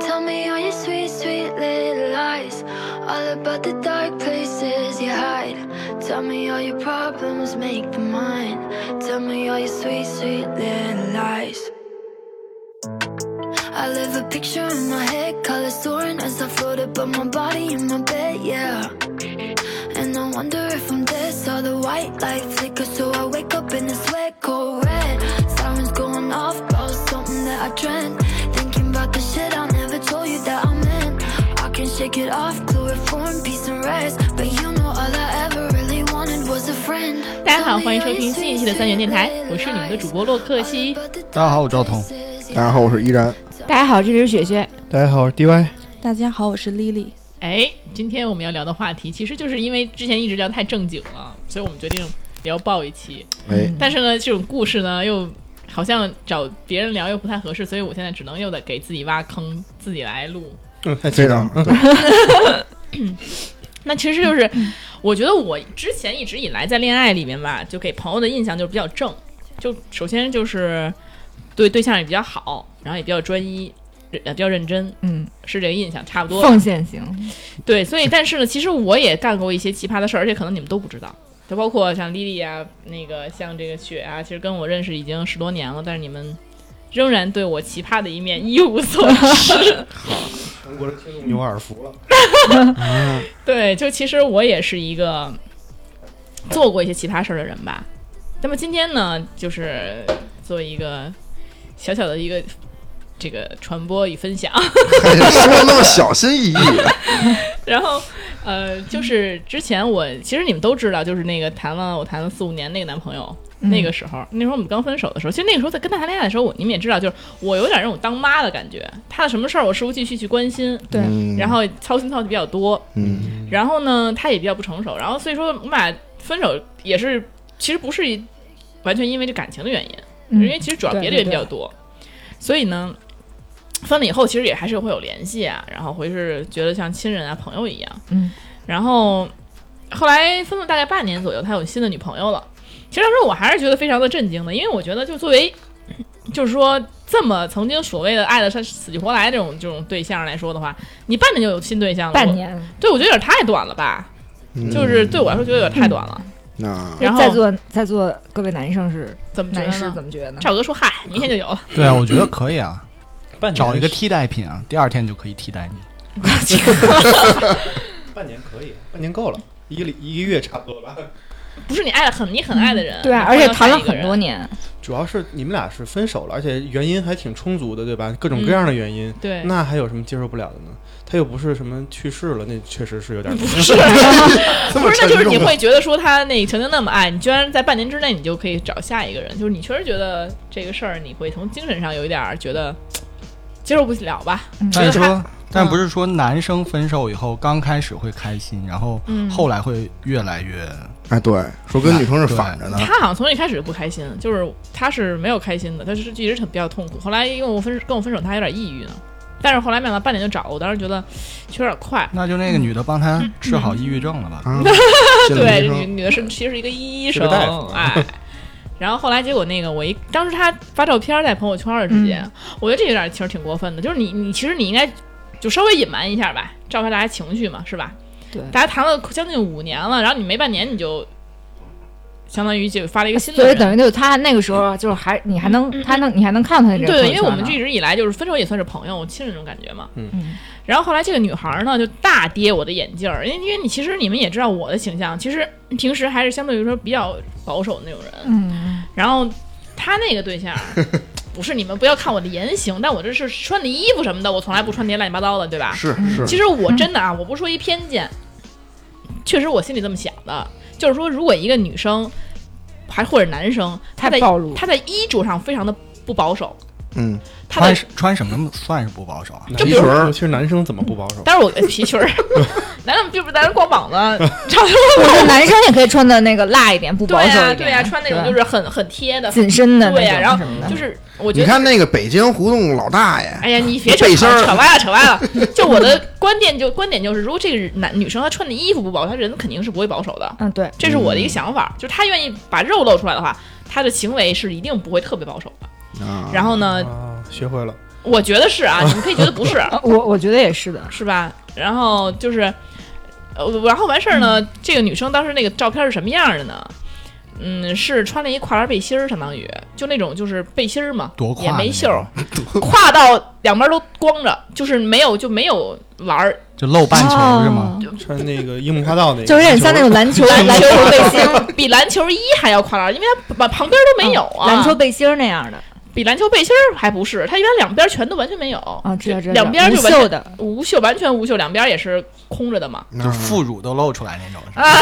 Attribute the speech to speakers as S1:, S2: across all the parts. S1: Tell me all your sweet, sweet little lies. All about the dark places you hide. Tell me all your problems, make them mine. Tell me all your sweet, sweet little lies. I live a picture in my head, colors soaring as I float above my body in my bed, yeah. And I wonder if I'm dead. Saw the white light flicker, so I wake up in a sweat cold red. Sirens going off, about something that I dreamt. Thinking about the shit I never told you that I'm in. I can shake it off, chloroform, peace and rest. But you know all I ever really wanted was a friend.
S2: 大家好，欢迎收听新一期的三元电 台，我是你们的主播洛克西。
S3: 大家好我赵彤。
S4: 大家好，我是 依然。
S5: 大家好，这里是雪雪。
S3: 大家好，我是 DY。
S6: 大家好，我是丽丽。
S2: 哎，今天我们要聊的话题，其实就是因为之前一直聊太正经了，所以我们决定聊爆一期。
S4: 哎，
S2: 但是呢，这种故事呢，又好像找别人聊又不太合适，所以我现在只能又得给自己挖坑，自己来录。
S3: 嗯，太
S4: 非常对
S2: 那其实就是，我觉得我之前一直以来在恋爱里面吧，就给朋友的印象就是比较正，就首先就是对对象也比较好，然后也比较专一，也比较认真，
S5: 嗯，
S2: 是这个印象差不多。
S5: 奉献型，
S2: 对，所以但是呢，其实我也干过一些奇葩的事儿，而且可能你们都不知道。就包括像莉莉啊，那个像这个雪啊，其实跟我认识已经十多年了，但是你们仍然对我奇葩的一面一无所知。
S3: 中国的听众有耳福了。
S2: 对，就其实我也是一个做过一些奇葩事儿的人吧。那么今天呢，就是做一个小小的一个这个传播与分享。
S4: 哎呀说的那么小心翼翼，
S2: 然后，呃，就是之前我其实你们都知道，就是那个谈了我谈了四五年那个男朋友，
S5: 嗯
S2: 那个时候，那时候我们刚分手的时候，其实那个时候在跟他谈恋爱的时候，我你们也知道，就是我有点那种当妈的感觉，他的什么事儿我事无巨细去关心，
S5: 对
S4: 嗯
S2: 然后操心操的比较多，
S4: 嗯，
S2: 然后呢，他也比较不成熟，然后所以说我们俩分手也是其实不是完全因为这感情的原因，
S5: 嗯
S2: 因为其实主要别的原因比较多，所以呢，分了以后其实也还是会有联系啊，然后回是觉得像亲人啊朋友一样，
S5: 嗯，
S2: 然后后来分了大概半年左右，他有新的女朋友了。其实当时我还是觉得非常的震惊的，因为我觉得就作为 就是说这么曾经所谓的爱的死去活来这种这种对象来说的话，你半年就有新对象了，
S5: 半
S2: 我
S5: 年了，
S2: 对，我觉得有点太短了吧，
S4: 嗯
S2: 就是对我来说觉得有点太短了。
S4: 那
S2: 然后
S5: 在座在座各位男生是
S2: 怎么觉
S5: 男士
S2: 得呢？
S5: 怎么觉得呢？
S2: 赵哥说：“嗨，明天就有了。
S3: 对啊，我觉得可以啊，
S7: 半年
S3: 找一个替代品啊，第二天就可以替代你。
S7: 半年可以，啊嗯
S3: 半年够了，一个礼一个月差不多 吧。”
S2: 不是你爱的很，你很爱的人，
S5: 对啊，
S2: 你换
S5: 而且
S2: 到
S5: 谈了
S2: 嗯下一个
S5: 很
S2: 人
S5: 多。年，
S8: 主要是你们俩是分手了，而且原因还挺充足的，
S7: 嗯
S8: 对吧？各种各样的原因，
S2: 对，
S8: 那还有什么接受不了的呢？他又不是什么去世了，那确实是有点
S2: 不 是，
S4: 这
S2: 不
S4: 么
S2: 是，那
S4: 沉
S2: 就是
S4: 重
S2: 你
S4: 的，
S2: 会觉得说他那曾经那么爱你，居然在半年之内你就可以找下一个人，就是你确实觉得这个事儿，你会从精神上有一点儿觉得接受不了吧？
S3: 但
S2: 觉得
S3: 是说，但不是说男生分手以后刚开始会开心，然后
S2: 嗯
S3: 后来会越来越
S4: 哎，对，说跟女生是反着的，
S2: 他好像从一开始就不开心，就是他是没有开心的，他是一直很比较痛苦。后来因为我分跟我分手，他还有点抑郁呢。但是后来没想到半年就找我，我当时觉得确实有点快。
S3: 那就那个女的帮他治好抑郁症了吧？
S4: 啊，心 理
S2: 对，
S4: 医
S2: 这
S4: 生
S2: 女女的是其实是一个医
S8: 是
S2: 生
S8: 个大夫，
S2: 哎。然后后来结果那个我一当时他发照片在朋友圈的时间，我觉得这有点其实挺过分的，就是你你其实你应该就稍微隐瞒一下吧，照顾大家情绪嘛，是吧？
S5: 对
S2: 大家谈了将近五年了，然后你没半年你就相当于就发了一个新的
S5: 所以
S2: 人，嗯
S5: 等于就是他那个时候就是还你还能他能你还能看到他那个
S2: 对，因为我们就一直以来就是分手也算是朋友、亲人这种感觉嘛。
S8: 嗯
S5: 嗯
S2: 然后后来这个女孩儿呢，就大跌我的眼镜儿，因为因为你其实你们也知道我的形象，其实平时还是相对于说比较保守的那种人。
S5: 嗯
S2: 然后她那个对象儿，不是你们不要看我的言行，但我这是穿的衣服什么的，我从来不穿那些乱七八糟的，对吧？
S4: 是是，
S2: 其实我
S5: 嗯
S2: 真的啊，我不是说一偏见，确实我心里这么想的，就是说，如果一个女生，还或者男生，他在
S5: 太暴露
S2: 他在衣着上非常的不保守，
S4: 嗯，
S2: 他的
S3: 穿穿什么算是不保守啊？
S8: 男
S2: 就比
S8: 生
S2: 如
S8: 尤其是男生怎么不保守？
S2: 但是我的皮 裙儿，男的就是咱光膀子，差不多
S5: 我觉得男生也可以穿的那个辣一点，不保
S2: 对
S5: 守一
S2: 呀、
S5: 点，
S2: 对呀、穿那种
S5: 对啊
S2: 就是很很贴的，
S5: 紧身的那
S2: 对呀、
S5: 种
S2: 然后
S5: 什么的
S2: 就是我觉
S4: 你
S2: 得，
S4: 看那个北京胡同老大爷，
S2: 哎呀，你别扯
S4: 背
S2: 扯
S4: 心儿
S2: 扯歪了，扯歪 了。就我的观点就观点就是，如果这个男女生她穿的衣服不保守，她人肯定是不会保守的，
S5: 嗯对，
S2: 这是我的一个想
S4: 嗯
S2: 法。就是她愿意把肉露出来的话，她的行为是一定不会特别保守的。
S4: 啊，
S2: 然后呢，
S8: 啊，学会了，
S2: 我觉得是啊，你们可以觉得不是，
S5: 我我觉得也是的，
S2: 是吧？然后就是，呃，然后完事儿
S5: 嗯
S2: 呢，这个女生当时那个照片是什么样儿的呢？嗯，是穿了一跨栏背心儿，相当于就那种就是背心儿嘛，
S3: 多胯
S2: 也
S3: 那
S2: 没
S3: 种
S2: 袖儿， 胯到两边都光着，就是没有就没有栏儿，
S3: 就露半球是
S5: 哦
S3: 吗？
S8: 穿那个樱木花道那 个，
S5: 就有点像那种篮球
S2: 篮
S5: 篮
S2: 球
S5: 球
S2: 背 心比篮球衣还要跨栏，因为它把旁边都没有啊，
S5: 嗯篮球背心儿那样的
S2: 比篮球背心儿还不是，它一般两边全都完全没有
S5: 啊，知道知道，
S2: 两边就
S5: 无
S2: 完
S5: 袖
S2: 全
S5: 的，
S2: 无袖，完全无袖，两边也是空着的嘛。
S3: 就是副乳都露出来那种。是吧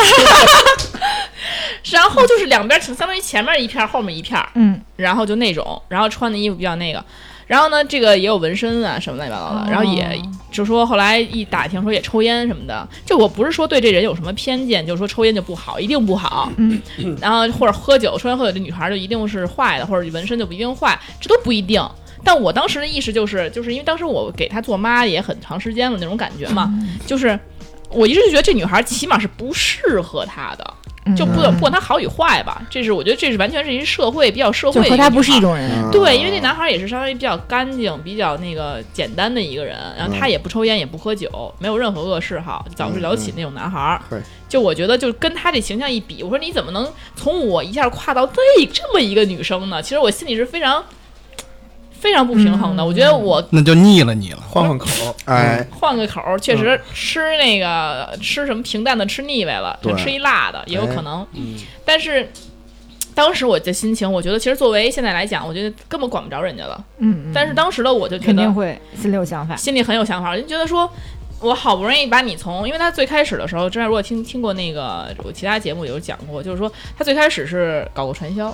S2: 然后就是两边儿，相当于前面一片儿，后面一片儿，
S5: 嗯，
S2: 然后就那种，然后穿的衣服比较那个。然后呢，这个也有纹身啊，什么乱七八糟的。然后也就说后来一打听说也抽烟什么的。就我不是说对这人有什么偏见，就是说抽烟就不好，一定不好。
S5: 嗯。
S2: 然后或者喝酒，抽烟喝酒这女孩儿就一定是坏的，或者纹身就不一定坏，这都不一定。但我当时的意识就是，就是因为当时我给她做妈也很长时间了那种感觉嘛，就是我一直就觉得这女孩儿起码是不适合她的。就不
S5: 嗯
S2: 不管他好与坏吧，这是我觉得这是完全是一社会比较社
S5: 就
S2: 会的
S5: 和
S2: 个
S5: 他
S2: 女
S5: 不是
S2: 孩
S5: 一
S2: 儿。
S5: 种人，
S2: 对，因为那男孩儿也是相当于比较干净、比较那个简单的一个人，然后他也不抽烟，也不喝酒，没有任何恶嗜好，早睡早起那种男孩儿。
S4: 对
S2: 就我觉得，就跟他这形象一比，我说你怎么能从我一下跨到这这么一个女生呢？其实我心里是非常非常不平衡的。
S5: 嗯
S2: 我觉得我
S3: 那就腻了你了。
S8: 换换口，
S3: 嗯
S4: 哎，
S2: 换个口儿，确实吃那个、吃什么平淡的吃腻歪了，就
S4: 对
S2: 吃一辣的也有可能。
S8: 嗯
S2: 但是当时我的心情，我觉得其实作为现在来讲，我觉得根本管不着人家了。
S5: 嗯，嗯
S2: 但是当时的我就觉
S5: 肯定
S2: 得
S5: 会心里有想法，
S2: 心里很有想法，我就觉得说。我好不容易把你从，因为他最开始的时候，之前如果听听过那个我其他节目有讲过，就是说他最开始是搞过传销，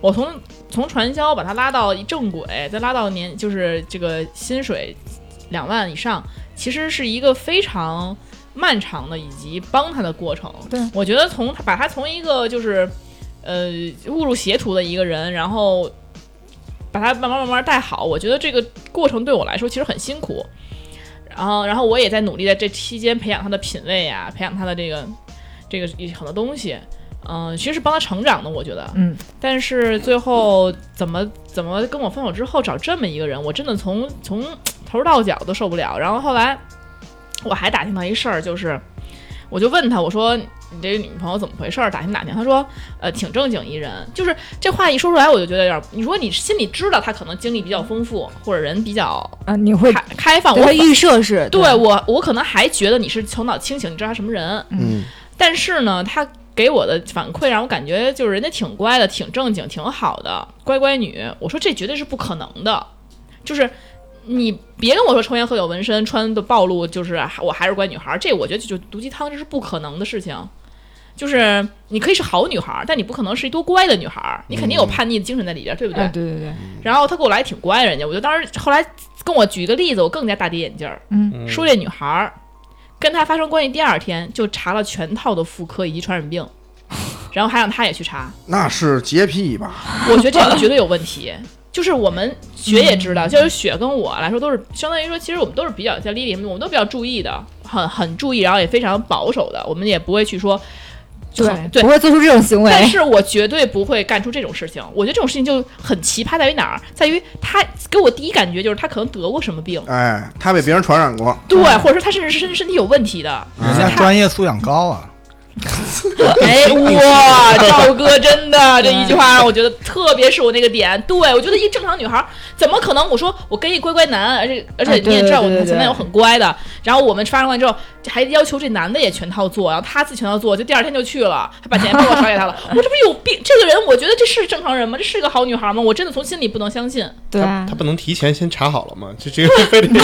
S2: 我从从传销把他拉到正轨，再拉到年就是这个薪水两万以上，其实是一个非常漫长的以及帮他的过程。
S5: 对
S2: 我觉得从把他从一个就是呃误入邪途的一个人，然后把他慢慢慢慢带好，我觉得这个过程对我来说其实很辛苦。然后，然后我也在努力在这期间培养他的品味啊，培养他的这个这个很多东西。嗯、其实是帮他成长的，我觉得。
S5: 嗯，
S2: 但是最后怎么怎么跟我分手之后找这么一个人，我真的从从头到脚都受不了。然后后来我还打听到一事儿，就是我就问他，我说你这个女朋友怎么回事儿？打听打听，他说呃挺正经一人。就是这话一说出来，我就觉得有点，你说你心里知道他可能经历比较丰富，或者人比较
S5: 啊，你会
S2: 开开放，
S5: 对
S2: 我
S5: 他预设是
S2: 对我我可能还觉得你是头脑清醒，你知道他什么人，
S4: 嗯，
S2: 但是呢，他给我的反馈让我感觉就是人家挺乖的，挺正经，挺好的，乖乖女。我说这绝对是不可能的，就是你别跟我说抽烟喝酒纹身穿的暴露，就是我还是乖女孩，这我觉得就就毒鸡汤，这是不可能的事情。就是你可以是好女孩，但你不可能是一多乖的女孩，你肯定有叛逆的精神在里边，对不对？
S5: 啊，对对对，
S2: 然后他给我来挺乖，人家我就当时后来跟我举一个例子，我更加大跌眼镜儿。
S5: 嗯
S2: 说这女孩儿跟她发生关系第二天就查了全套的妇科以及传染病， 然后还让她也去查，
S4: 那是洁癖吧？
S2: 我觉得这个绝对有问题。 就是我们雪也知道，
S5: 嗯
S2: 就是雪跟我来说都是相当于说，其实我们都是比较像 Lily，我们都比较注意的，很很注意，然后也非常保守的，我们也不会去说，
S5: 对
S2: 对
S5: 不，会做出这种行为，
S2: 但是我绝对不会干出这种事情。我觉得这种事情就很奇葩，在于哪儿？在于他给我第一感觉就是他可能得过什么病，
S4: 哎，他被别人传染过，
S2: 对，或者说他甚至是身身体有问题的。
S3: 人家专业素养高啊，
S2: 哎，哇，赵哥真 的这一句话让我觉得特别是我那个点。对，我觉得一正常女孩儿怎么可能？我说我跟一乖乖男，而且而且
S5: 哎对
S2: 你也知道我
S5: 对对
S2: 前男友
S5: 对
S2: 很乖的。然后我们发生关系之后，还要求这男的也全套做，然后他自己全套做，就第二天就去了，还把钱包给我甩给他了。 我这不是有病？这个人，我觉得这是正常人吗？这是个好女孩吗？我真的从心里不能相信。
S5: 对啊
S8: 他，不能提前先查好了吗？就这个 非得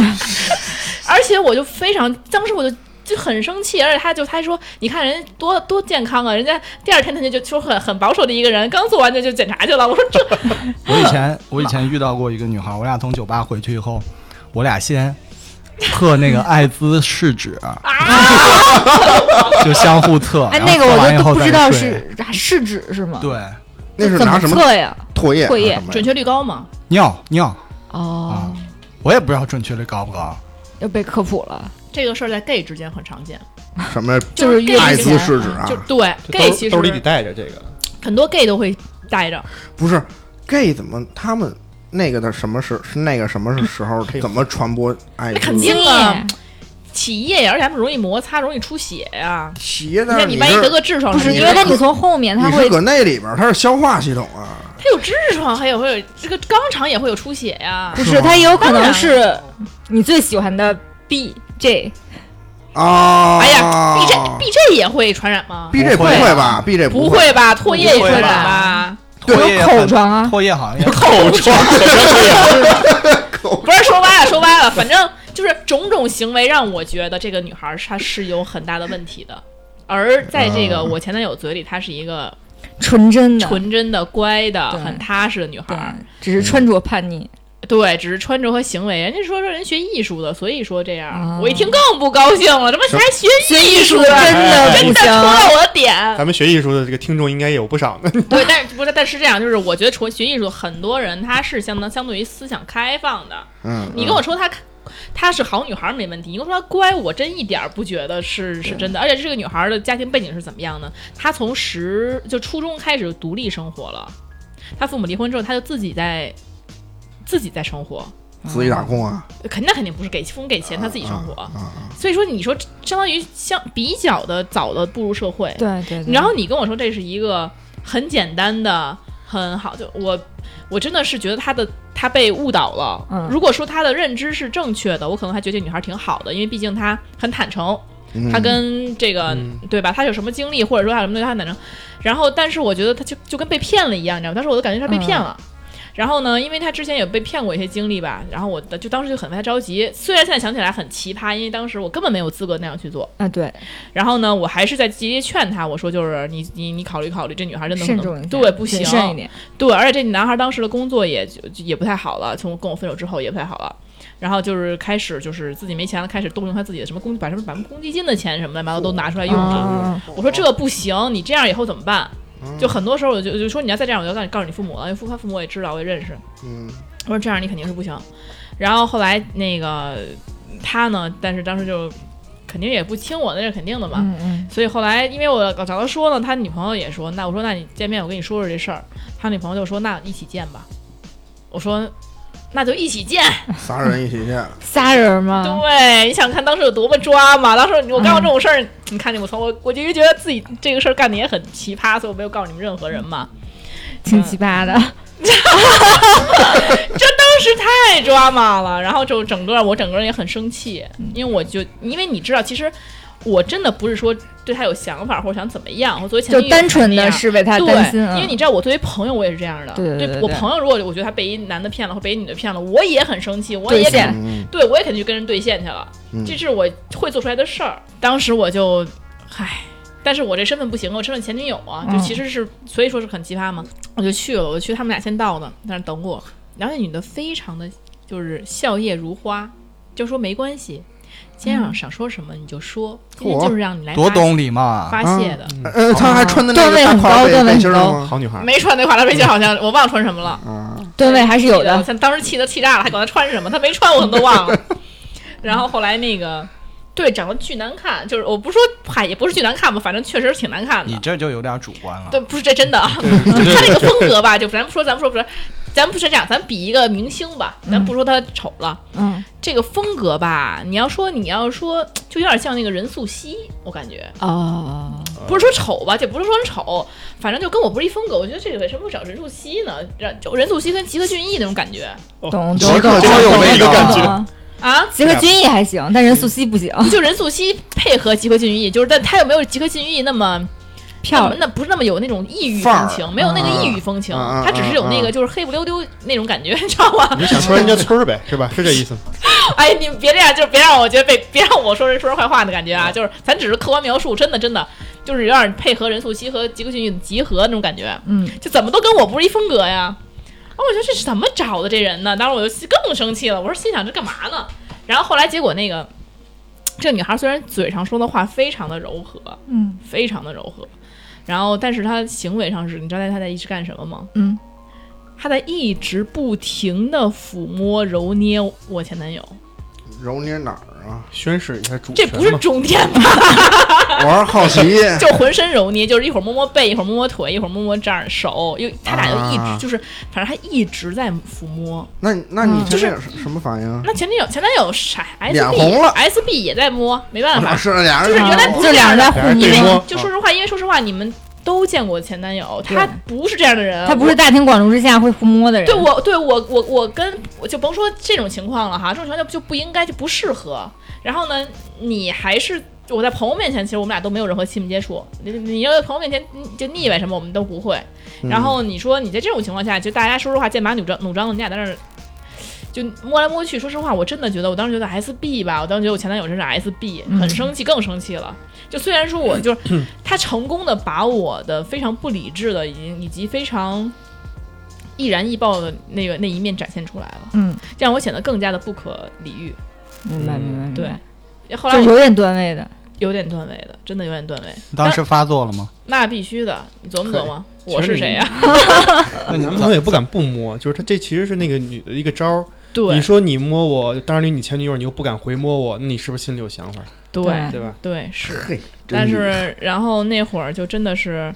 S2: 而且我就非常，当时我就。就很生气，而且他就他还说，你看人家多多健康啊，人家第二天他就就就很很保守的一个人，刚做完就就检查去了。我说 这
S3: 我以前我以前遇到过一个女孩，我俩从酒吧回去以后，我俩先测那个艾滋试纸，
S2: 啊
S3: 就相互测。
S5: 啊哎，
S3: 然后
S5: 那个
S3: 测
S5: 我
S3: 完以
S5: 都
S3: 后
S5: 不
S3: 再
S5: 知道
S3: 睡
S5: 是啊是指是吗？，
S3: 对
S4: 那是
S5: 怎
S4: 拿什么
S5: 测呀？
S4: 唾液？啊
S5: 唾液
S4: 什么呀
S2: 准确率高吗？
S3: 尿尿，
S5: 哦，
S3: 我也不知道准确率高不高。
S5: 又被科普了，
S2: 这个事儿在 gay 之间很常见，
S4: 什么
S5: 就是
S2: gay
S5: 越
S4: 艾
S2: 之
S4: 滋
S2: 间，
S4: 试纸啊
S2: 就？对 gay 其
S8: 兜兜里得
S2: 实
S3: 嗯
S8: 带着这个，
S2: 很多 gay 都会带着，
S4: 不是 gay 怎么他们那个的什么时是那个什么是时候
S8: 呦
S4: 怎么传播艾滋？
S2: 那肯定啊，起夜呀，而且他们容易摩擦，容易出血呀。
S4: 鞋
S2: 你
S4: 的
S2: 看
S4: 你
S2: 你万一得个
S4: 是
S2: 痔疮
S5: 不
S2: 什么的，
S5: 是
S4: 你
S5: 因为
S4: 是
S5: 它你从后面它
S4: 你
S5: 会
S4: 是搁那里边儿，它是消化系统啊，
S2: 他有痔疮，还有会有这个肛肠也会有出血呀。
S5: 不
S3: 是
S5: 是
S3: 吗
S5: 它也有可
S2: 当
S5: 能
S2: 然
S5: 是你最喜欢的 B J，
S4: 啊！
S2: 哎呀，B J B J 也会传染吗？
S4: B J 不
S3: 不会
S4: 会吧？B J
S2: 不
S4: 会
S2: 会吧？唾液也传染吧？
S3: 唾
S5: 有
S3: 液
S5: 口
S3: 很
S5: 疮啊
S3: 唾液好像也
S2: 口疮，不是说歪了，说歪了，反正就是种种行为让我觉得这个女孩儿她是有很大的问题的。而在这个我前男友嘴里，她是一个
S5: 纯真嗯的，
S2: 纯真的、乖的、
S5: 对
S2: 很踏实的女孩
S5: 对
S2: 儿。，
S5: 只是穿着叛逆。
S2: 对，只是穿着和行为，人家说说人学艺术的，所以说这样
S5: 哦。
S2: 我一听更不高兴了，怎么还啊学艺术
S5: 真
S2: 的？
S5: 的
S2: 真
S5: 不
S2: 的戳
S5: 行，
S2: 到我的点。
S8: 咱们学艺术的这个听众应该也有不少呢。
S2: 对，但是不是，但是这样，就是我觉得除了学艺术，很多人他是相当相对于思想开放的。
S4: 嗯，
S2: 你跟我说她她是好女孩没问题，你跟我说她乖，我真一点儿不觉得是是真的。而且这个女孩的家庭背景是怎么样呢？她从十就初中开始独立生活了，她父母离婚之后，她就自己在自己在生活。
S4: 自己打工啊，
S2: 肯定那肯定不是给父母给钱，她自己生活，
S4: 啊啊
S2: 所以说你说相当于相比较的早的步入社会，
S5: 对对对，
S2: 然后你跟我说这是一个很简单的、很好，就我我真的是觉得他的他被误导了。
S5: 嗯
S2: 如果说他的认知是正确的，我可能还觉得这女孩挺好的，因为毕竟她很坦诚，
S4: 嗯
S2: 她跟这个、
S8: 嗯
S2: 对吧？她有什么经历，或者说她有什么东西，她很坦诚。然后，但是我觉得她就就跟被骗了一样，你知道吗？当时我都感觉她被骗了。然后呢，因为她之前也被骗过一些经历吧，然后我的就当时就很为她着急。虽然现在想起来很奇葩，因为当时我根本没有资格那样去做，
S5: 啊对，
S2: 然后呢，我还是在极力劝他，我说就是你你你考虑考虑，这女孩真的不
S5: 慎重一
S2: 能
S5: 点，
S2: 对不行
S5: 谨，慎一点。
S2: 对，而且这男孩当时的工作也就也不太好了，从跟我分手之后也不太好了。然后就是开始就是自己没钱了，开始动用他自己的什么公把什么把什么公积金的钱什么乱七八糟都拿出来用
S4: 嗯
S2: 着。
S5: 啊
S2: 我说这不行，你这样以后怎么办？就很多时候我就我就说你要再这样，我就告告诉你父母了，因为父他父母我也知道，我也认识。
S4: 嗯，
S2: 我说这样你肯定是不行。然后后来那个他呢，但是当时就肯定也不听我的，这是肯定的嘛。
S5: 嗯嗯，
S2: 所以后来，因为我找他说了，他女朋友也说，那我说那你见面我跟你说说这事儿，他女朋友就说那一起见吧，我说那就一起见，
S4: 仨人一 起去，
S5: 仨人吗？
S2: 对，你想看当时有多么抓嘛？当时我干过这种事儿，你看见我从我我就一直觉得自己这个事儿干的也很奇葩，所以我没有告诉你们任何人嘛。
S5: 嗯挺奇葩的。
S2: 这当时太抓马了，然后就整个我整个人也很生气，因为我就因为你知道，其实我真的不是说对他有想法或者想怎么样，我作为前
S5: 就
S2: 女友
S5: 单纯
S2: 怎么
S5: 的
S2: 样
S5: 是为他
S2: 对，
S5: 担心啊，
S2: 因为你知道，我作为朋友，我也是这样的。
S5: 对对对对
S2: 我朋友如果我觉得他被一男的骗了，或被一女的骗了，我也很生气，我也
S5: 对
S2: 肯
S5: 线
S4: 嗯，
S2: 对我也肯定去跟人对线去了。
S4: 嗯
S2: 这是我会做出来的事儿。当时我就，唉，但是我这身份不行，我身份前女友啊，就
S5: 嗯
S2: 其实是、所以说是很奇葩嘛。我就去了，我就去他们俩先到的，在那儿等我。然后那女的非常的就是笑靥如花，就说没关系，今天
S5: 嗯
S2: 想说什么你就说，今天
S4: 嚯
S2: 就是让你来
S3: 多
S2: 发
S3: 懂礼貌啊！
S2: 发泄的。
S4: 呃，他还穿的那
S5: 段
S4: 个
S5: 位
S4: 大
S5: 很高
S4: 块背
S5: 段位
S4: 背
S5: 很
S4: 心儿
S5: 高
S3: 嗯
S4: 吗？
S8: 好 女孩，
S2: 没穿那垮大背心，好像我忘了穿什么了。
S4: 啊，
S5: 吨位还是有
S2: 我
S5: 的。
S2: 像当时气得气炸了，还管他穿什么，他没穿我可能都忘了。然后后来那个，对，长得巨难看，就是我不是说嗨，也不是巨难看吧，反正确实挺难看
S3: 你
S2: 的。
S3: 这就有点主观了。
S2: 对，不是这真的啊，就是他这个风格吧，就咱不说，咱不说，不是，咱不是这样，咱比一个明星吧，咱不说他丑了，
S5: 嗯，
S2: 这个风格吧，你要说你要说，就有点像那个任素汐，我感觉
S5: 哦，
S2: 不是说丑吧，这不是说人丑，反正就跟我不是一风格。我觉得这里为什么会找任素汐呢？让就任素汐跟吉克隽逸那种感觉
S5: 懂
S4: 这
S5: 懂
S4: 个
S5: 懂，
S4: 超有
S5: 味
S4: 味道
S8: 感觉
S2: 啊，
S5: 结合军艺还行，但任素汐不行，
S2: 就任素汐配合吉克隽逸，就是但她又没有吉克隽逸那么
S5: 漂亮
S2: 那么那不是那么有那种异域风
S4: 范儿
S2: 情，没有那个异域风情，
S4: 啊啊
S2: 她只是有那
S4: 啊
S2: 个就是黑不溜丢那种感觉，你知道吗？
S8: 你就想说人家村儿呗，是吧？是这意思吗？
S2: 哎，你别这样，就是别让我觉得被别让我说人说人坏话的感觉啊！
S5: 嗯
S2: 就是咱只是客观描述，真的真的就是有点配合任素汐和吉克隽逸的集合那种感觉，
S5: 嗯，
S2: 就怎么都跟我不是一风格呀。啊，我觉得这是怎么找的这人呢？当时我就更生气了，我说心想这干嘛呢？然后后来结果那个这个女孩虽然嘴上说的话非常的柔和，
S5: 嗯
S2: 非常的柔和，然后但是她行为上是，你知道她在一直干什么吗？
S5: 嗯，
S2: 她在一直不停的抚摸揉捏我前男友，
S4: 揉捏哪儿啊？
S8: 宣誓一下主
S2: 这
S8: 权
S2: 不是
S8: 嘛。
S2: 终点吧？
S4: 我是好奇，
S2: 就浑身揉捏，就是一会儿摸摸背，一会儿摸摸腿，一会儿摸摸这儿手，又他俩就一直、
S4: 啊
S2: 就是，反正他一直在抚摸。
S4: 那那你
S2: 嗯就
S4: 这
S2: 是
S4: 是什么反应？啊
S2: 那前女友前男友啥
S4: 脸红了
S2: SB，SB 也在摸，没办法
S4: 啊，是俩人
S2: 就是原来不
S5: 就两人在
S8: 俩
S5: 互
S8: 人对
S5: 捏，
S8: 摸，
S2: 就说实话，因为说实话，你们都见过前男友，他不是这样的人，
S5: 他不是大庭广众之下会互摸的人。
S2: 对我，对我，我我跟我就甭说这种情况了哈，这种情况就就不应该，就不适合。然后呢，你还是我在朋友面前，其实我们俩都没有任何亲密接触。你你要在朋友面前你就腻歪什么，我们都不会。然后你说你在这种情况下，就大家说实话，剑拔弩张弩张的，你俩在那儿。就摸来摸去，说实话，我真的觉得，我当时觉得 S B 吧，我当时觉得我前男友真是 S B，很生气，更生气了。就虽然说我就是他成功的把我的非常不理智的，已经以及非常易燃易爆的那个那一面展现出来了，
S5: 嗯，
S2: 这样我显得更加的不可理喻。
S5: 明白明白明
S2: 对
S5: 白，，
S2: 后
S5: 嗯就
S2: 来
S5: 有点端位的。
S2: 有点段位的，真的有点段位。
S3: 当时发作了吗？
S2: 那必须的，你琢磨琢磨，我是谁啊呀、
S3: 那你
S8: 男嗯朋友也不敢不摸，就是他这其实是那个女的一个招儿。
S2: 对
S8: 你说你摸我，当然你前女友，你又不敢回摸我，那你是不是心里有想法？
S2: 对
S8: 对吧？
S2: 对是，
S4: 嘿，
S2: 但
S4: 真是
S2: 是然后那会儿就真的是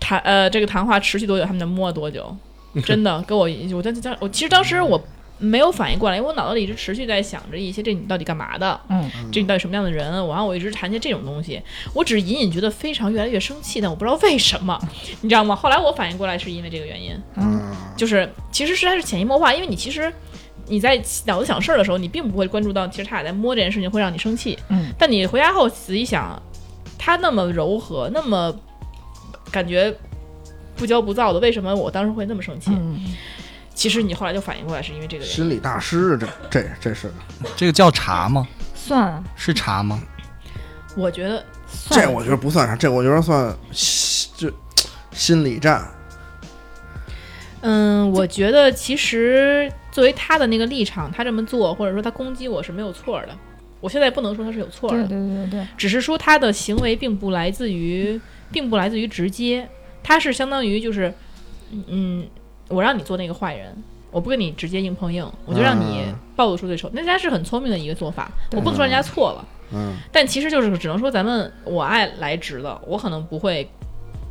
S2: 谈呃这个谈话持续多久，他们能摸多久？ 真的给我，我当当我其实当时我没有反应过来，因为我脑子里一直持续在想着一些这你到底干嘛的，
S5: 嗯，
S2: 这你到底什么样的人？然后我一直谈些这种东西，我只隐隐觉得非常越来越生气，但我不知道为什么，你知道吗？后来我反应过来是因为这个原因，就是其实实在是潜移默化，因为你其实。你在脑子想事儿的时候，你并不会关注到，其实他俩在摸这件事情会让你生气。
S5: 嗯，
S2: 但你回家后仔细想，他那么柔和，那么感觉不骄不躁的，为什么我当时会那么生气？
S5: 嗯
S2: 其实你后来就反应过来是因为这个原因。
S4: 心理大师啊，这这这是
S3: 这个叫茶吗？
S5: 算了，
S3: 是茶吗？
S2: 我觉得
S5: 算
S4: 这
S5: 了
S4: 我觉得不算啥，这我觉得算这心理战。
S2: 嗯，我觉得其实作为他的那个立场，他这么做，或者说他攻击我是没有错的。我现在不能说他是有错
S5: 对
S2: 的，
S5: 对对对，
S2: 只是说他的行为并不来自于，并不来自于直接，他是相当于就是，嗯，我让你做那个坏人，我不跟你直接硬碰硬，我就让你
S4: 嗯
S2: 暴露出对手。那他是很聪明的一个做法，我不能说人家错了，
S4: 嗯，
S2: 但其实就是只能说咱们我爱来直的，我可能不会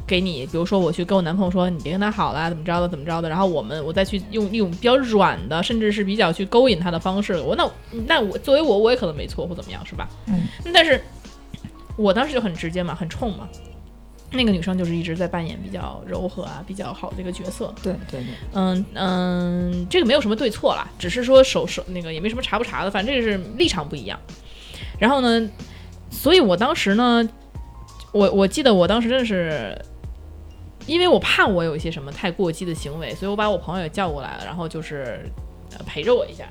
S2: 给你，比如说我去跟我男朋友说你别跟他好啦，怎么着的怎么着的，然后我们我再去用一种比较软的，甚至是比较去勾引他的方式，我那那我作为我我也可能没错或怎么样是吧？
S5: 嗯，
S2: 但是我当时就很直接嘛，很冲嘛。那个女生就是一直在扮演比较柔和啊、比较好的一个角色，
S5: 对对对，
S2: 嗯嗯，这个没有什么对错啦，只是说手手那个也没什么查不查的，反正这是立场不一样。然后呢，所以我当时呢，我我记得我当时真的是，因为我怕我有一些什么太过激的行为，所以我把我朋友也叫过来了，然后就是呃陪着我一下。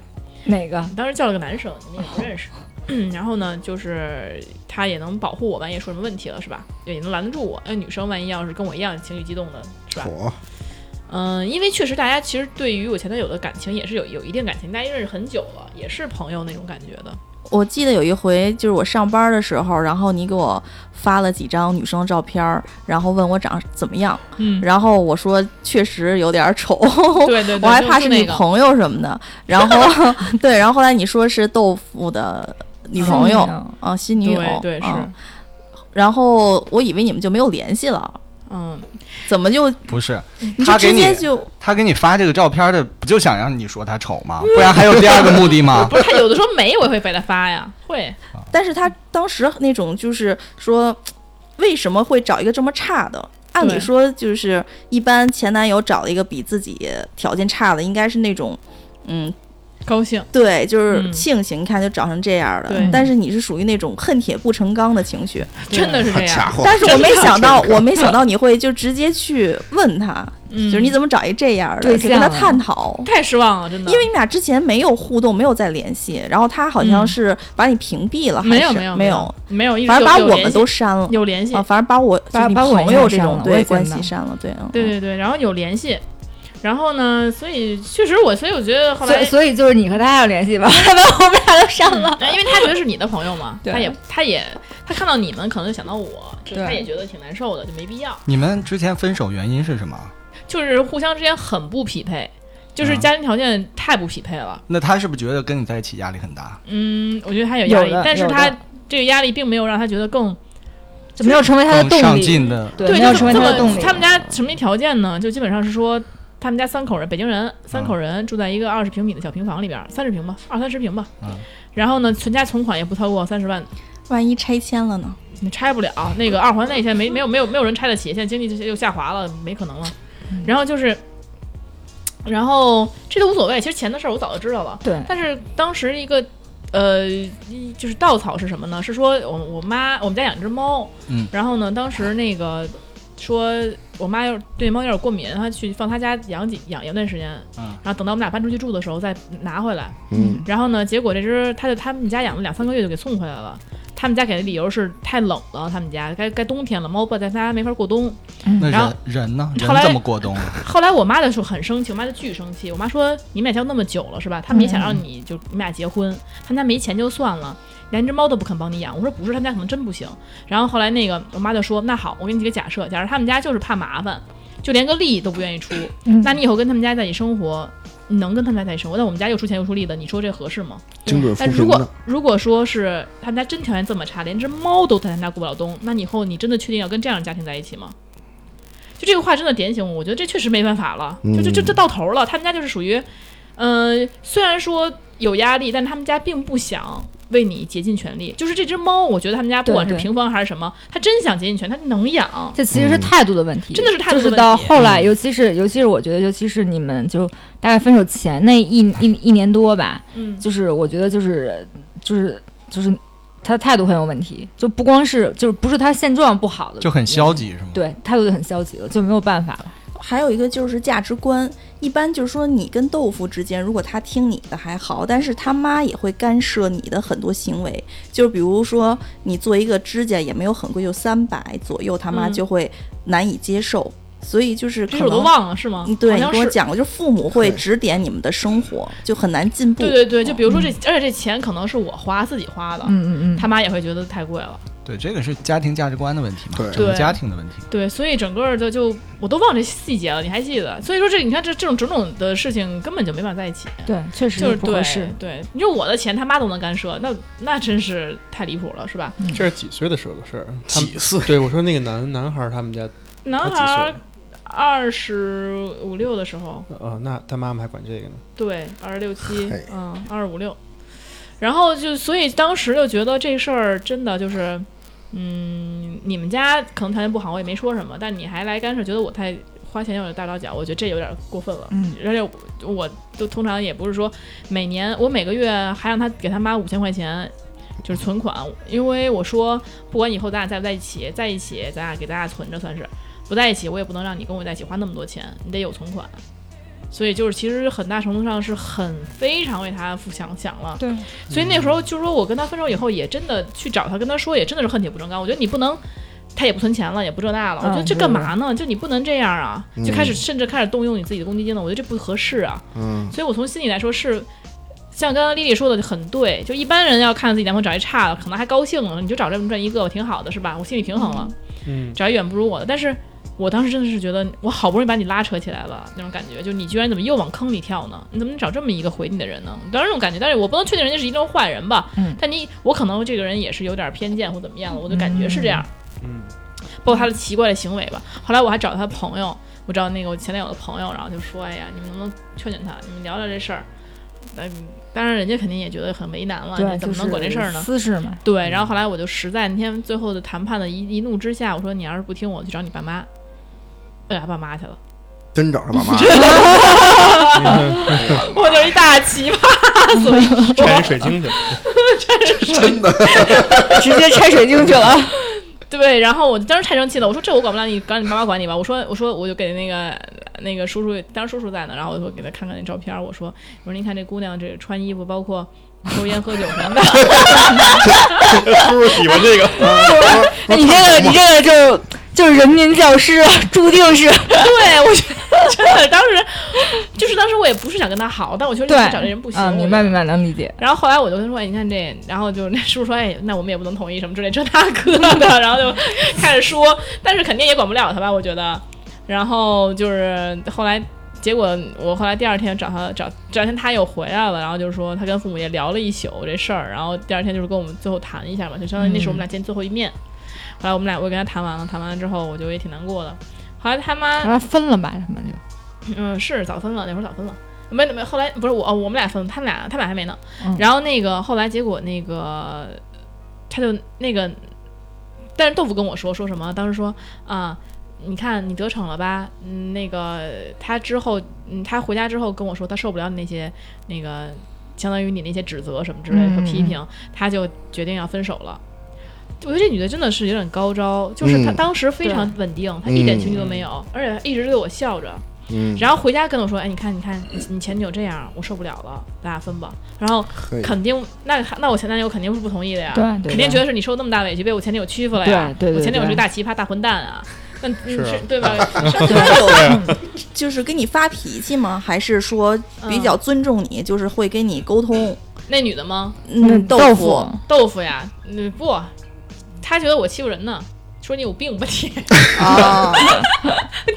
S5: 哪个？
S2: 当时叫了个男生，你们也不认识。嗯， 然后呢，就是他也能保护我，万一出什么问题了，是吧？也能拦得住我。那女生万一要是跟我一样情绪激动的，是吧？
S4: 妥，
S2: 嗯，因为确实大家其实对于我前男友的感情也是有有一定感情，大家认识很久了，也是朋友那种感觉的。
S6: 我记得有一回，就是我上班的时候，然后你给我发了几张女生照片儿，然后问我长怎么样，
S2: 嗯，
S6: 然后我说确实有点丑，
S2: 对对对，
S6: 我还
S2: 就
S6: 怕
S2: 就是那
S6: 女
S2: 个。
S6: 朋友什么的。然后 对，然后后来你说是豆腐的女朋友
S5: 嗯
S6: 啊，新女友
S2: 对对是，
S6: 啊然后我以为你们就没有联系了，
S2: 嗯，
S6: 怎么就
S3: 不是，
S6: 你
S3: 他给
S6: 就直
S3: 你
S6: 接就
S3: 他给你发这个照片的，不就想让你说他丑吗？不然还有第二个目的 吗？
S2: 不是他有的时候没，我也会给他发呀， 会。
S6: 但是他当时那种就是说，为什么会找一个这么差的？按理
S2: 对
S6: 说，就是一般前男友找了一个比自己条件差的，应该是那种，嗯，
S2: 高兴，
S6: 对，就是
S2: 嗯
S6: 庆幸，你看就找成这样的。
S2: 对
S6: 但是你是属于那种恨铁不成钢的情绪，
S2: 真的是
S4: 好
S2: 这
S4: 家
S2: 样。
S4: 伙，
S6: 但是我没想 到，我没想
S2: 钢
S6: 到你会就直接去问他，
S2: 嗯，
S6: 就是你怎么找一这样的，
S5: 对
S6: 去跟他
S5: 象啊
S6: 探讨。
S2: 太失望了，真的。
S6: 因为你们俩之前没有互动，没有再联系，然后他好像
S2: 嗯
S6: 是把你屏蔽了，还
S2: 没有
S6: 是
S2: 没有
S6: 没
S2: 有没有，一直
S6: 反正把
S2: 有有
S6: 我
S2: 联
S6: 们
S2: 系
S6: 都删了。
S2: 有联系
S6: 啊，，反正把我就
S5: 把
S6: 是你
S5: 把我
S6: 朋
S5: 也
S6: 友
S5: 删
S6: 这种
S5: 了我
S6: 对
S5: 也
S6: 关
S5: 删
S6: 系
S5: 了
S6: 删了，对，嗯
S2: 对对对，然后有联系。然后呢？所以确实我，所以我觉得后
S5: 所
S2: 来
S5: 以，所以就是你和他还有联系 吧？把我们俩都删了。
S2: 嗯因为他觉得是你的朋友嘛，
S5: 对
S2: 他也他也他看到你们可能就想到我，就
S5: 对
S2: 他也觉得挺难受的，就没必要。
S3: 你们之前分手原因是什么？
S2: 就是互相之间很不匹配，就是家庭条件太不匹配了。
S3: 那他是不是觉得跟你在一起压力很大？
S2: 嗯，我觉得他有压力
S5: 有的，
S2: 但是
S5: 有的
S2: 他这个压力并没有让他觉得更
S5: 嗯就没有成为他的
S3: 更
S5: 动
S3: 上
S5: 力，
S3: 进的，
S5: 对，
S2: 对，
S5: 没
S2: 就
S5: 有
S2: 是
S5: 成为
S2: 这
S5: 他
S2: 么
S5: 的动力。
S2: 他们家什么条件呢？就基本上是说，他们家三口人，北京人，三口人住在一个二十平米的小平房里边儿，三十平吧，二三十平吧。
S3: 嗯
S2: 然后呢，全家存款也不超过三十万，
S6: 万一拆迁了呢？
S2: 你拆不了。那个二环内现在没没有没有没有人拆得起，现在经济这些又下滑了，没可能了。
S5: 嗯
S2: 然后就是，然后这都无所谓，其实钱的事儿我早就知道了。
S5: 对，
S2: 但是当时一个呃，一就是稻草是什么呢？是说我我妈我们家养只猫，
S3: 嗯
S2: 然后呢，当时那个说我妈要是对猫有点过敏，她去放她家养几养一段时间，
S3: 嗯
S2: 然后等到我们俩搬出去住的时候再拿回来。
S4: 嗯，
S2: 然后呢，结果这只它就他们家养了两三个月就给送回来了。他们家给的理由是太冷了，他们家该该冬天了，猫不在家没法过冬。
S3: 那
S2: 然后
S3: 人人呢？人
S2: 后来
S3: 这么过 冬，
S2: 后来我妈的时候很生气，我妈就巨生气。我妈说：“你们俩交那么久了是吧？他们也想让你就你们俩结婚，他们家没钱就算了，连只猫都不肯帮你养。”我说：“不是，他们家可能真不行。”然后后来那个我妈就说：“那好，我给你几个假设，假如他们家就是怕麻烦，就连个利都不愿意出，
S5: 嗯
S2: 那你以后跟他们家在一起生活，你能跟他们家在一起生活？但我们家又出钱又出力的，你说这合适吗？”
S4: 精准扶
S2: 但如
S4: 贫
S2: 果
S4: 的，
S2: 如果说是他们家真条件这么差，连只猫都在他们家过不了冬，那你以后你真的确定要跟这样的家庭在一起吗？就这个话真的点醒我，我觉得这确实没办法了，就就就
S4: 嗯
S2: 这到头了。他们家就是属于，嗯、虽然说有压力，但他们家并不想为你竭尽全力。就是这只猫，我觉得他们家不
S5: 对
S2: 管是
S5: 对
S2: 平房还是什么，他真想竭尽全，他能养。
S5: 这其
S3: 嗯
S5: 实是态度的问题，
S2: 真的是态度的问题
S5: 就是到后来，尤其是尤其是我觉得，尤其是你们就大概分手前那一一一年多吧，
S2: 嗯，
S5: 就是我觉得就是就是就是他的态度很有问题，就不光是就是不是他现状不好的，
S3: 就很消极，是吗？
S5: 对态度就很消极了，就没有办法了。
S6: 还有一个就是价值观，一般就是说你跟豆腐之间，如果他听你的还好，但是他妈也会干涉你的很多行为，就比如说你做一个指甲也没有很贵，就三百左右，他妈
S2: 嗯
S6: 就会难以接受，所以就是
S2: 这
S6: 可
S2: 事我都
S6: 能。
S2: 忘了是吗
S6: 嗯？对
S2: 好
S6: 你
S2: 像
S6: 跟我
S2: 是。
S6: 讲过，就是父母会
S4: 对
S6: 指点你们的生活，就很难进步。
S2: 对对对，就比如说这
S5: 嗯，
S2: 而且这钱可能是我花自己花
S3: 啊
S2: 的，
S5: 嗯嗯嗯，
S2: 他妈也会觉得太贵了。
S3: 对，这个是家庭价值观的问题嘛，
S4: 对
S3: 整个
S2: 对
S3: 家庭的问题。
S2: 对，所以整个的就我都忘这细节了，你还记得？所以说这你看这这种种种的事情根本就没法在一起，
S5: 对，确实
S2: 就是
S5: 不合
S2: 对
S5: 适。
S2: 对，你说我的钱他妈都能干涉，那那真是太离谱了，是吧？
S8: 这是几岁的时候的事儿？啊他们
S4: 几岁？
S8: 对我说那个男男孩儿他们家他
S2: 男
S8: 几岁
S2: 孩
S8: 了？
S2: 二十五六的时候，
S8: 呃，那他妈妈还管这个呢。
S2: 对，二十六七
S4: 嘿，
S2: 嗯，二十五六，然后就所以当时就觉得这事儿真的就是，嗯，你们家可能条件不好，我也没说什么，但你还来干涉，觉得我太花钱有点大手大脚，我觉得这有点过分了。
S5: 嗯，
S2: 而且我我都通常也不是说每年我每个月还让他给他妈五千块钱。就是存款，因为我说不管以后咱俩在不在一起，在一起咱俩给咱俩存着算是，不在一起我也不能让你跟我在一起花那么多钱，你得有存款。所以就是其实很大程度上是很非常为他负想想了。
S5: 对，
S2: 所以那
S5: 嗯
S2: 时候就是说我跟他分手以后，也真的去找他跟他说，也真的是恨铁不成钢。我觉得你不能，他也不存钱了，也不这那了，我觉得
S5: 嗯
S2: 这
S5: 对
S2: 干嘛呢？就你不能这样啊！
S4: 嗯
S2: 就开始甚至开始动用你自己的攻击性了，我觉得这不合适啊。
S4: 嗯，
S2: 所以我从心里来说是，像刚刚丽丽说的很对，就一般人要看自己男朋友找一差的，可能还高兴了，你就找这么这一个，我挺好的是吧？我心里平衡了。
S8: 嗯，
S2: 找远不如我的。但是我当时真的是觉得，我好不容易把你拉扯起来了，那种感觉，就你居然怎么又往坑里跳呢？你怎么能找这么一个回你的人呢？当时那种感觉，但是我不能确定人家是一定是坏人吧。
S5: 嗯
S2: 但你我可能这个人也是有点偏见或怎么样的，我就感觉是这样。
S8: 嗯，
S2: 包括他的奇怪的行为吧。后来我还找他朋友，我找那个我前男友的朋友，然后就说：“哎呀，你们能不能劝劝他？你们聊聊这事儿。”嗯，当然人家肯定也觉得很为难了，
S5: 对，
S2: 你怎么能管这事儿
S5: 就是
S2: 呢？
S5: 私 事嘛，
S2: 对，然后后来我就实在那天最后的谈判的一一怒之下，我说你要是不听我，我去找你爸妈。哎呀，爸妈去了，
S4: 真找着爸 妈，
S2: 我就是一大奇葩，所以
S8: 揣人水晶去。
S5: 直接拆水晶去了。
S2: 对，然后我当时太生气了，我说这我管不了你，管你爸妈管你吧。我说我说我就给那个那个叔叔，当时叔叔在呢，然后我就给他看看那照片，我说我说您看这姑娘这穿衣服，包括抽烟喝酒什么的，
S8: 叔叔喜欢这个，
S5: 你这个，你这个就就是人民教师，啊注定 是
S2: 对我觉得真的当时就是当时我也不是想跟他好，但我确实
S5: 对
S2: 找这人不行，
S5: 啊，
S2: 我
S5: 明
S2: 觉
S5: 白
S2: 哎得
S5: 明白，能理解。
S2: 然后后来我就跟他说，哎，你看这，然后就那叔叔说，哎，那我们也不能同意什么之类这那个的，然后就开始说，但是肯定也管不了他吧，我觉得。然后就是后来结果我后来第二天找他找，第二天他又回来了，然后就是说他跟父母也聊了一宿这事儿，然后第二天就是跟我们最后谈一下嘛，就相当于那是我们俩见最后一面。后来我们俩我也跟他谈完了，谈完了之后我就也挺难过的。后来他妈
S5: 然后分了吧，他们就
S2: 嗯，是早分了，那会儿早分了。没没，后来不是我，哦我们俩分，他们俩他们俩还没呢。
S5: 嗯
S2: 然后那个后来结果那个，他就那个，但是豆腐跟我说说什么？当时说啊、你看你得逞了吧？嗯，那个他之后，嗯，他回家之后跟我说，他受不了你那些那个，相当于你那些指责什么之类的和批
S5: 嗯嗯嗯
S2: 评，他就决定要分手了。我觉得这女的真的是有点高招，就是她
S4: 嗯
S2: 当时非常稳定，她一点情绪
S5: 嗯
S2: 都没有，而且她一直对我笑着。
S4: 嗯，
S2: 然后回家跟我说，哎，你看，你看，你你前女友这样，我受不了了，咱俩分吧。然后
S4: 可以
S2: 肯定，那那我前男友肯定是不同意的呀，
S5: 对对对
S2: 肯定觉得是你受那么大委屈，被我前女友欺负了呀，
S5: 对对对
S2: 我前女友是
S5: 对
S2: 个大奇葩、大混蛋啊，那你
S8: 是啊
S2: 是对吧？
S6: 那他
S5: 啊
S6: 有就是跟你发脾气吗？还是说比较尊重你，就是会跟你沟通？
S2: 那女的吗？
S5: 那
S6: 嗯，
S5: 豆
S6: 腐，
S2: 豆腐呀，嗯不，她觉得我欺负人呢。说你有病吧你，
S6: 啊，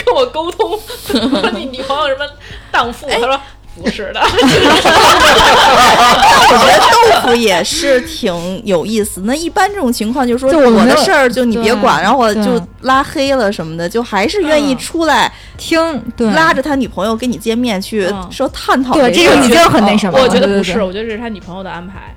S2: 跟我沟通，说你女朋友什么荡妇，
S5: 哎
S2: 她说不是的，
S6: 哦我觉得豆腐也是挺有意思。那一般这种情况就是说，
S5: 就我们
S6: 我
S5: 没
S6: 的
S5: 有
S6: 事儿就你别管，
S5: 对
S6: 然后我就
S5: 对
S6: 拉黑了什么的，就还是愿意
S2: 嗯
S6: 出来
S5: 听嗯对
S6: 拉着他女朋友跟你见面去
S2: 嗯
S6: 说探讨
S5: 对，
S6: 这
S5: 这
S6: 个
S5: 个你
S6: 事
S5: 就
S6: 儿。
S5: 很那什么了。
S2: 我觉得不
S5: 对
S2: 是，
S5: 对对
S2: 我觉得这是他女朋友的安排。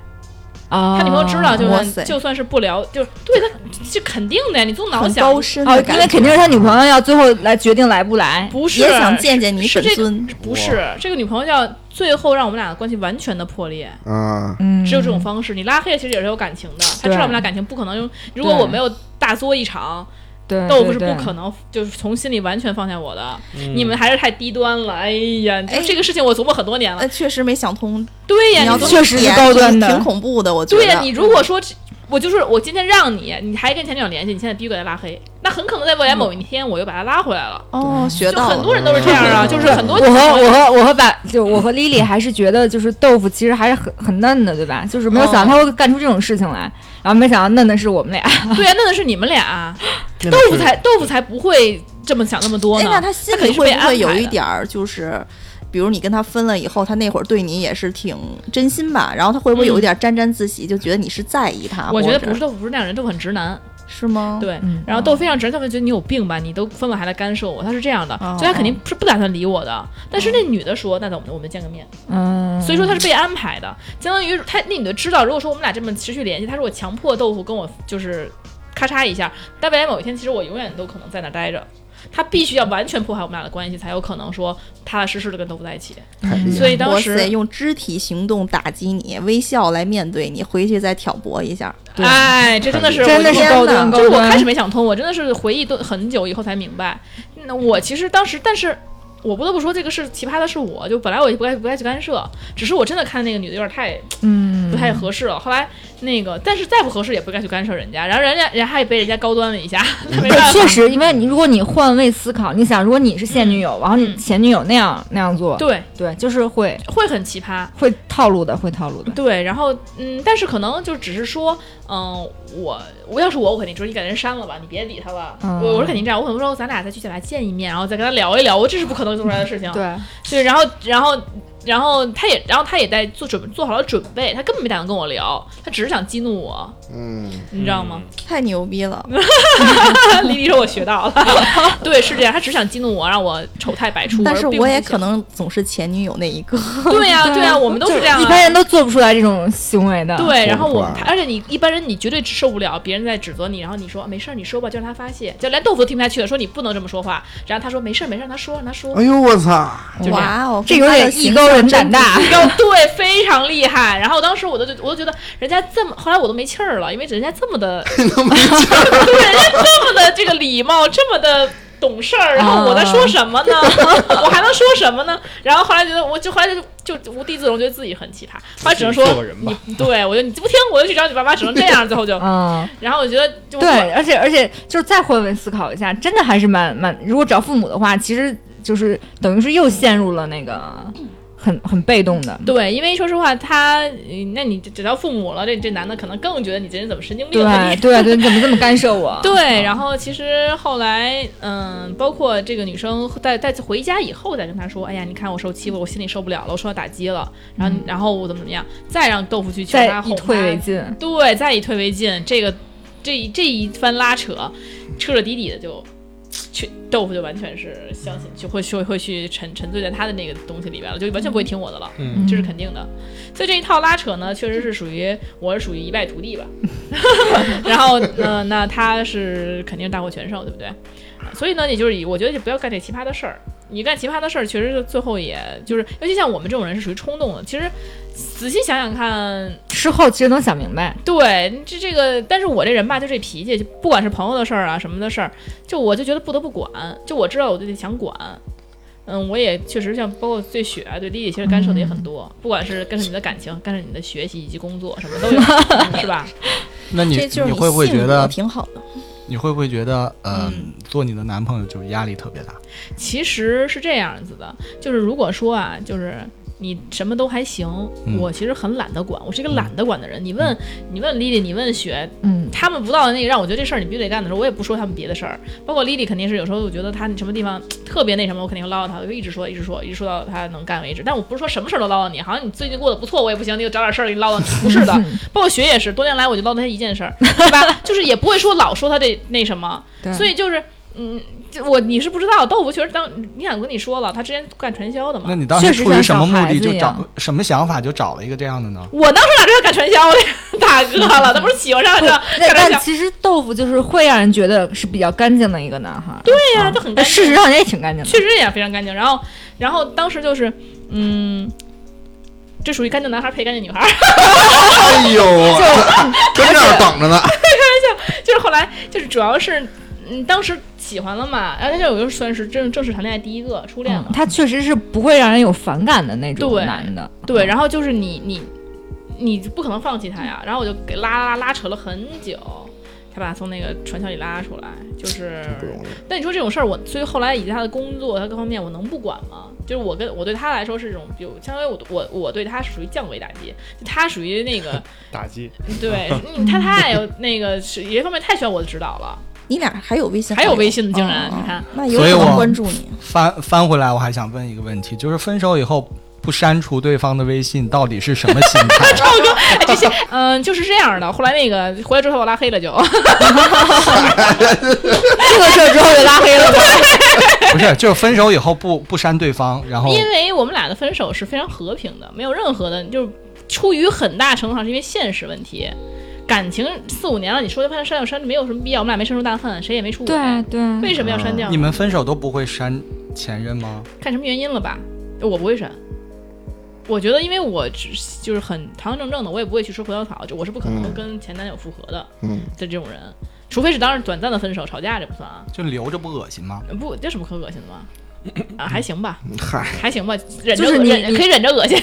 S5: 啊，
S2: 他女朋友知道，就
S6: 哦哇
S2: 算
S6: 塞
S2: 就算是不聊，就是对他这肯定的呀，你动脑
S6: 很
S2: 想，
S6: 高深
S5: 哦，
S6: 的
S5: 因为
S6: 感觉，
S5: 肯定是他女朋友要最后来决定来不来。
S2: 不是
S6: 也想见见你
S2: 是
S6: 本
S2: 这个
S6: 尊。
S2: 不是这个女朋友叫最后让我们俩的关系完全的破裂，
S4: 啊，
S5: 嗯，
S2: 只有这种方式。你拉黑了其实也是有感情的，他知道我们俩感情不可能用。如果
S5: 对
S2: 我没有大作一场，
S5: 对
S6: 嗯
S2: 豆腐是不
S5: 对
S2: 可能就是从心里完全放下我的。
S8: 嗯
S2: 你们还是太低端了，哎呀，就
S6: 嗯哎
S2: 这个事情我琢磨很多年了
S6: 呃，。确实没想通，
S2: 对呀，
S6: 你要
S2: 琢磨
S5: 确实是高端的
S6: 挺挺恐怖的，我觉得。
S2: 对呀、你如果说这我就是我今天让你，你还跟前女友联系，你现在必须给他拉黑，那很可能在未来某一天我又把他拉回来了。
S6: 哦，学
S2: 就
S6: 到
S2: 很
S6: 了，
S2: 多人都是这样 啊，就是很多
S5: 我和
S2: 情
S5: 我
S2: 况
S5: 和我和把就我和 Lily 还是觉得就是豆腐其实还是很很嫩的，对吧？就是没有想到他会干出这种事情来，然后没想到嫩的是我们俩。
S2: 对啊，那的是你们俩，
S8: 嗯那
S2: 豆
S8: 倒
S2: 腐
S8: 是
S2: 才豆腐才不会这么想那么多
S6: 哎，
S2: 呢。
S6: 那他心
S2: 肯
S6: 里
S2: 定是被
S6: 会不
S2: 安排
S6: 会有一
S2: 的
S6: 点儿就是？比如你跟他分了以后，他那会儿对你也是挺真心吧，然后他会不会有一点沾沾自喜，就觉得你是在意他？
S2: 嗯我觉得
S6: 啊
S2: 不
S6: 或者哦
S2: 是豆腐不是那样人，豆腐很直男。
S6: 是吗？，
S2: 对，
S5: 嗯
S2: 然后豆腐非常直男，他们觉得你有病吧，你都分了还来干涉我，他是这样的，
S6: 哦
S2: 所以他肯定是不打算理我的。但是那女的说，那怎么的，我们见个面。
S5: 嗯，
S2: 所以说他是被安排的，相当于他那女的知道，如果说我们俩这么持续联系，他说我强迫豆腐跟我就是咔嚓一下，但未来某一天，其实我永远都可能在那儿待着。他必须要完全破坏我们俩的关系，才有可能说踏踏实实的跟豆腐在一起。
S4: 太厉
S5: 嗯
S4: 害了。
S2: 所以当
S6: 哇
S2: 时
S6: 塞，用肢体行动打击你，微笑来面对你，回去再挑拨一下。
S5: 对
S2: 哎，这真的是
S5: 真的
S2: 我
S5: 是
S6: 天
S5: 高
S6: 哪
S5: 端，
S2: 就是我
S5: 高端
S2: 开始没想通，我真的是回忆都很久以后才明白。那我其实当时，但是我不得不说，这个是奇葩的是我，就本来我也不该不该去干涉，只是我真的看那个女的有点太
S5: 嗯
S2: 不太合适了。后来那个，但是再不合适也不该去干涉人家，然后人家人家还被人家高端了一下，
S5: 嗯
S2: 没办法。
S5: 确实，因为你如果你换位思考，你想，如果你是现女友，然后你前女友那样那样做，
S2: 嗯对，
S5: 对，就是会
S2: 会很奇葩。
S5: 会套路的，会套路的。
S2: 对，然后嗯，但是可能就只是说，嗯，我我要是我，我肯定说你给人删了吧，你别理他了。
S5: 嗯
S2: 我我是肯定这样，我可能说咱俩再去见他见一面，然后再跟他聊一聊，我这是不可能做出来的事情。，
S5: 对，
S2: 对，然后然后然后他也然后他也在做准做好了准备，他根本没打算跟我聊，他只是想激怒我，
S4: 嗯，
S2: 你知道吗？
S6: 太牛逼 了！
S2: 丽丽说我学到了， 对，是这样，他只想激怒我，让我丑态百出。
S6: 但
S2: 而
S6: 是
S2: 并
S6: 我
S2: 不
S6: 也
S2: 想
S6: 可能总是前女友那一个。
S2: 对呀、对呀、我们都是这样、
S5: 一
S2: 啊。
S5: 般人都做不出来这种行为的。
S2: 对，然后
S4: 做不
S2: 我
S4: 出来，
S2: 而且你一般人你绝对受不了别人在指责你，然后你说没事儿，你说吧，就让他发泄，就连豆腐都听不下去了，说你不能这么说话，然后他说没事儿，没事儿，让他说，让他说
S4: 哎，呦我操，
S2: 就这样。
S6: 哇哦，
S5: 这
S6: 跟
S5: 有
S6: 他
S5: 点
S6: 的
S5: 艺
S6: 形
S5: 高
S6: 象
S5: 人
S6: 真
S5: 胆大。
S2: 然后对，非常厉害。然后当时我都觉我都觉得人家这么，后来我都没气儿了，因为人家这么的，对，人家这么的这个礼貌，这么的懂事儿，然后我在说什么呢？我还能说什么呢？然后后来觉得，我就后来就就无地自容，觉得自己很奇葩，后来只能说
S8: 做个人吧
S2: 你对我就你不听，我就去找你爸妈，只能这样，最后就，
S5: 嗯，
S2: 然后我觉得就
S5: 对，而且而且就是再换位思考一下，真的还是蛮蛮，如果找父母的话，其实就是等于是又陷入了那个很很被动的。
S2: 对，因为说实话，他，嗯那你只要父母了，这这男的可能更觉得你这人怎么神经病啊
S5: 对
S2: 你
S5: 对对，你怎么这么干涉我？
S2: 对，然后其实后来，嗯，包括这个女生在在回家以后再跟他说，哎呀，你看我受欺负了，我心里受不了了，我受到打击了，然后、然后我怎么怎么样，再让豆腐去劝
S5: 嗯再
S2: 他
S5: 以
S2: 哄啊
S5: 退
S2: 他
S5: 为进，
S2: 对，再以退为进，这个这一这一番拉扯，彻彻底底的就，去豆腐就完全是相信，就会就会去沉沉醉在他的那个东西里边了，就完全不会听我的了，
S8: 嗯
S2: 这是肯定的。所以这一套拉扯呢，确实是属于我是属于一败涂地吧。 然后呃，那他是肯定大获全胜，对不对？所以呢，也就是以我觉得就不要干这奇葩的事儿。你干奇葩的事儿，其实最后也就是，尤其像我们这种人是属于冲动的。其实仔细想想看，
S5: 事后其实能想明白。
S2: 对，这这个，但是我这人吧，就这脾气，就不管是朋友的事儿啊什么的事儿，就我就觉得不得不管，就我知道我就得想管。嗯，我也确实像包括对雪啊、对丽丽，其实干涉的也很多， 不管是干涉你的感情、干涉你的学习以及工作，什么都有， 是吧？
S3: 那你
S6: 这就是
S3: 你会不会
S6: 性
S3: 觉
S6: 格
S3: 得
S6: 挺好的？
S3: 你会不会觉得呃，
S5: 嗯
S3: 做你的男朋友就压力特别大？
S2: 其实是这样子的，就是如果说啊，就是你什么都还行，
S3: 嗯
S2: 我其实很懒得管，我是一个懒得管的人。你问，你问丽丽，你问雪，
S5: 嗯，
S2: 他们不到的那个让我觉得这事儿你必须得干的时候，我也不说他们别的事儿。包括 Lily 肯定是有时候我觉得她什么地方特别那什么，我肯定会唠叨她，我就一直说，一直说，一直说到她能干为止。但我不是说什么事儿都唠叨你，好像你最近过得不错，我也不行，你就找点事儿给你唠叨你。不是的，包括学也是，多年来我就唠叨她一件事儿，对吧？就是也不会说老说她这那什么，
S5: 对
S2: 所以就是。嗯，就我你是不知道，豆腐确实当你想跟你说了，他之前干传销的嘛
S3: 那，你当时
S5: 确实
S3: 出于
S5: 像
S3: 什么
S5: 小
S3: 目
S5: 孩
S3: 的
S5: 子
S3: 就
S5: 一
S3: 找
S5: 样
S3: 什么想法就找了一个这样的呢？
S2: 我当时哪知道干传销的呀，大哥了，那不是喜欢上
S5: 不
S2: 的
S5: 但
S2: 干传销
S5: 但，其实豆腐就是会让人觉得是比较干净的一个男孩。对
S2: 哎对呀、啊就很干净
S5: 事实上人也挺干净的。
S2: 确实也非常干净。然后，然后当时就是，嗯，这属于干净男孩配干净女孩，
S4: 哎呦， 跟这儿等着呢。
S2: 就是后来就是主要是，嗯，当时喜欢了嘛，然后他就有算是正正式谈恋爱第一个初恋
S5: 嗯
S2: 了，，
S5: 他确实是不会让人有反感的那种
S2: 对
S5: 男的。
S2: 对，然后就是你你你不可能放弃他呀，然后我就给拉拉拉扯了很久。才把他从那个传销里拉出来，就是
S4: 不容易，
S2: 但你说这种事儿，我所以后来以及他的工作，他各方面，我能不管吗？就是我跟我对他来说是一种，就相当于我我我对他是属于降维打击，他属于那个
S8: 打击，
S2: 对，嗯，他太有那个是一方面太需要我的指导了。
S6: 你俩还有微信好
S2: 还
S6: 友？
S2: 有微信的竟然
S6: 哦
S2: 你看，
S6: 那有
S3: 所以
S6: 可
S3: 我
S6: 能关注你。
S3: 翻翻回来，我还想问一个问题，就是分手以后不删除对方的微信，到底是什么心态？
S2: 哎，这些嗯就是这样的。后来那个回来之后我拉黑了就，
S3: 哦
S5: 这个事儿之后就拉黑了。
S3: 不是，就是分手以后不不删对方，然后
S2: 因为我们俩的分手是非常和平的，没有任何的，就是出于很大程度上是因为现实问题。感情四五年了，你说翻删就删，没有什么必要。我们俩没深仇大恨，谁也没出轨，
S5: 对对，
S2: 为什么要删掉？
S3: 你们分手都不会删前任吗？
S2: 看什么原因了吧？我不会删。我觉得，因为我只就是很堂堂正正的，我也不会去吃回头草，就我是不可能
S4: 嗯
S2: 跟前男友复合的。
S4: 嗯，
S2: 的这种人，除非是当时短暂的分手吵架，这不算啊。
S3: 就留着不恶心吗？
S2: 不，这有什么可恶心的吗？啊，还行吧，
S4: 嗨，
S2: 还行吧，忍着
S5: 就是
S2: 恶
S5: 你
S2: 忍可以忍着恶心。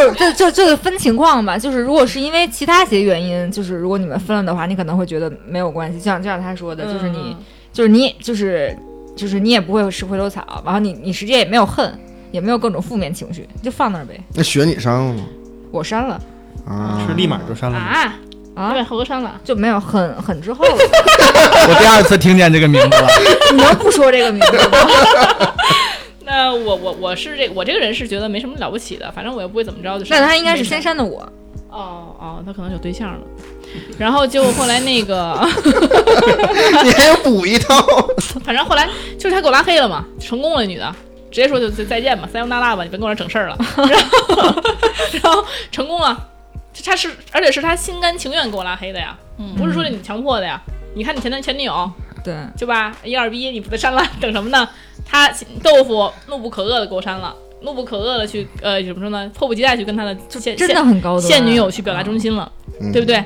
S5: 就就就就分情况吧。就是如果是因为其他些原因，就是如果你们分了的话，你可能会觉得没有关系。就像就像他说的，就是你
S2: 嗯
S5: 就是你就是就是你也不会吃回头草，然后你你实际也没有恨，也没有各种负面情绪，就放那儿呗。
S4: 那雪你伤了吗？
S5: 我删了
S4: 啊，
S8: 是立马就删了吗？
S2: 啊，
S5: 啊
S2: 你，把头删了。
S5: 就没有很很之后 了。
S3: 我第二次听见这个名字了。
S5: 你能不说这个名字吗？
S2: 那我我我是这我这个人是觉得没什么了不起的，反正我也不会怎么着，就是。
S5: 那他应该是先删的我。
S2: 哦哦，他可能有对象了，然后就后来那个，
S4: 你还要补一套，
S2: 反正后来就是他给我拉黑了嘛，成功了女的。直接说就就再见吧，撒由那拉吧，你别跟我这整事儿了。然后， 然后成功了，这他是而且是他心甘情愿给我拉黑的呀，
S5: 嗯
S2: 不是说你强迫的呀。你看你前男前女友
S5: 对，
S2: 对吧？一二逼，你不得删了？等什么呢？他豆腐怒不可遏的给我删了，怒不可遏的去呃怎么说呢？迫不及待去跟他的现
S5: 真的很高
S2: 现
S5: 端。
S2: 现女 友去表达中心了。
S4: 嗯
S2: 对不？对？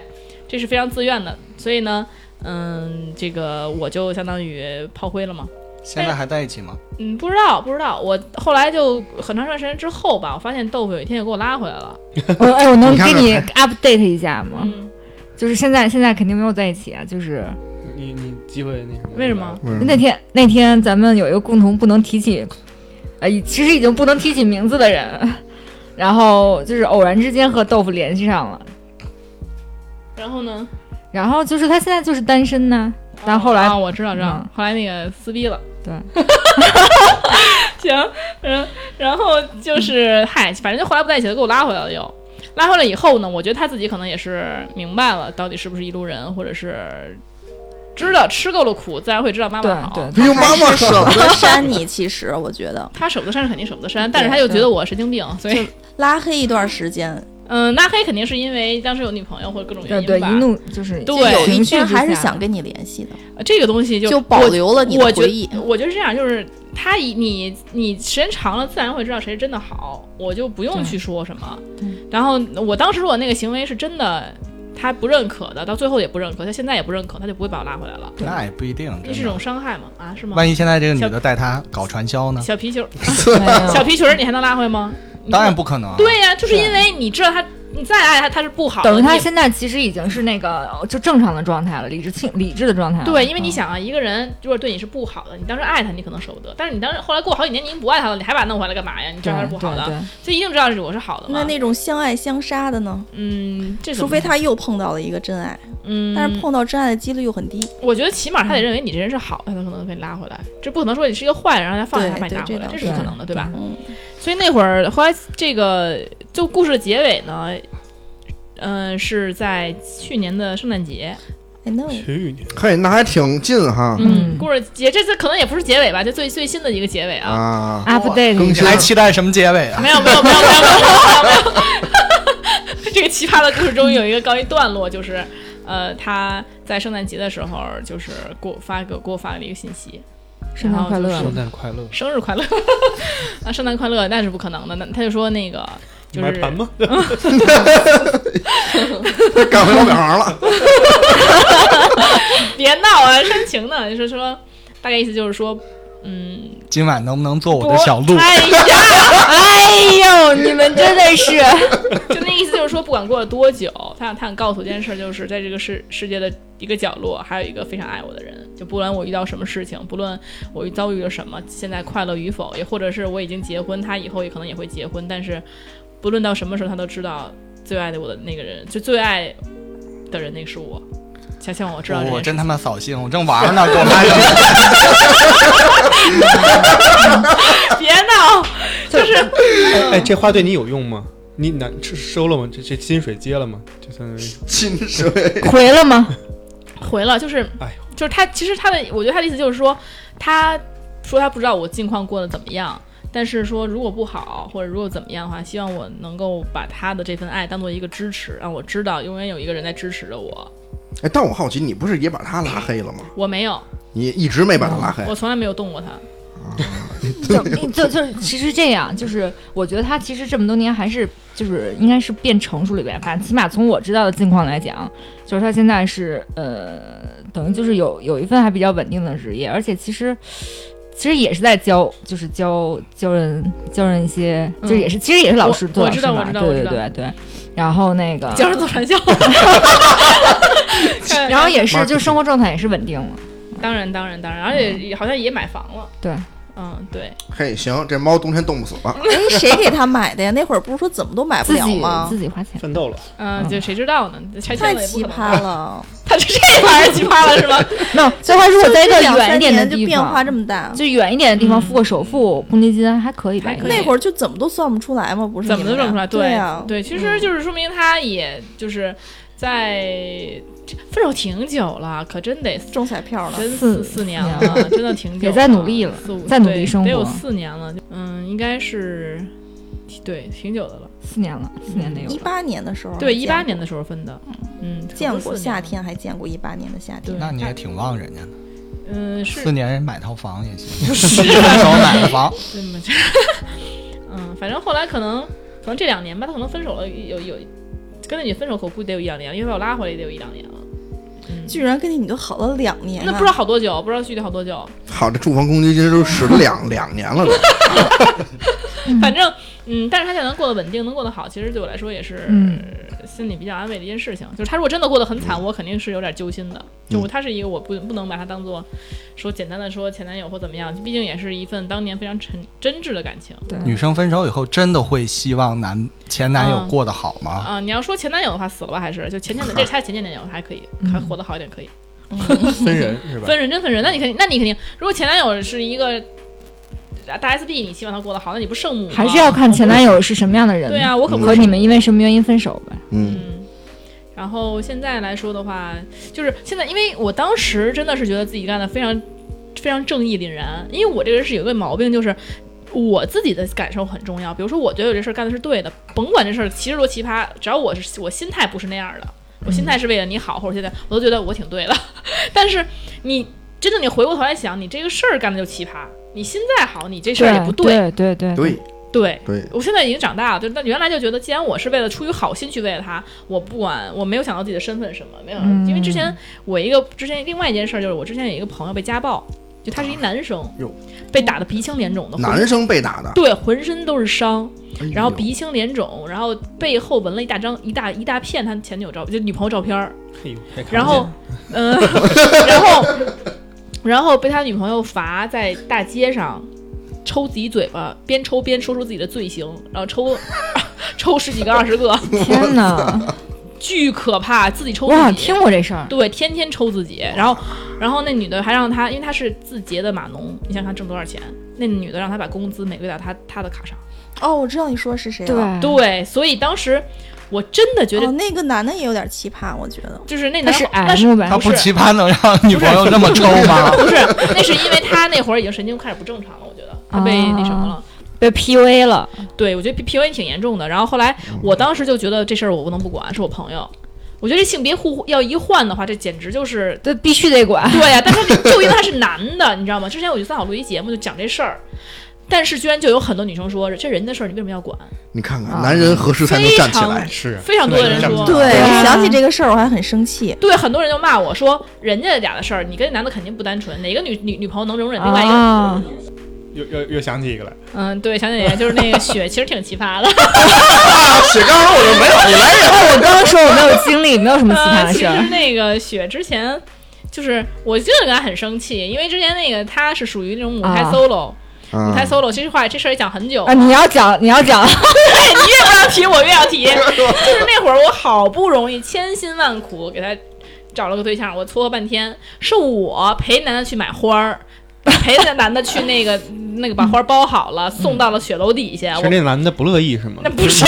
S2: 这是非常自愿的，所以呢，嗯，这个我就相当于炮灰了嘛。
S3: 现在还在一起吗？
S2: 嗯，不知道，不知道。我后来就很长一段时间之后吧，我发现豆腐有一天又给我拉回来了。
S5: 我哎，我能
S4: 你看
S5: 给
S4: 看
S5: 你 update 一下吗？
S2: 嗯，
S5: 就是现在，现在肯定没有在一起啊。就是
S8: 你你机会那什么？
S2: 为什么？？
S4: 嗯
S5: 那天那天咱们有一个共同不能提起呃，已其实已经不能提起名字的人，然后就是偶然之间和豆腐联系上了，
S2: 然后呢？
S5: 然后就是他现在就是单身呢，但后来
S2: 啊，我知道，知道，
S5: 嗯
S2: 后来那个撕逼了。
S5: 对，
S2: 行，嗯，然后
S5: 嗯
S2: 就是嗨，反正就后来不在一起了，给我拉回来了又。拉回来以后呢，我觉得他自己可能也是明白了，到底是不是一路人，或者是知道吃够了苦，自然会知道妈
S5: 对
S2: 妈好。
S5: 对，
S4: 哎呦妈妈
S6: 还是舍不得删你，其实我觉得
S2: 他舍不得删是肯定舍不得删，但是
S5: 对
S2: 他又觉
S5: 对
S2: 得我神经病，所以
S6: 拉黑一段时间，
S2: 嗯，拉黑肯定是因为当时有女朋友或者各种原
S5: 对
S2: 因
S5: 对，
S2: 吧。
S5: 一怒就是
S2: 对
S6: 就有一
S5: 情绪
S6: 天
S5: 之
S6: 还是
S5: 下
S6: 想跟你联系的，
S2: 呃这个东西就
S6: 就保留
S5: 呃
S6: 了你的
S2: 我觉
S6: 回忆
S2: 得我觉得是这样，就是他以你你时间长了，自然会知道谁是真的好，我就不用
S5: 对
S2: 去说什么。然后我当时如果那个行为是真的，他不认可的，到最后也不认可，他现在也不认可，他就不会把我拉回来了。
S3: 那也不一定，
S2: 这是一
S3: 真的
S2: 种伤害嘛？啊，是吗？
S3: 万一现在这个女的带他搞传销呢？
S2: 小皮球，
S5: 没有
S2: 小皮球，你还能拉回吗？你
S3: 嗯当然不可能。，啊
S2: 对呀、就是因为你知道他，你再爱他，他是不好的。
S5: 等于他
S2: 你
S5: 现在其实已经是那个就正常的状态了，理智清理智的状态了。
S2: 对，因为你
S5: 嗯
S2: 想啊，一个人如果对你是不好的，你当时爱他，你可能舍不得，但是你当时后来过好几年，你已经不爱他了，你还把他弄回来干嘛呀？你知道他是不好的，
S5: 对对对
S2: 所以一定知道我是好的嘛。
S6: 那那种相爱相杀的呢？
S2: 嗯，这
S6: 除
S2: 种
S6: 非，他又碰到了一个真爱，
S2: 嗯，
S6: 但是碰到真爱的几率又很低。
S2: 我觉得起码他得认为你这人是好，他才可能被拉回来。这不可能说你是一个坏人，让他放下他
S6: 对
S2: 把你
S6: 对
S2: 拉回来，
S6: 这倒
S2: 这
S6: 是
S2: 是不可能的，对吧？
S6: 嗯，
S2: 所以那会儿后来这个就故事的结尾呢，嗯、是在去年的圣诞节，
S6: 哎，那
S2: 嗯
S6: 我
S8: 去年
S4: 嘿，那还挺近哈
S5: 嗯
S2: 故事结这次可能也不是结尾吧，就最最新的一个结尾啊。
S4: 啊！
S5: update
S4: 更
S5: 一
S3: 你
S5: 下
S4: 新
S3: 还期待什么结尾啊？
S2: 没有没有没有没有没有没有没有。 这个奇葩的故事终于有一个告一段落，就是，呃，他在圣诞节的时候，就是给我发给我给我发了一个信息，
S5: 圣诞快乐
S2: 然后
S8: 圣诞快乐，
S2: 就说生日快乐， 啊，圣诞快乐那是不可能的，那他就说那个就
S8: 买
S2: 是
S8: 盘吗？
S4: 干回老本行 了，
S2: 别闹啊，煽情呢，就是说大概意思就是说，嗯，
S3: 今晚能不能做
S2: 不
S3: 我的小鹿？
S2: 哎呀，
S5: 哎呦，你们真的 是，
S2: 就那意思就是说，不管过了多久，他想他想告诉我一件事，就是在这个世世界的一个角落，还有一个非常爱我的人。就不论我遇到什么事情，不论我遭遇了什么，现在快乐与否，也或者是我已经结婚，他以后也可能也会结婚，但是不论到什么时候，他都知道最爱的我的那个人，就最爱的人那个是我。想想我知道这件
S3: 哦我
S2: 事
S3: 真他妈扫兴，我正玩呢，给我发什么？
S2: 别闹， 就是
S8: 哎，这话对你有用吗？你拿是收了吗？这这薪水接了吗？就相当于
S4: 薪水
S5: 回了 吗？
S2: 回了，就是，
S8: 哎
S2: 就是他其实他的，我觉得他的意思就是说，他说他不知道我近况过得怎么样，但是说如果不好或者如果怎么样的话，希望我能够把他的这份爱当做一个支持，让我知道永远有一个人在支持着我。
S4: 哎，但我好奇，你不是也把他拉黑了吗？
S2: 我没有，
S4: 你一直没把他拉黑
S2: 我从来没有动过他。
S5: 就就就是，其实这样，就是我觉得他其实这么多年还是就是应该是变成熟了一点，反正起码从我知道的近况来讲，就是他现在是呃，等于就是有有一份还比较稳定的职业，而且其实其实也是在教，就是教教人教人一些，
S2: 嗯
S5: 就是也是其实也是老师
S2: 我
S5: 做
S2: 我
S5: 老
S2: 知
S5: 师
S2: 道
S5: 嘛
S2: 我知道我
S5: 对
S2: 知
S5: 对
S2: 道
S5: 对对，然后那个，
S2: 教人做传销，
S5: 然后也是就生活状态也是稳定了，
S2: 当然当然当然，而且好像也买房了。
S5: 对，
S2: 嗯对，
S4: 嘿，行，这猫冬天冻不死了。
S6: 哎，谁给他买的呀？那会儿不是说怎么都买不
S5: 自
S6: 了
S5: 己
S6: 吗？
S5: 自己花钱。
S8: 奋斗了，
S2: 嗯，就谁知道呢？拆迁
S6: 太
S2: 了也不
S6: 奇
S2: 可能
S6: 葩，了！
S2: 他就这玩意儿奇葩了是吗？
S5: 没有， 所以他如果
S6: 就
S5: 在一
S6: 这
S5: 个
S6: 两
S5: 远
S6: 三
S5: 一点的
S6: 年就
S5: 地
S6: 变化
S5: 方
S6: 这，么大，
S5: 就远一点的地方
S2: 嗯
S5: 付个首付，公积金还可以吧？
S2: 还可以
S6: 那会儿就怎么都算不出来嘛，
S5: 嗯
S6: 不是？
S2: 怎么都认不出来。
S6: 对啊
S2: 对
S6: 呀，
S2: 对，其实就是说明他也就是在这分手挺久了，可真得
S6: 中彩票了。
S2: 真
S5: 四
S2: 四四年
S5: 年
S2: 了，真的挺久，
S5: 也在努力了，
S2: 四五
S5: 在努力
S2: 对
S5: 生
S2: 得有
S5: 活
S2: 四年了。嗯，应该是对挺久的了。
S5: 四年了，四年得有
S6: 一
S5: 了。
S6: 八年的时候，
S2: 对，一八年的时候分的，嗯，
S6: 见
S2: 差不
S6: 过
S2: 多四
S6: 夏
S2: 年了。
S6: 天，还见过一八年的夏天
S2: 对。
S3: 那你也挺旺人家的，
S2: 嗯，是
S3: 四年人买套房也 行，
S2: 是
S3: 分手买个房，
S2: 对嘛？ 嗯，反正后来可能可能这两年吧，他可能分手了有有跟那女分手，可估计得有一两年，因为把我拉回来也得有一两年了。嗯
S6: 居然跟你你都好了两年、啊，
S2: 那不知道好多久，不知道具体好多久，
S4: 好，这住房公积金都使了两两年了都。
S2: 嗯反正，嗯，但是他现在能过得稳定，能过得好，其实对我来说也是，
S5: 嗯
S2: 心里比较安慰的一件事情。就是他如果真的过得很惨，我肯定是有点揪心的。就他是一个我不不能把他当做说简单的说前男友或怎么样，毕竟也是一份当年非常真真挚的感情。
S5: 对，
S3: 女生分手以后真的会希望男前男友
S2: 嗯
S3: 过得好吗？
S2: 啊、你要说前男友的话，死了吧还是就前前男，这是他前前男友还可以，
S5: 嗯
S2: 还活得好一点可以。
S8: 分人是吧？
S2: 分人真分人，那你肯定，那你肯定，如果前男友是一个大 S B，你希望他过得好，那你不圣母吗
S5: 还是要看前男。友是什么样的人。
S2: 对啊，我可不
S5: 和你们因为什么原因分手吧？
S4: 嗯，
S2: 嗯。然后现在来说的话，就是现在，因为我当时真的是觉得自己干的非常非常正义凛然，因为我这个人是有一个毛病，就是我自己的感受很重要。比如说，我觉得有这事儿干的是对的，甭管这事儿奇事多奇葩，只要我是我心态不是那样的，我心态是为了你好，或者现在我都觉得我挺对的。 但是你真的你回过头来想，你这个事儿干的就奇葩，你心再好，你这事儿也不对。
S5: 对对对
S4: 嗯对
S2: 对
S4: 对，
S2: 我现在已经长大了，就但原来就觉得，既然我是为了出于好心去为了他，我不管，我没有想到自己的身份是什么，没有，
S5: 嗯
S2: 因为之前我一个之前另外一件事儿就是，我之前有一个朋友被家暴，就他是一男生，
S4: 哟
S2: 被打的鼻青脸肿的，浑
S4: 男生被打的，
S2: 对，浑身都是伤，
S4: 哎呦
S2: 嗯然后鼻青脸肿，然后背后纹了一大张一大一大片他前女友照，就女朋友照片儿，
S8: 哎嘿呦还看不
S2: 然后
S8: 见，
S2: 嗯、 然后，然后被他女朋友罚在大街上抽自己嘴巴，边抽边说出自己的罪行，然后抽 抽十几个、二十个，
S5: 天哪！
S2: 巨可怕，自己抽
S5: 我好像
S2: 自己
S5: 听。过这事儿。
S2: 对，天天抽自己，然后，然后那女的还让他，因为他是字节的码农，你想想挣多少钱？那女的让他把工资每个月打他他的卡上。
S6: 哦，我知道你说的是谁
S5: 对
S6: 了。
S2: 对，所以当时我真的觉
S6: 哦
S2: 得，，
S6: 那个男的也有点奇葩，我觉得。
S2: 就是那
S5: 他
S2: 男
S5: 哎是
S2: 那是
S5: M 吧
S3: 他？
S2: 不
S3: 不
S2: 是
S3: 奇葩能让女朋友这么抽吗？
S2: 不是，那是因为他那会儿已经神经开始不正常了，我觉得他被那什么了。
S5: 被 PUA 了，
S2: 对，我觉得 P P U A 挺严重的。然后后来我当时就觉得这事儿我不能不管，是我朋友。我觉得这性别互要一换的话，这简直 就是
S5: 对，必须得管。
S2: 对呀、但是就因为他是男的，你知道吗？之前我就三好录一节目就讲这事儿，但是居然就有很多女生说这人的事儿你为什么要管？
S4: 你看看，
S5: 啊
S4: 男人何时才能站起
S2: 非
S4: 来
S2: 常？
S8: 是
S2: 非常多的人
S8: 对
S2: 说，
S8: 对
S6: 对，
S5: 啊
S6: 我想起这个事儿我还很生气。
S2: 对，很多人就骂我说人家俩的事儿，你跟男的肯定不单纯，哪个女女女朋友能容忍另外一个？
S5: 啊，
S8: 又又又想起一个来，
S2: 嗯，对，想姐姐就是那个雪，其实挺奇葩的。
S4: 雪糕我就没有，你来人，
S5: 我刚刚说我没有经历，没有什么其 他
S2: 呃，
S5: 的
S2: 其实
S5: 事儿。
S2: 那个雪之前，就是我真的跟他很生气，因为之前那个他是属于那种母胎
S5: 啊
S2: solo，、母胎
S4: 嗯
S2: solo，其实话这事儿也讲很久。
S5: 啊，你要讲，你要讲，
S2: 越不要提我越要提， 就是那会儿我好不容易千辛万苦给他找了个对象，我撮合半天，是我陪男的去买花儿。陪那男的去那个那个把花儿包好了，送到了雪楼底下。
S8: 其
S2: 我
S8: 实那男的不乐意是吗
S2: 那？不 是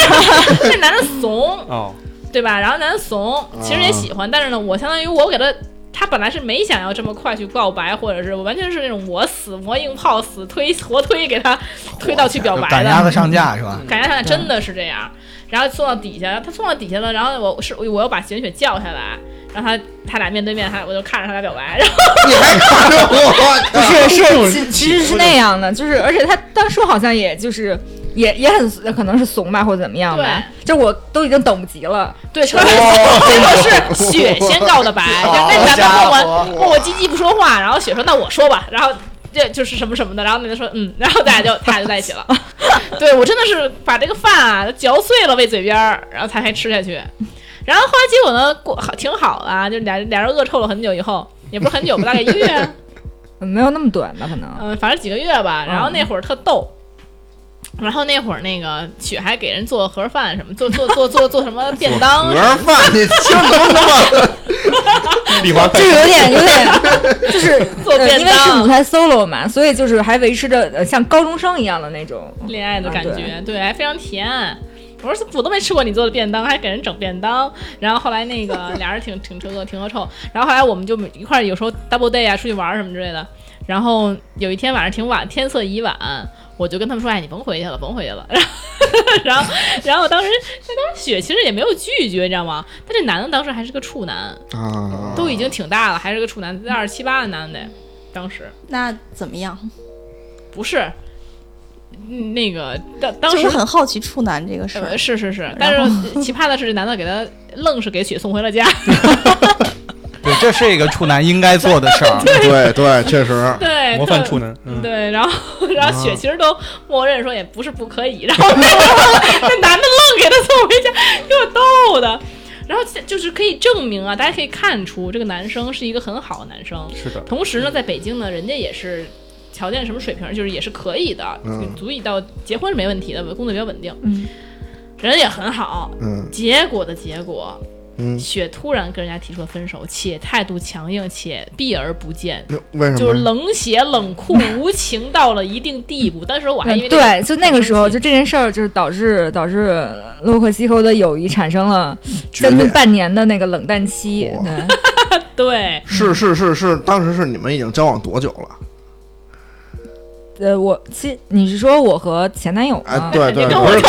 S2: 那男的怂，
S8: 哦，
S2: 对吧？然后男的
S3: 啊
S2: 怂，其实也喜欢，但是呢，我相当于我给他，他本来是没想要这么快去告白，或者是我完全是那种我死磨硬泡死推活推给他推到去表白
S3: 赶鸭子
S2: 的，
S3: 上架是吧？
S2: 赶鸭上真的是这样。然后送到底下，他送到底下了，然后我是我又把玄雪叫下来，然后他他俩面对面，他我就看着他俩表白，然后
S4: 你还看着我？
S5: 不 是是其其实
S4: 不
S5: 是那样的，就是而且他当初好像也就是也也很可能是怂吧，或者怎么样吧，就我都已经等不及了，
S2: 对，成了最后是雪先告的白，那男的
S4: 啊家
S2: 磨
S4: 伙
S2: 磨磨磨唧唧不说话，然后雪说那我说吧，然后这就是什么什么的，然后男的说嗯，然后大家就他俩就在一起 了。对我真的是把这个饭啊嚼碎了喂嘴边儿，然后才还吃下去。然后后来结果呢，过好挺好的啊，就俩俩人恶臭了很久以后，也不是很久吧，大概一个月，
S5: 嗯没有那么短吧，可能。
S2: 嗯，反正几个月吧。然后
S4: 嗯
S2: 那会儿特逗，然后那会儿那个雪还给人做盒饭什么，做做做做做什么便当什么的
S4: 盒饭，你听能不能？
S8: 丽华快
S5: 就有点 有点，就是
S2: 做
S5: 呃
S2: 便
S5: 因为是
S2: 当
S5: 母胎 solo 嘛，所以就是还维持着呃像高中生一样的那种。
S2: 恋爱的感
S5: 啊
S2: 觉，对，还非常甜。我说我都没吃过你做的便当，还给人整便当。然后后来那个俩人挺挺恶挺恶臭。然后后来我们就一块儿有时候 double day 啊，出去玩儿什么之类的。然后有一天晚上挺晚，天色已晚，我就跟他们说：“哎，你甭回去了，甭回去了。”然后然后然后当时那当时雪其实也没有拒绝，你知道吗？但这男的当时还是个处男，
S4: 啊，
S2: 都已经挺大了，还是个处男，二十七八的男的，当时
S6: 那怎么样？
S2: 不是。嗯那个当当
S6: 就
S2: 时
S6: 是很好奇处男这个事
S2: 呃，
S6: 儿。
S2: 是是是，但是奇葩的是，这男的给他愣是给雪送回了家。
S3: 对，这是一个处男应该做的事儿。
S4: 对对，确实，
S2: 对，对
S8: 模范
S2: 特
S8: 处男，哦嗯，
S2: 对，然后然后雪
S4: 啊
S2: 其实都默认说也不是不可以，然后 那那男的愣给他送回家，给我逗的。然后就是可以证明啊，大家可以看出这个男生是一个很好的男生。
S8: 嗯是的，
S2: 同时呢，在北京呢，人家也是条件什么水平，就是也是可以的，
S4: 嗯
S2: 就足以到结婚是没问题的，工作比较稳定，
S5: 嗯，
S2: 人也很好。
S4: 嗯
S2: 结果的结果，
S4: 嗯，
S2: 雪突然跟人家提出了分手，且态度强硬，且避而不见。
S4: 那为什
S5: 嗯
S4: 么？
S2: 就是冷血、冷 酷、无情到了一定地步。当时我还因为这个
S5: 嗯对，就那个时候，
S2: 生气
S5: 就这件事儿，就是导致导致洛克西和我的友谊产生了
S4: 决
S5: 将近
S4: 裂
S5: 半年的那个冷淡期。嗯
S4: 哇
S5: 对，
S2: 对
S4: 是是是是，当时是你们已经交往多久了？
S5: 呃，我其你是说我和前男友吗？
S4: 哎，对对，
S2: 你跟
S4: 不
S2: 我
S4: 是这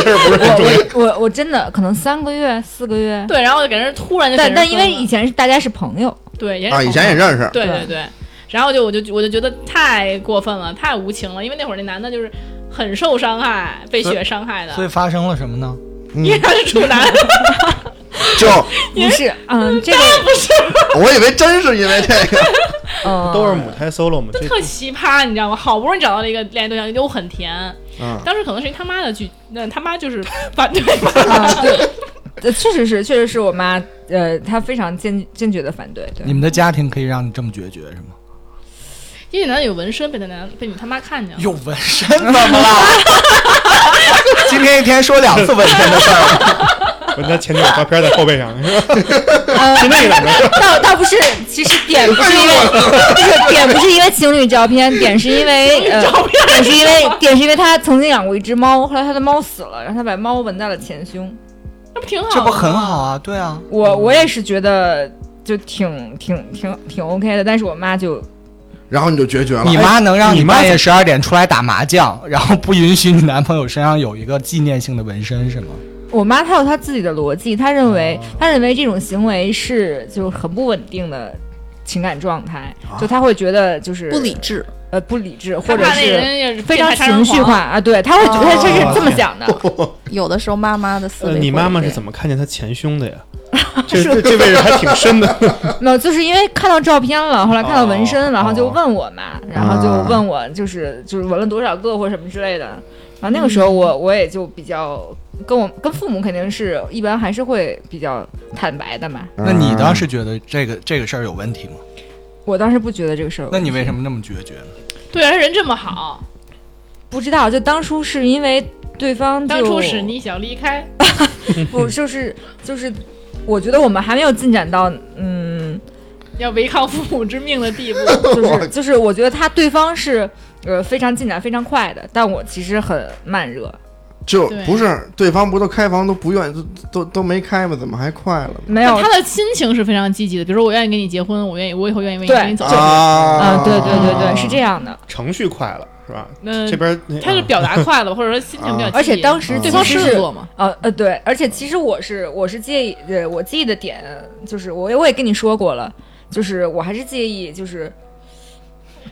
S4: 事儿不是重要。
S5: 我我我真的可能三个月四个月，
S2: 对，然后给人突然就给
S5: 但
S2: 人
S5: 但因为
S2: 分了
S5: 以前是大家是朋 友，
S2: 对也是
S4: 啊，以前也认识，
S2: 对对对，然后就我就我就觉得太过分了，太无情了，因为那会儿那男的就是很受伤害，被雪伤害
S3: 所以
S2: 的，
S3: 发生了什么呢？
S2: 因为他是处 男，
S4: 嗯就
S5: 不是，嗯，这个，
S4: 我以为真是因为这个，
S5: 嗯，
S8: 都是母胎 solo 嘛，这
S2: 特奇葩，你知道吗？好不容易找到了一个恋爱对象，又很甜，
S4: 嗯，
S2: 当时可能是因为他妈的拒，那他妈 就是反对
S5: 啊，对，呃确实是，确实是我妈，呃，她非常坚坚决的反对，对
S3: 你，们的家庭可以让你这么决绝是吗？
S2: 因为那男的有纹身，被那男被你他妈看见了。
S3: 有纹身怎么了？ 今天一天说两次纹身的事儿，
S8: 人家前女友照片在后背 上，是吧？是那个哎人，
S5: 呃倒倒不是，其实点不 是因为，不是点不是因为情侣照片，点是因为呃，点是因为点是因为她曾经养过一只猫，后来她的猫死了，然后她把猫纹在了前胸，
S2: 那不挺好的
S3: 这
S2: 吗？
S3: 不很好啊？对啊，
S5: 我我也是觉得就挺挺挺挺 OK 的，但是我妈就
S4: 然后你就决绝了。哎
S3: 你妈能让
S8: 你
S3: 你
S8: 妈
S3: 半夜
S8: 在
S3: 十二点出来打麻将，然后不允许你男朋友身上有一个纪念性的纹身是吗？
S5: 我妈她有她自己的逻辑，她认为、
S8: 哦
S5: 她认为这种行为是就是很不稳定的情感状态，
S8: 啊
S5: 就她会觉得就是
S6: 不理智，
S5: 呃不理智，
S2: 他
S5: 或者
S2: 怕那
S5: 是
S2: 人也是
S5: 非常
S2: 变态杀人
S5: 情绪
S2: 狂哦
S5: 化啊，对，她会觉得这是这么想 的，
S6: 有的时候妈妈的思维
S8: 呃，
S6: 会。
S8: 你妈妈是怎么看见他前胸的 呀？这这这位置还挺深的，
S5: 没有，就是因为看到照片了，后来看到纹身了，
S8: 哦啊
S5: 然后就问我妈，然后就问我就是就是纹了多少个或者什么之类的，然后那个时候
S2: 嗯
S5: 我我也就比较跟我跟父母肯定是一般还是会比较坦白的嘛，
S4: 嗯
S3: 那你当时觉得这个这个事儿有问题吗？
S5: 我当时不觉得这个事儿有问题，
S3: 那你为什么那么决绝呢？
S2: 对，而且人这么好，
S5: 不知道，就当初是因为对方就
S2: 当初使你想离开，
S5: 不就是就是，我觉得我们还没有进展到 嗯，
S2: 要违抗父母之命的地步。
S5: 就是就是，我觉得他对方是呃非常进展非常快的，但我其实很慢热，
S4: 就
S2: 对
S4: 不是对方不都开房都不愿意，都都都没开吗？怎么还快了
S5: 没有
S2: 但他的心情是非常积极的，比如说我愿意跟你结婚，我愿意，我以后愿意为你
S5: 对
S2: 跟你走。
S4: 啊
S5: 啊，对对对对，是这样的，
S8: 程序快了，是吧？
S2: 那
S8: 这边那
S2: 他是表
S5: 嗯
S2: 达快了，或者说心情比较积极，
S5: 而且当时
S2: 对
S5: 其
S2: 方
S5: 实
S2: 狮子
S5: 是
S2: 座嘛，
S5: 呃呃对，而且其实我是我是介意，呃我介意的点就是我我也跟你说过了，就是我还是介意，就是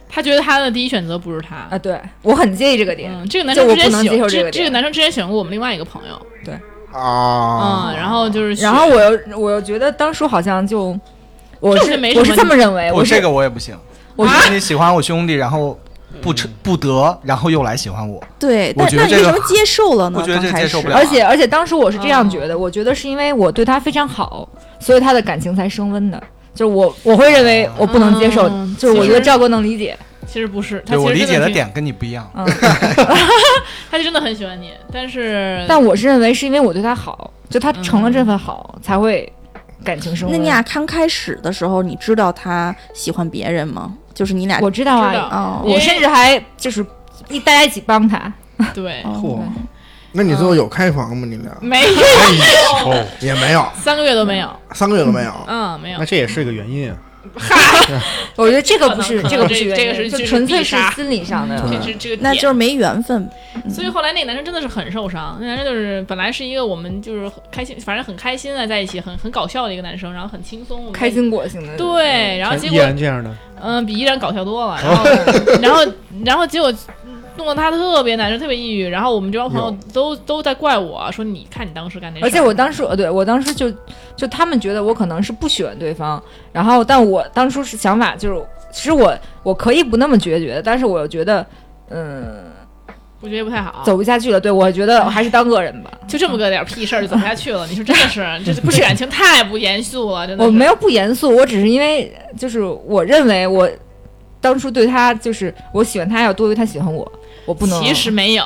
S2: 他觉得他的第一选择不是他。
S5: 啊对我很介意这个点，
S2: 嗯，这个男生之前
S5: 就我不能接受
S2: 喜
S5: 这个点
S2: 这个男生之前喜欢过我们另外一个朋友，
S3: 哦
S4: 啊
S2: 嗯，然后就是
S5: 然后我又我又觉得当初好像就。我
S2: 就是
S5: 是
S2: 没什
S5: 我是
S2: 么
S5: 这么认为，
S3: 我
S5: 哎我是
S3: 这个我也不行，
S5: 我是
S2: 啊
S3: 是你喜欢我兄弟，然后不成不得，然后又来喜欢我，
S6: 对，
S3: 我
S6: 但
S3: 觉得
S6: 那你
S3: 这
S6: 为
S3: 个
S6: 什么接受了呢？
S3: 我觉得这
S6: 刚开
S3: 接受
S6: 始
S3: 不了
S5: 而且而且当时我是这
S2: 嗯
S5: 样觉得，我觉得是因为我对他非常好，所以他的感情才升温的。就是我我会认为我不能接受，
S2: 嗯
S5: 就是我觉得
S2: 其实
S5: 赵哥能理解。
S2: 其实不是，他
S3: 对
S2: 其
S3: 我
S2: 实
S3: 理
S2: 真
S3: 解的
S2: 挺，
S3: 点跟你不一样。
S5: 嗯，
S2: 他就真的很喜欢你，但是
S5: 但我是认为是因为我对他好，就他
S2: 嗯
S5: 成了这份好、才会感情升
S6: 那
S5: 温。
S6: 你俩刚开始的时候，你知道他喜欢别人吗？呃就是你俩
S5: 我知道
S2: 知道
S5: 啊，
S6: 哦
S2: 因
S5: 我
S2: 为
S5: 甚至还就是一大家一起帮他。
S2: 对
S5: 哦
S4: 嚯，那你最后有开房吗？你俩
S2: 没有
S8: 哦，
S4: 也没有，
S2: 三个月都没有，
S5: 哦
S4: 三个月都没有。
S2: 嗯，没有
S8: 那，这也是个原因啊。
S5: 我觉得这个不
S2: 可
S5: 是
S2: 能
S5: 这个不是
S2: 这
S5: 原因，
S2: 这个是
S5: 就
S2: 就是
S5: 纯粹
S2: 必
S5: 是
S2: 杀
S5: 心理上的。
S2: 这是这个点
S6: 那就是没缘分。
S2: 所以后来那个男生真的是很受伤，那男生就是本来是一个我们就是很开心，反正很开心的在一起，很很搞笑的一个男生，然后很轻松，我们
S5: 开心果型的，
S2: 对，然后结
S8: 依
S2: 果
S8: 然这样的，
S2: 嗯、比依然搞笑多了，然后然后然后结果弄得他特别难受，特别抑郁，然后我们这帮朋友都都在怪我啊说你看你当时干那事儿，
S5: 而且我当时，呃，对我当时就就他们觉得我可能是不喜欢对方，然后但我当初是想法就是其实我我可以不那么决绝，但是我觉得，嗯，
S2: 我觉得也不太好。
S5: 走不下去了。对我觉得还是当个人吧。
S2: 就这么个点屁事儿就走不下去了，你说真的是，这不是感情太不严肃了，真的是。
S5: 我没有不严肃，我只是因为就是我认为我当初对他就是我喜欢他要多于他喜欢我，我不能
S2: 其实没有。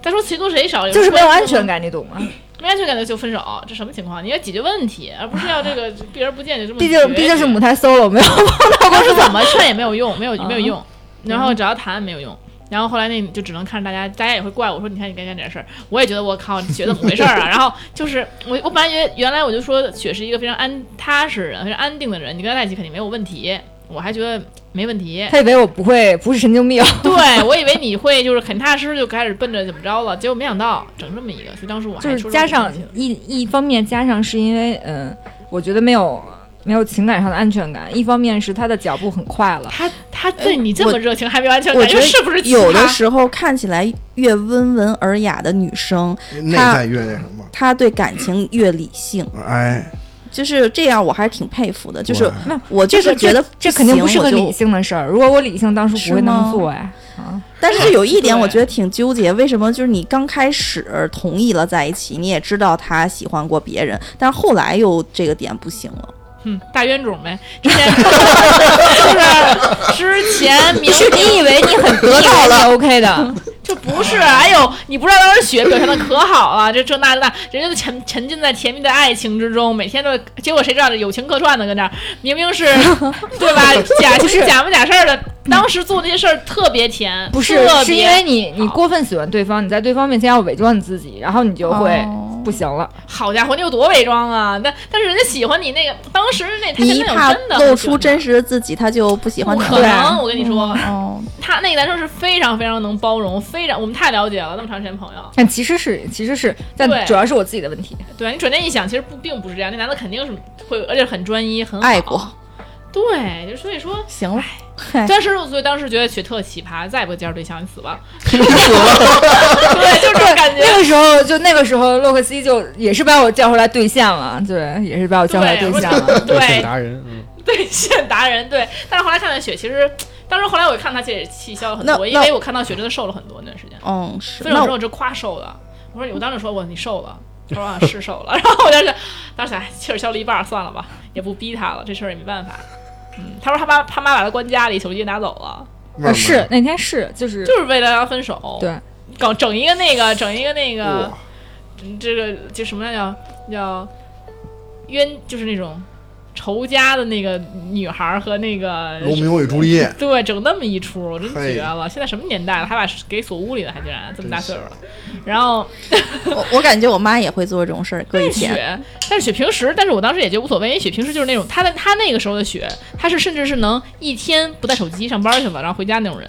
S2: 再说谁多谁少，
S5: 就是没有安
S2: 感。
S5: 全感，你懂吗？
S2: 没安全感的就分手，这什么情况？你要解决问题，而不是要这个避而不见就这么
S5: 毕
S2: 决
S5: 竟
S2: 绝。
S5: 毕竟是母胎 solo，没有碰 到过
S2: 当时
S5: 这种
S2: 怎么劝也没有用，没有没有
S5: 嗯
S2: 用。然后只要谈没有用，然后后来那你就只能看着大家，大家也会怪我说你看你干干这事儿，我也觉得我靠，你学怎么回事儿啊？然后就是我我本来原原来我就说雪是一个非常安踏实人，非常安定的人，你跟他在一起肯定没有问题，我还觉得没问题。
S5: 他以为我不会，不是神经病。
S2: 对，我以为你会就是很踏实实就开始奔着怎么着了，结果没想到整这么一个，所以当时我还
S5: 就
S2: 说
S5: 是
S2: 出
S5: 加
S2: 这种
S5: 上
S2: 事情
S5: 一一方面，加上是因为嗯、呃我觉得没有没有情感上的安全感；一方面是他的脚步很快了。
S2: 他他对你这么热情，还没完全
S6: 我
S2: 感
S6: 觉
S2: 觉
S6: 得
S2: 是不是奇葩
S6: 有的时候看起来越温文尔雅的女生，
S2: 嗯
S4: 内在越那什么，
S6: 她对感情越理性，
S4: 哎，
S2: 呃
S6: 就是这样，我还是挺佩服的。就是
S4: 哇
S5: 那
S6: 我就是觉得
S5: 这肯定不是
S6: 行
S5: 个
S6: 我就
S5: 理性的事儿。如果我理性，当初
S6: 是
S5: 不会那么
S6: 吗
S5: 做呀。啊，
S6: 但是有一点，
S2: 对
S6: 我觉得挺纠结，为什么就是你刚开始同意了在一起，你也知道他喜欢过别人，但是后来又这个点不行了。
S2: 嗯，大冤种呗。之前就是之前明
S5: 是你以为你很得到了 OK 的，
S2: 就不是，哎呦，你不知道当时雪表现的可好了，这这那那，人家都沉沉浸在甜蜜的爱情之中，每天都，结果谁知道这友情客串的跟这儿，明明是对吧？假
S5: 不
S2: 情
S5: 是
S2: 假模假事儿的，当时做那些事儿特别甜，
S5: 不是
S2: 特别
S5: 是因为你你
S2: 好
S5: 过分喜欢对方，你在对方面前要伪装你自己，然后你就会
S6: 哦
S5: 不行了。
S2: 好家伙，你有多伪装啊？但但是人家喜欢你那个，当时那他
S6: 你一
S2: 真的
S6: 怕
S2: 有真的
S6: 露出真
S2: 实。
S6: 实的自己，他就不喜欢
S2: 不
S6: 你
S2: 可
S6: 了。
S2: 能，我跟你说，
S6: 哦，
S2: 他那个男生是非常非常能包容，非常我们太了解了，那么长时间朋友。
S5: 但其实是其实是，
S2: 对
S5: 但主要是我自己的问题。
S2: 对啊你转念一想，其实不并不是这样，那男的肯定是会，而且很专一，很好
S6: 爱过。
S2: 对，就所以说，
S6: 行了，哎
S2: 但是所以当时觉得雪特奇葩，再也不介绍对象，你死吧，对，就这种感觉。
S5: 那个时候就那个时候，洛克西就也是把我叫回来兑现了，对，也是把我叫回来
S2: 对
S5: 兑
S2: 我
S5: 现了。
S8: 对
S2: 对
S8: 选达人，嗯，
S2: 对线达人，对。但是后来看看雪，其实当时后来我看他，其实也气消了很
S6: 那
S2: 多，因
S6: 那
S2: 为我看到雪真的瘦了很多那段时间。
S6: 嗯，是
S2: 所以有
S6: 那
S2: 时候我就夸瘦了，我说你我当时说我你瘦了，他说啊是瘦了， 然后我就是当时哎气儿消了一半儿，算了吧，也不逼他了，这事儿也没办法。嗯，他说他妈他妈把他关家里，手机也拿走了，
S4: 味
S5: 啊
S4: 儿
S5: 是那天是就是
S2: 就是为了让他分手。
S5: 对，
S2: 搞整一个那个，整一个那个
S4: 没哇，，
S2: 嗯这个就什么叫叫冤，就是那种仇家的那个女孩儿和那个
S4: 罗密欧与朱丽叶，
S2: 对，整那么一出，我真
S4: 嘿
S2: 绝了！现在什么年代了，还把给锁屋里了，还竟然这么大岁数了，然后。
S6: 我我感觉我妈也会做这种事儿，搁以前
S2: 雪，但是雪平时，但是我当时也觉得无所谓，因为雪平时就是那种，她的她那个时候的雪，她是甚至是能一天不带手机上班去了，然后回家那种人。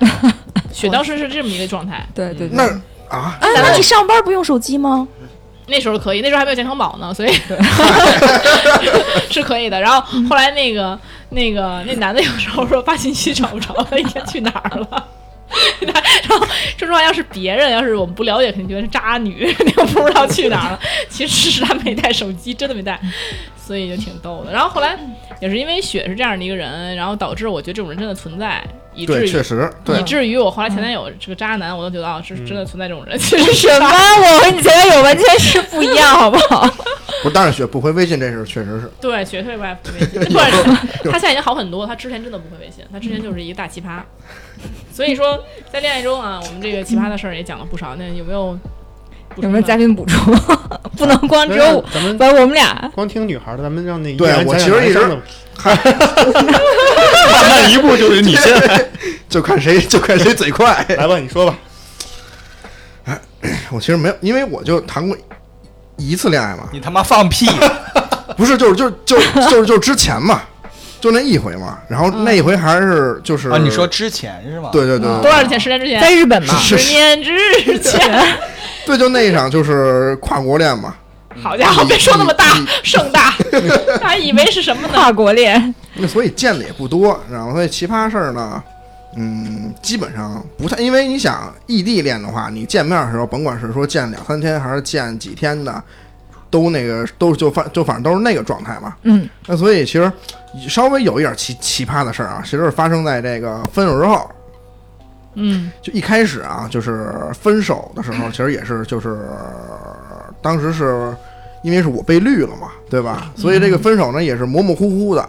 S2: 雪当时是这么一个状态，
S5: 对对对，
S4: 那啊，
S2: 哎
S6: 啊，那你上班不用手机吗？
S2: 那时候可以，那时候还没有健康宝呢， 所以是可以的。然后后来那个那个那男的有时候说发信息找不着，他一天去哪儿了？然后说实话，要是别人，要是我们不了解，肯定觉得是渣女，肯定不知道去哪儿了。其实是他没带手机，真的没带，所以就挺逗的。然后后来也是因为雪是这样的一个人，然后导致我觉得这种人真的存在，以至
S4: 对，确
S2: 于。
S4: 实，对嗯
S2: 以，至于我后来前男友是个渣男，我都觉得啊，是真的存在这种人。其实是
S5: 什么？我和你前男友完全是不一样，好不好？
S4: 不是，但是学不回微信这事儿确 实是，
S2: 对，绝对不爱不 微信。不是，他现在已经好很多，他之前真的不会微信，他之前就是一个大奇葩。所以说，在恋爱中啊，我们这个奇葩的事儿也讲了不少。那有没有补充的？
S5: 有没有嘉宾补充？ 不能光只有我，
S8: 咱们
S5: 不是我们俩。
S8: 光听女孩儿的，咱们让那
S4: 对
S8: 依然
S4: 我
S8: 讲
S4: 其实
S8: 讲男
S4: 一直
S8: 生的吧慢慢一步就是你 先
S4: 就看谁就看谁嘴快。
S8: 来吧，你说吧。
S4: 我其实没有，因为我就谈过一次恋爱嘛，
S3: 你他妈放屁！
S4: 不是，就是就是就是就是就是之前嘛，就那一回嘛，然后那一回还是就是
S3: 啊，你说之前是吗？
S4: 对对对对
S2: 多少啊年？十年之
S5: 在
S2: 前？
S5: 日本嘛，
S4: 是
S2: 十
S4: 是，
S2: 年之 前。
S4: 对，就那一场就是跨国恋嘛，
S2: 好家啊伙，别说那么大盛大，他以为是什么呢？
S5: 跨国恋，
S4: 那所以见的也不多，然后所以奇葩事儿呢，嗯，基本上不太，因为你想异地恋的话，你见面的时候，甭管是说见两三天还是见几天的，都那个都就反就反正都是那个状态嘛。
S5: 嗯，
S4: 那所以其实稍微有一点奇奇葩的事儿啊，其实是发生在这个分手之后。
S2: 嗯
S4: 就一开始啊，就是分手的时候，其实也是就是当时是因为是我被绿了嘛，对吧？所以这个分手呢也是模模糊糊的。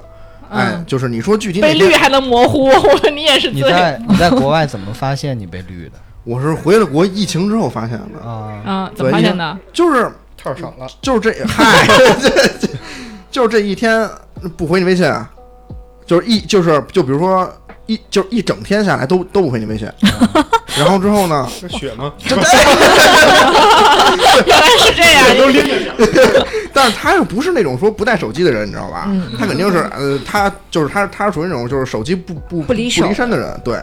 S4: 哎，
S2: 嗯，
S4: 就是你说具体哪
S2: 被绿
S4: 天，
S2: 还能模糊，我你也是
S7: 你
S2: 醉
S7: 在你在国外怎么发现你被绿的
S4: 我是回了国疫情之后发现的，
S7: 啊？
S5: 嗯
S2: 啊？怎么发现的？
S4: 就是
S8: 套少了，
S4: 就是这嗨， 这这就是这一天不回你微信啊，就是一就是就比如说一就是一整天下来都都不回你微信，然后之后呢，
S8: 这是血 吗？
S2: 原来是这样，
S8: 都拎着
S4: 但是他又不是那种说不带手机的人，你知道吧？
S5: 嗯
S4: 他肯定是呃，他就是他，他属于那种就是手机不不
S5: 不离手
S4: 身的人，对。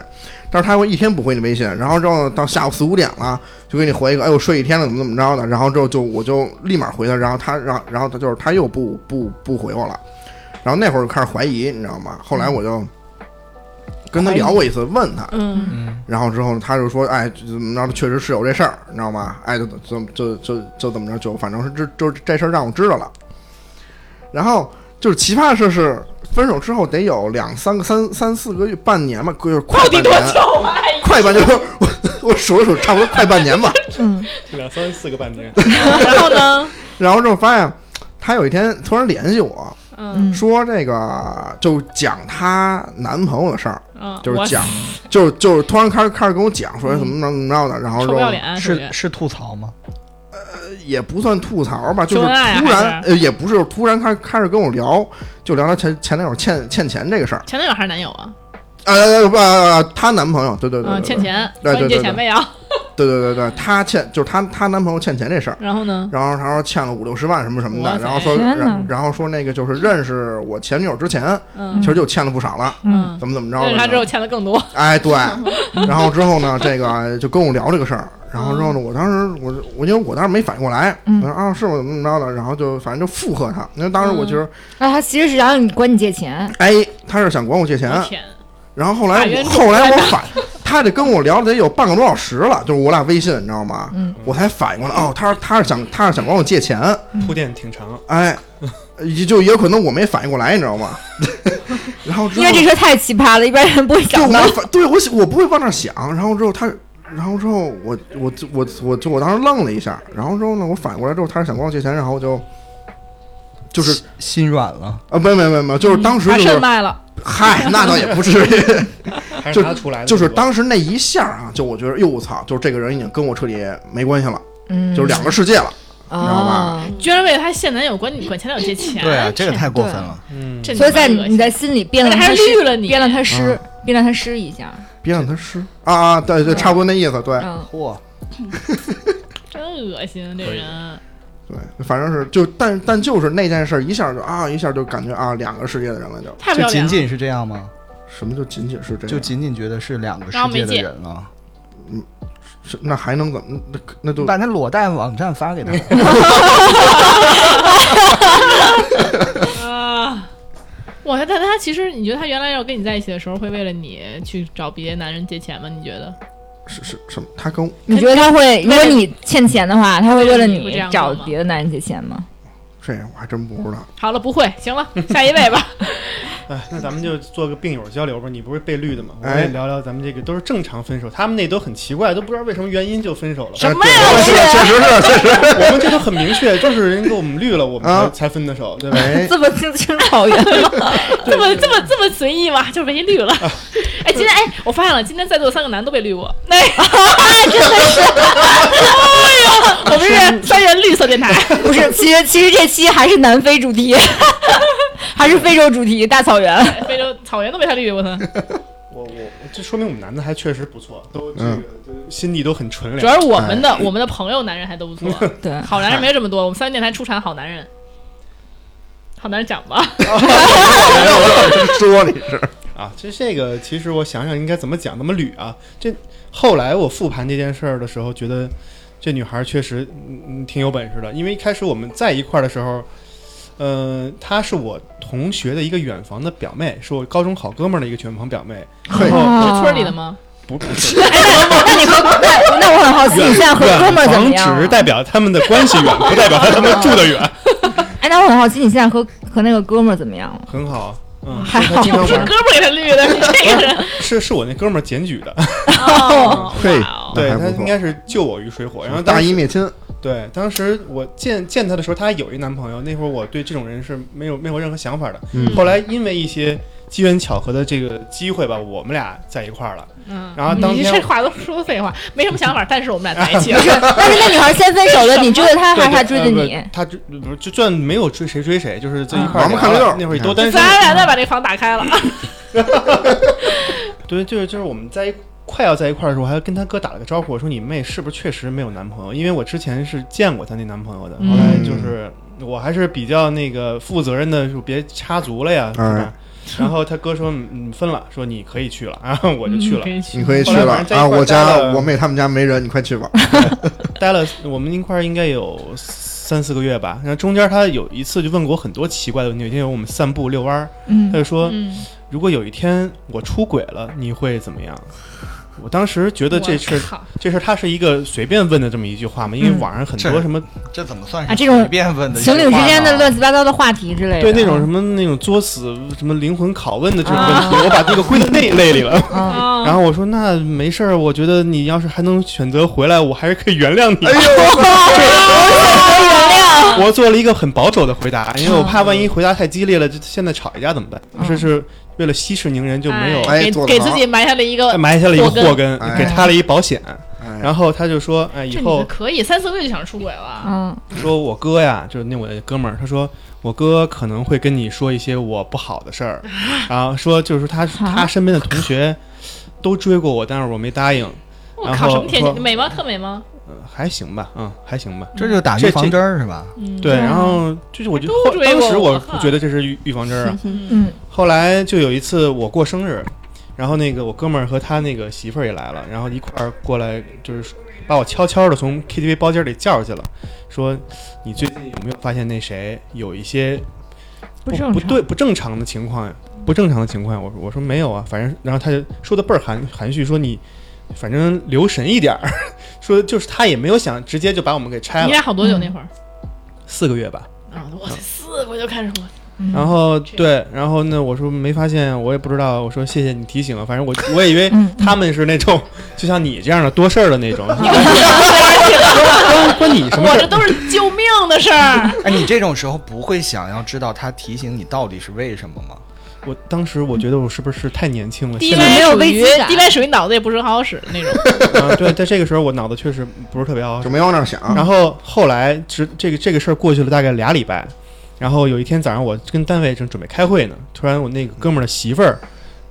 S4: 但是他会一天不回你微信，然后之后到下午四五点了，就给你回一个，哎呦睡一天了，怎么怎么着的，然后之后就我就立马回他，然后他然后然后他就是他又不不不回我了，然后那会儿就开始怀疑，你知道吗？后来我就跟他聊过一次，问他，
S2: 嗯
S4: 然后之后他就说，哎，就怎么着，确实是有这事儿，你知道吗？哎，就就就就就怎么着，就反正是这就是这事儿让我知道了。然后就是奇葩的事是，分手之后得有两三个三三四个月，半年吧，就是快
S2: 到底
S5: 嗯
S4: 半
S2: 多
S4: 年，
S2: 久啊？哎呀
S4: 快半年，我 我数了数，差不多快半 年吧。
S8: 两三四个半年，
S5: 嗯
S2: 然后 呢？
S4: 然后之后发现，他有一天突然联系我
S2: 嗯
S4: 说，这个就讲她男朋友的事儿，
S2: 嗯，
S4: 就是
S2: 我
S4: 讲，就就是突然开始开始跟我讲说怎么着怎么着的，然后
S2: 嗯臭
S4: 之
S2: 不
S4: 后
S2: 要脸，啊属于
S7: 啊是是吐槽吗？
S4: 也不算吐槽吧，就是
S2: 秀恩爱啊
S4: 突然
S2: 还，
S4: 呃，也不是突然开开始跟我聊，就聊她前前男友欠欠钱这个事儿。
S2: 前男友还是男友啊？
S4: 呃，不，呃她男朋友，对对对，
S2: 嗯，欠
S4: 对
S2: 钱，
S4: 对对对
S2: 管你借钱呗啊。
S4: 对对对对，她欠就是她她男朋友欠钱这事儿。
S2: 然后呢？
S4: 然后她说欠了五六十万什么什么
S2: 哇
S4: 的，
S2: 塞
S4: 然后说，
S5: 天哪
S4: 然然后说那个就是认识我前女友之前，
S2: 嗯
S4: 其实就欠了不少了，
S2: 嗯，
S4: 怎么怎么
S2: 认识他
S4: 着
S2: 之后
S4: 的，
S2: 欠的更多。
S4: 哎对，然后之后呢，这个就跟我聊这个事儿，然后之
S2: 嗯
S4: 后呢，我当时我我因为我当时没反应过来，我说啊是我怎么怎么着的，然后就反正就附和他，因为当时
S2: 嗯
S4: 我觉得
S5: 啊，他其实是想你管你借钱，
S4: 哎，他是想管我借钱，
S2: 我天，
S4: 然后后
S2: 法
S4: 来
S2: 院
S4: 我
S2: 主
S4: 后来我
S2: 办
S4: 反，他得跟我聊了得有半个多小时了，就是我俩微信，你知道吗？
S5: 嗯
S4: 我才反应过来，哦，他他是想他是想管我借钱，
S8: 铺垫挺长，
S4: 哎，也就也有可能我没反应过来，你知道吗？ 然后之
S5: 因
S4: 后
S5: 为这事儿太奇葩了，一般人不会
S4: 对
S5: 想
S4: 我
S5: 到。
S4: 反对我想我不会往那儿想，然后之后他。然后之后我我就我我就我当时愣了一下，然后之后呢，我反应过来之后，他是想管我借钱，然后我就就是
S7: 心心软了，
S4: 啊，没没没没，就是当时
S2: 把
S4: 就是、
S2: 肾卖了，
S4: 嗨，那倒也不至于，
S8: 还
S4: 就是
S8: 他出来的，
S4: 嗯就是当时那一下啊，就我觉得，哟，我操，就是这个人已经跟我彻底没关系了，
S5: 嗯，
S4: 就是两个世界了。知道
S5: 啊
S4: 吧，
S2: 居然为了他现男友管你管前男友借钱。
S7: 对啊，这个太过分了。
S8: 嗯，
S2: 这
S5: 所以在
S2: 你妈恶
S5: 你
S2: 心
S5: 在心里变了
S2: 而且
S5: 他
S2: 还
S5: 诗，
S2: 绿了你
S5: 变了他诗，变了他诗一下，
S4: 别让他湿啊啊，对对，差不多那意思，对
S5: 嗯，
S7: 嚯，
S2: 真恶心，啊这人
S4: 对，反正是就，但但就是那件事儿一下就啊，一下就感觉啊，两个世界的人了就，
S2: 太不
S7: 就
S2: 要脸
S7: 仅
S2: 了。
S7: 仅是这样吗？
S4: 什么就仅仅是这样，
S7: 就仅仅觉得是两个世
S2: 然后没
S7: 界的
S2: 戒
S7: 人了，
S4: 是那还能怎么？那那
S7: 你
S4: 就
S7: 把那裸贷网站发 给他。
S2: 啊！哇，但他其实，你觉得他原来要跟你在一起的时候，会为了你去找别的男人借钱吗？你觉得？
S4: 是是什么？他跟我
S5: 你觉得他会？如果你欠钱的话，他会为
S2: 会
S5: 了你
S2: 这样做
S5: 找
S2: 吗
S5: 别的男人借钱吗？
S4: 这我还真不知道。
S2: 好了，不会，行了，下一位吧。
S8: 哎，那咱们就做个病友交流吧。你不是被绿的吗？我
S4: 哎
S8: 也聊聊咱们这个都是正常分手，他们那都很奇怪，都不知道为什么原因就分手了。
S2: 什么呀？
S4: 哎对确实是，确实是。
S8: 我们这都很明确，就是人给我们绿了，我们才
S4: 啊
S8: 才分的手，对吧？
S4: 哎，
S5: 这么青青草原吗？
S2: 这么这么这么随意吗？就被人绿 了。哎，今天哎，我发现了，今天在座三个男都被绿 过。那、真的是， 哎呦，我们是三元绿色电台。
S5: 不 是，其实其实这期还是南非主题， 还是非洲主题，大草原。
S2: 非洲草原都被他绿，我操！
S8: 我我这说明我们男的还确实不错，都这
S4: 嗯
S8: 个都心地都很纯
S2: 主
S8: 良。
S2: 要是我们的、我们的朋友男人还都不错，
S5: 对，
S2: 好男人没有这么多。我们三元电台出产好男人，好男人讲吧。
S4: 让我 怎么哎 说你是？
S8: 啊，这这个其实我想想应该怎么讲，怎么捋啊？这后来我复盘这件事儿的时候，觉得这女孩确实嗯嗯挺有本事的，因为一开始我们在一块儿的时候，呃，她是我同学的一个远房的表妹，是我高中好哥们儿的一个远房表妹。
S4: 嘿
S8: 然后
S5: 啊
S2: 是村里的吗？
S8: 不是
S5: 那 你和那那我很好奇，你现在和哥
S8: 远
S5: 们儿怎么
S8: 房
S5: 样
S8: 只
S5: 啊？
S8: 代表他们的关系远，不代表他们住得 远。
S5: 哎，那我很好奇，你现在和和那个哥们儿怎么样 了？
S8: 很好，嗯，
S5: 还好
S8: 他经常
S2: 不是
S8: 玩
S2: 胳膊给他绿的，是这个人。
S8: 是是我那哥们儿检举的，
S2: 哦
S4: 嘿
S2: 哇哦
S4: 那
S8: 对
S4: 还
S8: 他
S4: 不错
S8: 应该是救我于水火。然后当
S4: 大
S8: 时
S4: 义灭亲，
S8: 对，当时我见见她的时候，她还有一男朋友。那会儿我对这种人是没有没有任何想法的。
S4: 嗯
S8: 后来因为一些机缘巧合的这个机会吧，我们俩在一块儿了。
S2: 嗯，
S8: 然后当
S2: 你
S8: 天
S2: 这话都说的废话，没什么 想法，但是我们俩在一起了
S5: 不。是， 但是那女孩先分手了，你追的她还
S8: 对
S5: 是她追的？
S8: 对呃
S5: 你
S8: 不？他追不是就算没有追谁追谁，就是在一块
S4: 啊
S8: 儿
S4: 我们
S8: 聊
S4: 看
S8: 了
S4: 乐儿
S8: 那会儿
S4: 你
S5: 嗯
S8: 都
S4: 看
S8: 单身
S2: 咱。俩再把这房打开了，
S8: 对，就是就是我们在一快要在一块儿的时候，我还跟他哥打了个招呼，我说你妹是不是确实没有男朋友？因为我之前是见过她那男朋友的，后来就是我还是比较那个负责任的，就别插足了呀，是吧？然后他哥说嗯分了，说你可以去了，然后我就去了，
S4: 你可以去
S8: 后来
S4: 了
S8: 晚上在一
S4: 啊！
S8: 块儿
S4: 我
S8: 待
S4: 家
S8: 了
S4: 我妹他们家没人，你快去吧。
S8: 待了我们一块儿应该有三四个月吧。然后中间他有一次就问过我很多奇怪的问题，有一天我们散步遛弯儿，他
S5: 嗯，
S8: 就说
S2: 嗯，
S8: 如果有一天我出轨了，你会怎么样？我当时觉得这事
S2: 我
S8: 儿
S2: 靠
S8: 这事儿他是一个随便问的这么一句话嘛，因为
S5: 嗯
S8: 网上很
S7: 这
S8: 多什么、
S7: 这怎么算
S5: 啊
S7: 是
S5: 这种
S7: 随便问的一句
S5: 情
S7: 话呢？
S5: 侣之间的乱七八糟的话题之类的，
S8: 对那种什么那种作死什么灵魂拷问的这种问题，
S5: 啊
S8: 我把这个归到那一类里了。
S5: 啊，
S2: 啊
S8: 然后我说那没事儿，我觉得你要是还能选择回来，我还是可以原谅你。 我做了一个很保守的回答，因为我怕万一回答太激烈了，就现在吵一架怎么办？我说是为了息事宁人，就没有
S4: 哎
S2: 给
S4: 做得
S2: 给
S4: 好
S2: 自己埋下了一个，
S8: 埋下了一个祸
S2: 祸
S8: 根，
S4: 哎
S8: 给他了一保险。
S4: 哎
S8: 然后他就说，哎，以
S2: 这
S8: 后
S2: 你可以三四个月就想出轨了，
S5: 嗯，
S8: 说我哥呀，就是那我的哥们儿，他说我哥可能会跟你说一些我不好的事 儿，然后说就是他
S2: 啊
S8: 他身边的同学都追过我，但是我没答应，
S2: 我
S8: 然
S2: 靠，
S8: 后
S2: 什么天
S8: 说
S2: 气美吗？特美吗？
S8: 呃还行吧，嗯，还行吧。
S7: 这就打预防针儿是吧？
S2: 嗯，
S8: 对，
S5: 对啊
S8: 然后就是我就
S2: 都
S8: 后
S2: 追
S8: 当
S2: 过
S8: 时
S2: 我
S8: 我
S2: 靠
S8: 觉得这是预预防针儿 啊，
S5: 嗯
S8: 后来就有一次我过生日，然后那个我哥们儿和他那个媳妇儿也来了，然后一块儿过来，就是把我悄悄的从 KTV 包间里叫去了，说你最近有没有发现那谁有一些
S5: 不
S8: 不
S5: 正
S8: 不
S5: 常
S8: 对不正常的情况呀？不正常的情况呀，我说我说没有啊，反正然后他就说的倍儿含含蓄，说你反正留神一点儿， 说就是他也没有想直接就把我们给拆
S2: 你
S8: 了，
S2: 俩好多久那会儿？
S8: 四个月吧，
S2: 啊，我
S8: 嗯
S2: 四个月就开始 我
S5: 嗯
S8: 然后对，然后呢，我说没发现，我也不知道。我说谢谢你提醒啊，反正我我以为
S5: 嗯
S8: 他们是那种就像你这样的多事儿的那种， 关关你什么
S2: 我
S8: 事
S2: 这
S8: 儿？
S2: 都是救命的事儿。
S7: 哎，你这种时候不会想要知道他提醒你到底是为什么吗？
S8: 我当时我觉得我是不是太年轻了？
S2: D
S8: 现
S2: Y
S8: 在
S5: 没有
S2: 属
S5: 危
S2: 于
S5: 机感
S2: D Y 属于脑子也不是很好使的那 种。
S8: 啊对，在这个时候我脑子确实不是特别好
S4: 就。没哎往那儿想，
S8: 然后后来直这个这个事儿过去了大概俩礼拜，然后有一天早上我跟单位正准备开会呢，突然我那个哥们儿的媳妇儿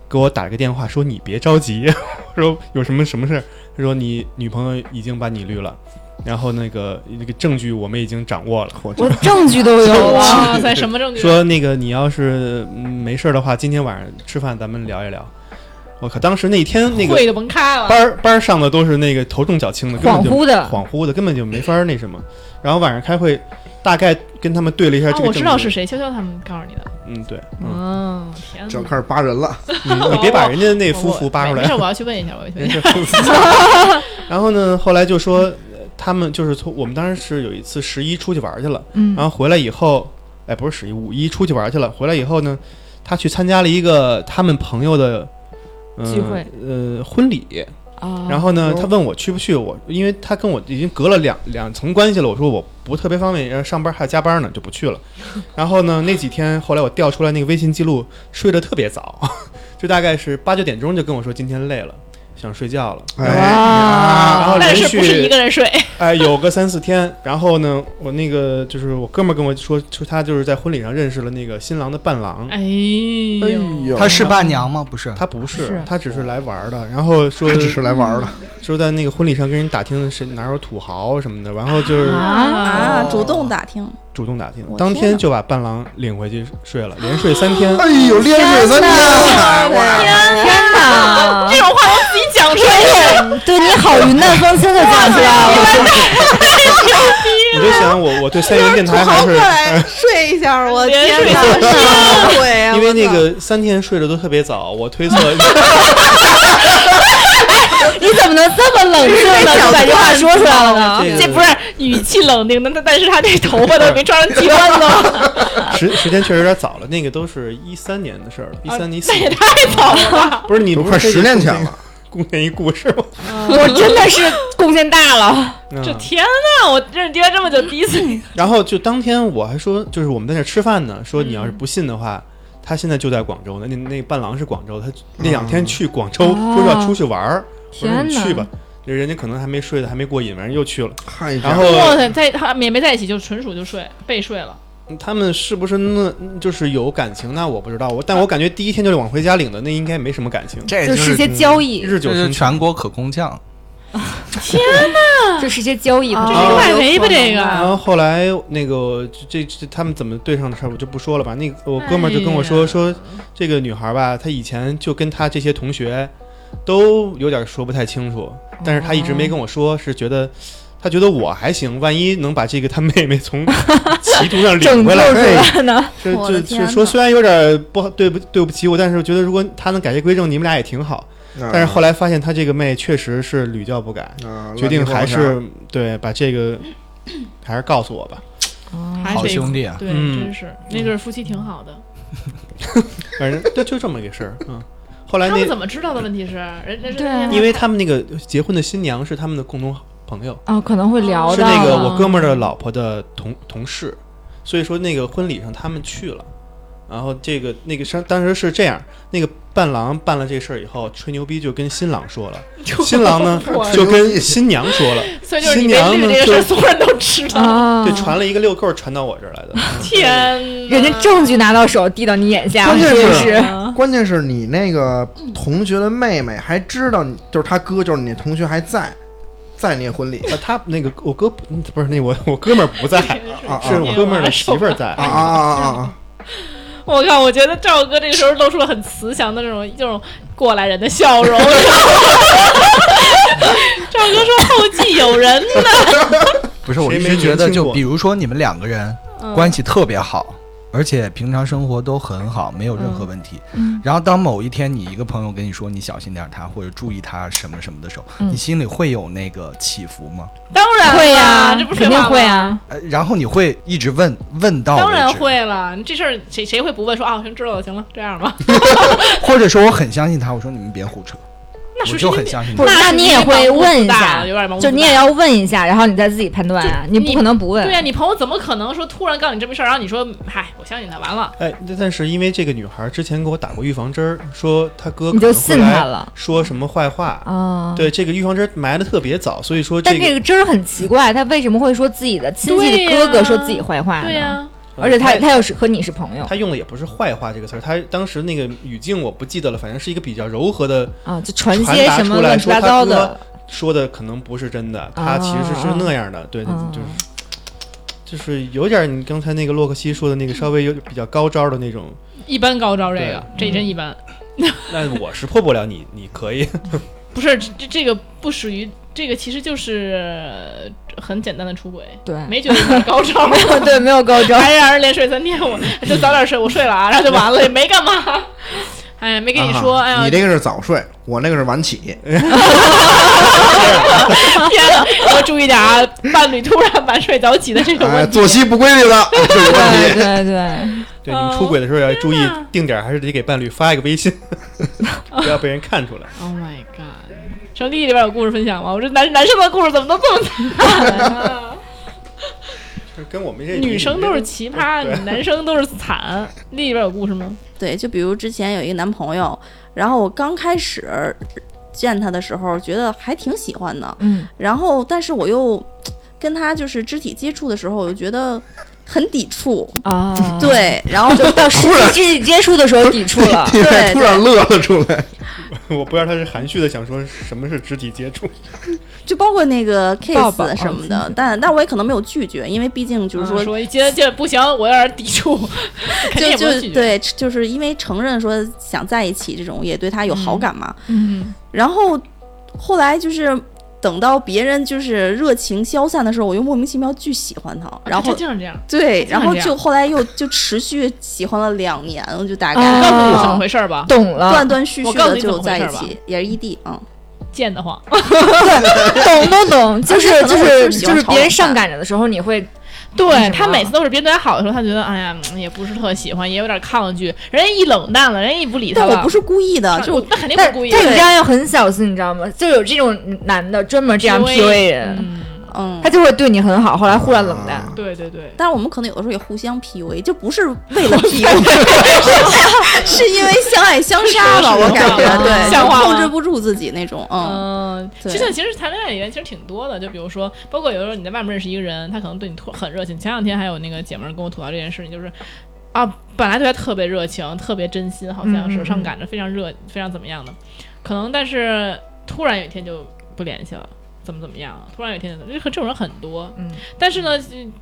S8: 给我打了个电话说你别着急， 我说有什么什么事儿，他说你女朋友已经把你绿了，然后那个那个证据我们已经掌握了，
S5: 我证据都有啊了，
S2: 哇塞，什么证据？
S8: 说那个你要是嗯没事儿的话，今天晚上吃饭咱们聊一聊。我靠，当时那天那个
S2: 会就甭开了。
S8: 班儿班儿上的都是那个头重脚轻的，根本
S5: 恍
S8: 就
S5: 惚的，
S8: 恍惚的，根本就没法儿那什么。然后晚上开会，大概跟他们对了一下
S2: 啊
S8: 这，个、
S2: 我知道是，谁，潇潇他们告诉你的。
S8: 嗯，对，嗯，
S2: 嗯，天
S4: 就
S2: 哪！
S4: 开始扒人了。
S2: 嗯
S8: 你别把人家那夫妇扒出
S2: 没事，
S8: 来。
S2: 我要去问一下， 我要去问一下。
S8: 然后呢，后来就说 呃他们就是从我们当时是有一次十一出去玩去了，
S5: 嗯
S8: 然后回来以后，哎，不是十一五一出去玩去了，回来以后呢，他去参加了一个他们朋友的。呃
S5: 聚会，
S8: 呃，婚礼，
S5: 啊
S8: 然后呢，他问我去不去，我因为他跟我已经隔了两两层关系了，我说我不特别方便，然后上班还要加班呢，就 不去了。然后呢，那几天后来我调出来那个微信记录，睡得特别早， 就大概是八九点钟就跟我说今天累了，想睡觉了。
S4: 哎，
S5: 哇
S8: 然后
S2: 但
S8: 连
S2: 是不是一
S8: 续
S2: 个人睡？
S8: 哎有个三四天，然后呢，我那个就是我哥们儿跟我说，说他就是在婚礼上认识了那个新郎的伴郎，
S2: 哎
S8: 哎
S2: 呦，
S4: 呦
S7: 他是伴娘吗？不是，
S8: 他不是
S2: 啊
S5: 是，
S8: 他只是来玩儿的，然后说
S4: 只是来玩儿的，
S8: 说在那个婚礼上跟人打听是哪有土豪什么的，然后就是。
S2: 哦
S5: 啊，
S6: 啊，主动打听，
S8: 主动打听
S6: 我，
S8: 当
S6: 天
S8: 天
S6: 哪
S8: 就把伴郎领回去睡了，连睡 三天。
S4: 哎呦，连水三天， 哎哇，
S5: 天哪，
S2: 这种话都自己讲出
S8: 哎
S2: 来，
S5: 对对你好云淡风轻的啊讲出来 了，
S8: 你就想我，我对三元电台还
S6: 豪
S8: 是
S6: 过来睡一下，我
S2: 连
S6: 天
S2: 睡
S6: 哪，什么鬼啊！
S8: 因因为那个三天睡得都特别早，我 推测
S5: 你怎么能这么冷静
S8: 哎
S5: 呢？就把这话说出来了呢？
S8: 这
S2: 这
S8: 个
S2: 不是语气冷定的，但但是他这头发都没穿上鸡啊冠 呢，
S8: 时时间确实有点早了，那个都是一三年的事
S5: 哦
S8: 儿了，一三一四
S2: 那也太早了吧！
S8: 不是你
S4: 都
S8: 不
S4: 快十年前了，
S8: 贡献一故事吗？
S5: 我真的是贡献大了，
S2: 这
S8: 嗯
S2: 天呐，我认爹这么久第一次，
S8: 然后就当天我还说，就是我们在那儿吃饭呢，说你要是不信的话，
S5: 嗯
S8: 他现在就在广州呢，那那伴郎是广州，他
S4: 嗯
S8: 那两天去广州
S5: 哦
S8: 说要出去玩儿，我说
S5: 天
S8: 你
S5: 哪
S8: 去吧，这人家可能还没睡的，还没过瘾，反正又去了。
S4: 看一
S8: 然
S4: 下，
S8: 后
S2: 哇塞，在他也没在一起，就纯属就睡被睡了。
S8: 他们是不是那就是有感情？那我不知道，我但我感觉第一天就往回家领的，那应该没什么感情。
S7: 这
S5: 就
S7: 就是
S5: 是些交易，
S8: 日久
S3: 这是
S8: 生情，
S3: 全国可工匠，
S5: 这哦是些交易，
S8: 哦
S6: 啊
S5: 不
S2: 这
S5: 是
S2: 是
S5: 有
S2: 个外
S5: 可
S2: 围吧？
S5: 能
S2: 这
S8: 然
S2: 个
S8: 后后来那个这这他们怎么对上的事儿我就不说了吧。那个我哥们儿就跟我
S2: 哎
S8: 说
S2: 呀
S8: 说这个女孩吧，她以前就跟她这些同学都有点说不太清楚，但是她一直没跟我说，是觉得她觉得我还行，万一能把这个她妹妹从歧途上
S5: 拯救
S8: 领回来，嘿
S5: 出来呢？
S8: 这
S6: 我
S8: 这
S6: 的
S8: 这
S6: 天
S8: 说
S6: 哪
S8: 虽然有点不好，对不对不起我，但是我觉得如果她能改邪归正，你们俩也挺好。但是后来发现她这个妹确实是屡教不改，
S4: 来
S8: 决定还是对把这个还是告诉我吧。
S2: 还
S3: 好
S2: 是一
S3: 兄弟啊！
S2: 对，
S8: 嗯
S2: 真是那对夫妻挺好的。
S8: 反正就就这么一个事儿，嗯。后来
S2: 他们怎
S8: 那，
S2: 么知道的？问题是，人人
S5: 对啊
S2: 人
S8: 因为他们那个结婚的新娘是他们的共同朋友，
S5: 啊，可能会聊
S8: 是
S5: 到
S8: 那个
S5: 啊
S8: 我哥们儿的老婆的同同事，所以说那个婚礼上他们去了。然后这个那个是当时是这样，那个伴郎办了这事儿以后，吹牛逼就跟新郎说了，新 郎呢就跟新娘说了，
S2: 所以就是你
S8: 新
S2: 被
S8: 娘
S2: 绿
S8: 呢
S2: 的这个事儿，
S8: 就
S2: 所有人都知道。
S5: 啊，
S8: 对，传了一个遛够传到我这儿来的。
S2: 天哪，
S5: 人家证据拿到手，递到你眼下，
S4: 关键是
S5: 真是
S4: 关键是你那个同学的妹妹还知道你，就是他哥，就是你同学还在，在那个婚礼
S8: 呃，他那个我哥不不是那我我哥们儿不在，
S4: 啊啊
S8: 是哦我哥们儿的媳妇儿在
S4: 啊啊啊啊啊！
S2: 我靠！我觉得赵哥这个时候露出了很慈祥的这种这种过来人的笑容。 赵哥说：“后继有人呢。
S3: 不是，我
S8: 谁
S3: 一
S8: 没
S3: 直觉得，
S8: 年轻
S3: 就
S8: 过
S3: 比如说你们两个人
S2: 嗯嗯
S3: 关系特别好，而且平常生活都很好，没有任何问题。然后当某一天你一个朋友跟你说你小心点儿他或者注意他什么什么的时候，
S2: 嗯
S3: 你心里会有那个起伏吗？”
S2: 当
S8: 嗯
S2: 然
S5: 会
S2: 呀
S5: 呀，，
S2: 这不是
S5: 肯
S2: 废
S5: 定
S2: 话吗
S5: 会。啊，
S3: 呃，然后你会一直问问
S8: 哦
S3: 到为止，
S2: 当然会了，你这事儿谁谁会不问说啊？行，知道了，行了，这样吧。
S3: 或者说我很相信他，我说你们别胡扯，
S2: 那
S3: 我
S2: 是
S3: 就
S2: 神
S3: 很
S2: 经
S3: 相信
S5: 不
S3: 他。
S5: 是，
S2: 那
S5: 那
S2: 你
S5: 你
S2: 也
S5: 也会
S2: 帮不
S5: 问一
S2: 大
S5: 下
S2: 了有点帮，不
S5: 就你也
S2: 大
S5: 要问一下，然后你再自己判断啊，你
S2: 你
S5: 不可能不问
S2: 对。呀、你朋友怎么可能说突然告诉你这么事儿，然后你说嗨，我相信他，完了。
S8: 哎，但但是因为这个女孩之前给我打过预防针儿，说她哥
S5: 你
S8: 可
S5: 就
S8: 能会
S5: 信他
S8: 来
S5: 了
S8: 说什么坏话。
S5: 啊。
S8: 对，这个预防针儿埋的特别早，所以说
S5: 但
S8: 这
S5: 这
S8: 个，
S5: 个真儿很奇怪，他为什么会说自己的亲戚
S2: 对呀
S5: 的哥哥说自己坏
S4: 哎
S5: 话
S2: 对呀、
S5: 呢？而且他
S8: 呃
S5: 他又是和你是朋友
S8: 他用的也不是坏话这个词儿，他当时那个语境我不记得了，反正是一个比较柔和的
S5: 啊，就传
S8: 传
S5: 些
S8: 达
S5: 什么
S8: 出来
S5: 乱七
S8: 说
S5: 八
S8: 他
S5: 糟
S8: 哥
S5: 的，
S8: 说的，可能不是真的，他其实
S5: 哦
S8: 是那样的，对，
S5: 啊
S8: 就是就是有点儿你刚才那个洛克希说的那个稍微有点比较高招的那种，
S2: 一般高招这个，这
S5: 对
S4: 嗯
S2: 真一般，
S8: 那我是破不了你， 你可
S2: 哦
S8: 以，
S2: 不是这这个不属于这个，其实就是呃很简单的出轨，
S5: 对，
S4: 嗯
S2: 没觉得有点高 招。
S5: 对，没有高招。
S2: 还让人连睡三天，我就早点睡，我睡了啊，然后就完了，也没干嘛。哎，没跟你说，
S4: 啊
S2: 哎
S4: 哎
S2: 呀，
S4: 你这个是早睡，我那个是晚起，
S2: 天呐，我注意点啊，伴侣突然晚睡早起的这种
S4: 哎，
S2: 问题。
S4: 作息不规律了，这有
S5: 对
S4: 问题。。
S5: 对对，
S8: 对，你们出轨的时候要注意定点儿，还是得给伴侣发一个微信， 不要被人看出来。
S2: Oh my god！成弟里边有故事分享吗？我这男男生的故事怎么都这么惨啊？
S8: 就是跟我们 这
S2: 女生都是奇葩，
S8: 对
S2: 男生都是惨。丽里边有故事吗？
S6: 对，就比如之前有一个男朋友，然后我刚开始见他的时候，觉得还挺喜欢的，
S5: 嗯，
S6: 然后但是我又跟他就是肢体接触的时候，我就觉得很抵触，
S5: 啊，，
S2: 嗯
S6: 对，然后就
S5: 就到实际肢体接触的时候抵触了
S4: 现在
S6: 对
S4: 突然乐了出来，
S8: 我不知道他是含蓄的想说什么是肢体接触，
S6: 就包括那个
S5: 抱抱
S6: kiss 什么的，但但我也可能没有拒绝，因为毕竟就是
S2: 嗯说
S6: 说
S2: 啊说哎今天这不行，我有点抵 触，肯定
S6: 就
S2: 也不啊
S6: 就
S2: 能拒绝。
S6: 对，就是因为承认说想在一起这种，也对他有好感嘛。
S2: 嗯，
S6: 然后后来就是等到别人就是热情消散的时候，我又莫名其妙巨喜欢他，然后
S2: 就啊就是这样，
S6: 对，
S2: 这样
S6: 然后
S2: 这样
S6: 就后来又就持续喜欢了两年，就大概、
S2: 告
S5: 啊
S2: 诉你怎么回事儿吧，
S5: 懂了，
S6: 断断续
S2: 哦我
S6: 续
S2: 告诉
S6: 的
S2: 你怎么
S6: 就
S2: 回
S6: 在
S2: 事
S6: 一
S2: 儿吧
S6: 起，也是异地啊。嗯
S2: 贱得慌。
S5: 懂懂懂，就
S6: 而且
S5: 是
S6: 可
S5: 就
S6: 能我
S5: 是
S6: 就是喜
S5: 就
S6: 欢
S5: 是别人
S6: 炒
S5: 上
S6: 冷
S5: 赶着的时候，你会
S2: 对
S5: 嗯
S2: 他每次都是别人对他好的时候，他觉得哎呀嗯也不是特喜欢，也有点抗拒。人家一冷淡了，人家一不理他
S6: 但
S2: 了，
S6: 我不是故意的，
S2: 上
S6: 就我
S2: 那肯定不
S5: 但
S2: 是故意的。
S5: 但你
S6: 对
S5: 这样要很小心，你知道吗？就有这种男的专门这样 PUA 人，
S2: 嗯，
S6: 嗯
S5: 他。就会对你很好，后来忽然冷淡。
S8: 啊
S2: 对对对，
S6: 但是我们可能有的时候也互相 PUA，就不是为了 PUA，是因为相爱相杀吧，我感觉
S2: 像话吗
S6: 对，
S2: 像
S6: 就
S2: 话吗
S6: 控制不住自己那种，嗯，
S2: 嗯，
S6: 对
S2: 其实其实谈恋爱里面其实挺多的，就比如说，包括有时候你在外面认识一个人，他可能对你特很热情。前两天还有那个姐们儿跟我吐槽这件事情，就是啊，本来对他特别热情，特别真心，好像
S5: 嗯嗯
S2: 是
S5: 嗯
S2: 上赶着，非常热，非常怎么样的，可能但是突然有一天就不联系了，怎么怎么样了，突然有一天就这种人很多，
S5: 嗯，
S2: 但是呢，丽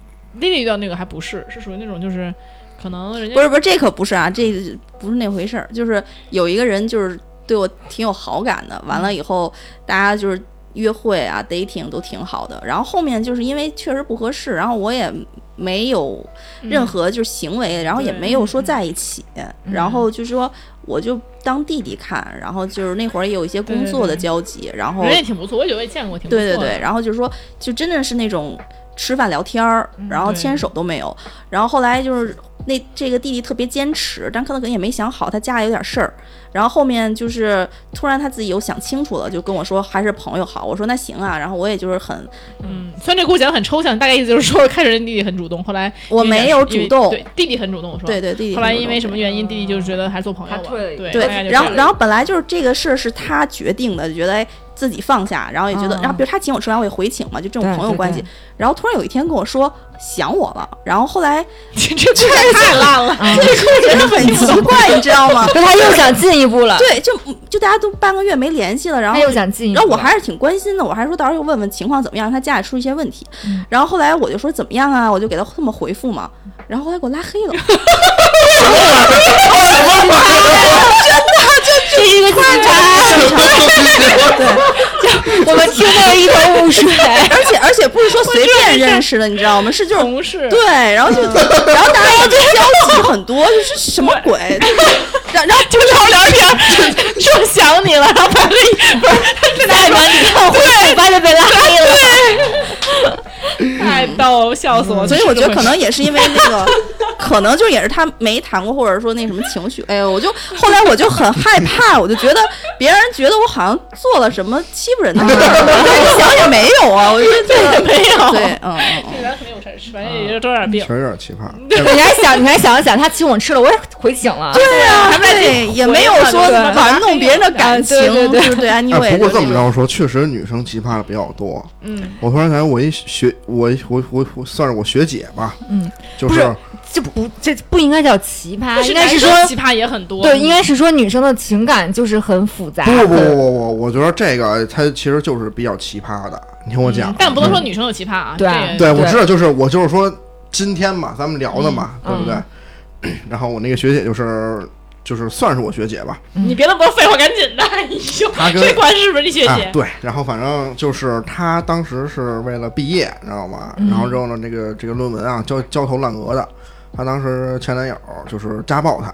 S2: 丽遇到那个还不是，是属于那种就是可能人家
S6: 不是不是，这可不是啊，这不是那回事儿，就是有一个人就是对我挺有好感的，完了以后大家就是约会啊、dating 都挺好的，然后后面就是因为确实不合适，然后我也没有
S2: 嗯
S6: 任何就是行为，然后也
S2: 对
S6: 没有说在一起，然后就说我就当弟弟看，然后就是那会儿也有一些工作
S2: 对
S6: 的
S2: 对对
S6: 交集，然后
S2: 人也挺不错，我以为见过挺不错
S6: 对
S2: 的，
S6: 对对，然后就说就真的是那种吃饭聊天儿，然后
S2: 嗯对
S6: 牵手都没有，然后后来就是那这个弟弟特别坚持，但可能可能也没想好，他家里有点事儿。然后后面就是突然他自己又想清楚了，就跟我说还是朋友好。我说那行啊，然后我也就是很
S2: 嗯，虽然这个故事讲得很抽象，大概意思就是说，开始人弟弟很主动，后来
S6: 我
S2: 因为
S6: 没
S2: 两
S6: 有
S2: 因为
S6: 主动
S2: 对弟弟很主动，我说
S6: 对对弟弟
S2: 后
S6: 很
S2: 来
S6: 主动
S2: 因为什么
S6: 对
S2: 原因，弟弟就觉得还是做朋友吧，
S5: 他退了一
S2: 对，
S5: 步
S2: 大概就
S6: 对，
S2: 是
S6: 然后
S2: 这
S6: 然
S2: 样
S6: 后本来就是这个事儿是他决定的，就觉得哎自己放下，然后也觉得，
S5: 嗯
S6: 然后比如他请我吃饭，我也回请嘛，就这种
S5: 对
S6: 朋友
S5: 对
S6: 关
S5: 对
S6: 系。然后突然有一天跟我说想我了，然后 后来
S2: 这这这太烂了，
S6: 就觉得很奇怪，你知道吗？
S5: 啊就他又想进一步了，
S6: 对，就就大家都半个月没联系了，然
S5: 他
S6: 后
S5: 又想进一步
S6: 然
S5: 了。
S6: 后我还是挺关心的，我还说到时候问问情况怎么样，他家里出一些问题。然后后来我就说怎么样啊，我就给他这么回复嘛，然后后来给我拉黑了。
S5: 这是一个警察，对，我们听得一头雾水。
S6: 而且而且不是说随便认识的，你知道吗？是这种
S2: 同事
S6: 对，然后就然后大家就交集很多，就是什么鬼？然然后
S2: 就然后聊天 儿说想你了，然后把这一不是他这
S5: 再往里看，回首发就被拉黑了。
S2: 太逗了，我笑死我了。
S6: 嗯所以我觉得可能哦也是因为那 个，可能就也是他没谈过，或者说那什么情绪。哎呦，我就后来我就很害怕，我就觉得别人觉得我好像做了什么欺负人的事儿，我想也没有啊，我就觉得
S2: 没有
S6: 对，嗯嗯嗯，
S2: 这咱肯定有事儿，反正也就招点病
S4: 确。实有点奇葩。
S5: 你还想，你还想了想，他请我吃了，我也回请了。
S6: 对啊，
S2: 们俩
S6: 对，
S2: 挺
S6: 也没有说
S2: 回的
S6: 玩弄别人的感情，
S2: 对对对
S6: 就是对
S4: 哎，
S6: ，anyway。
S4: 不过这么，着说，确实女生奇葩的比较多。
S2: 嗯，
S4: 我突然想，我一学，我我我我算是我学姐吧，
S5: 嗯，
S4: 就
S5: 不是这不这不应该叫奇
S6: 啊
S5: 葩，应该
S2: 是
S5: 是说
S2: 男生奇嗯葩也很多，
S5: 对，应该是说女生的情感就是很复杂。
S4: 不不不不不，我觉得这个它其实就是比较奇葩的。你听我讲，
S2: 嗯
S4: 啊嗯
S2: 但不能说女生有奇葩啊，
S5: 对
S2: 这个
S4: 对，我知道，就是我就是说今天嘛，咱们聊的嘛，
S5: 嗯
S4: 对不对？
S2: 嗯
S4: 然后我那个学姐就是就是算是我学姐吧，
S2: 你别那么多废话，赶紧的！ 哎呦，
S4: 他跟
S2: 这关是不是你学
S4: 啊
S2: 姐？，
S4: 对，然后反正就是他当时是为了毕业，你知道吗？然
S2: 嗯
S4: 后之后呢，这个这个论文啊，焦焦头烂额的。她当时前男友就是家暴她，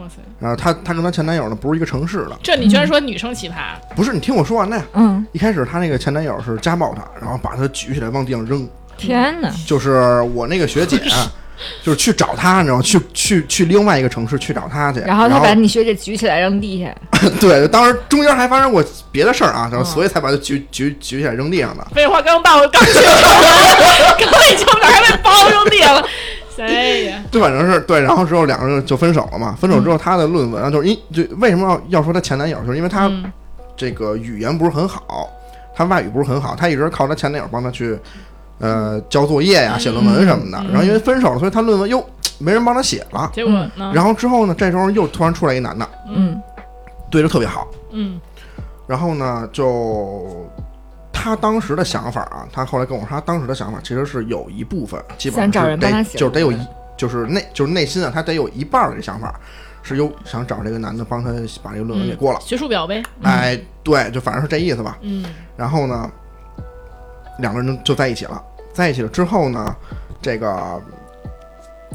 S2: 哇塞，
S4: 然后她她跟她前男友呢不是一个城市的，
S2: 这你居然说女生奇葩？
S4: 不是你听我说完了呀。
S5: 嗯，
S4: 一开始她那个前男友是家暴她，然后把她举起来往地上扔，
S5: 天哪，
S4: 就是我那个学 姐啊、就是去找她，你知道吗？去去去另外一个城市去找她去，
S5: 然后他把你学姐举起来扔地下，
S4: 对，当时中间还发生过别的事儿啊，然后
S5: 哦
S4: 所以才把她举举举起来扔地上的。
S2: 废话刚到， 刚去刚一球门还被包扔地了。哎呀，
S4: 对，反正是对，然后之后两个人就分手了嘛。分手之后，她的论文啊，就是因就为什么要要说她前男友，就是因为她
S2: 嗯
S4: 这个语言不是很好，她外语不是很好，她一直靠她前男友帮她去呃交作业呀、写论文什
S5: 嗯
S4: 么的。然后因为分手了，所以她论文又没人帮她写了。
S2: 结果呢？
S4: 然后之后呢，这时候又突然出来一男的，
S5: 嗯，
S4: 对她特别好。
S2: 嗯
S4: 然后呢，就她当时的想法啊，她后来跟我说，她当时的想法其实是有一部分，基本上
S5: 想找
S4: 是
S5: 人
S4: 得
S5: 帮她写
S4: 就是得有
S5: 论
S4: 一，就是内就是内心啊，她得有一半儿的想法是有想找这个男的帮她把这个论文给过了。
S5: 嗯
S2: 学术表呗。
S4: 哎，对，就反正是这意思吧。
S2: 嗯
S4: 然后呢，两个人就在一起了。在一起了之后呢，这个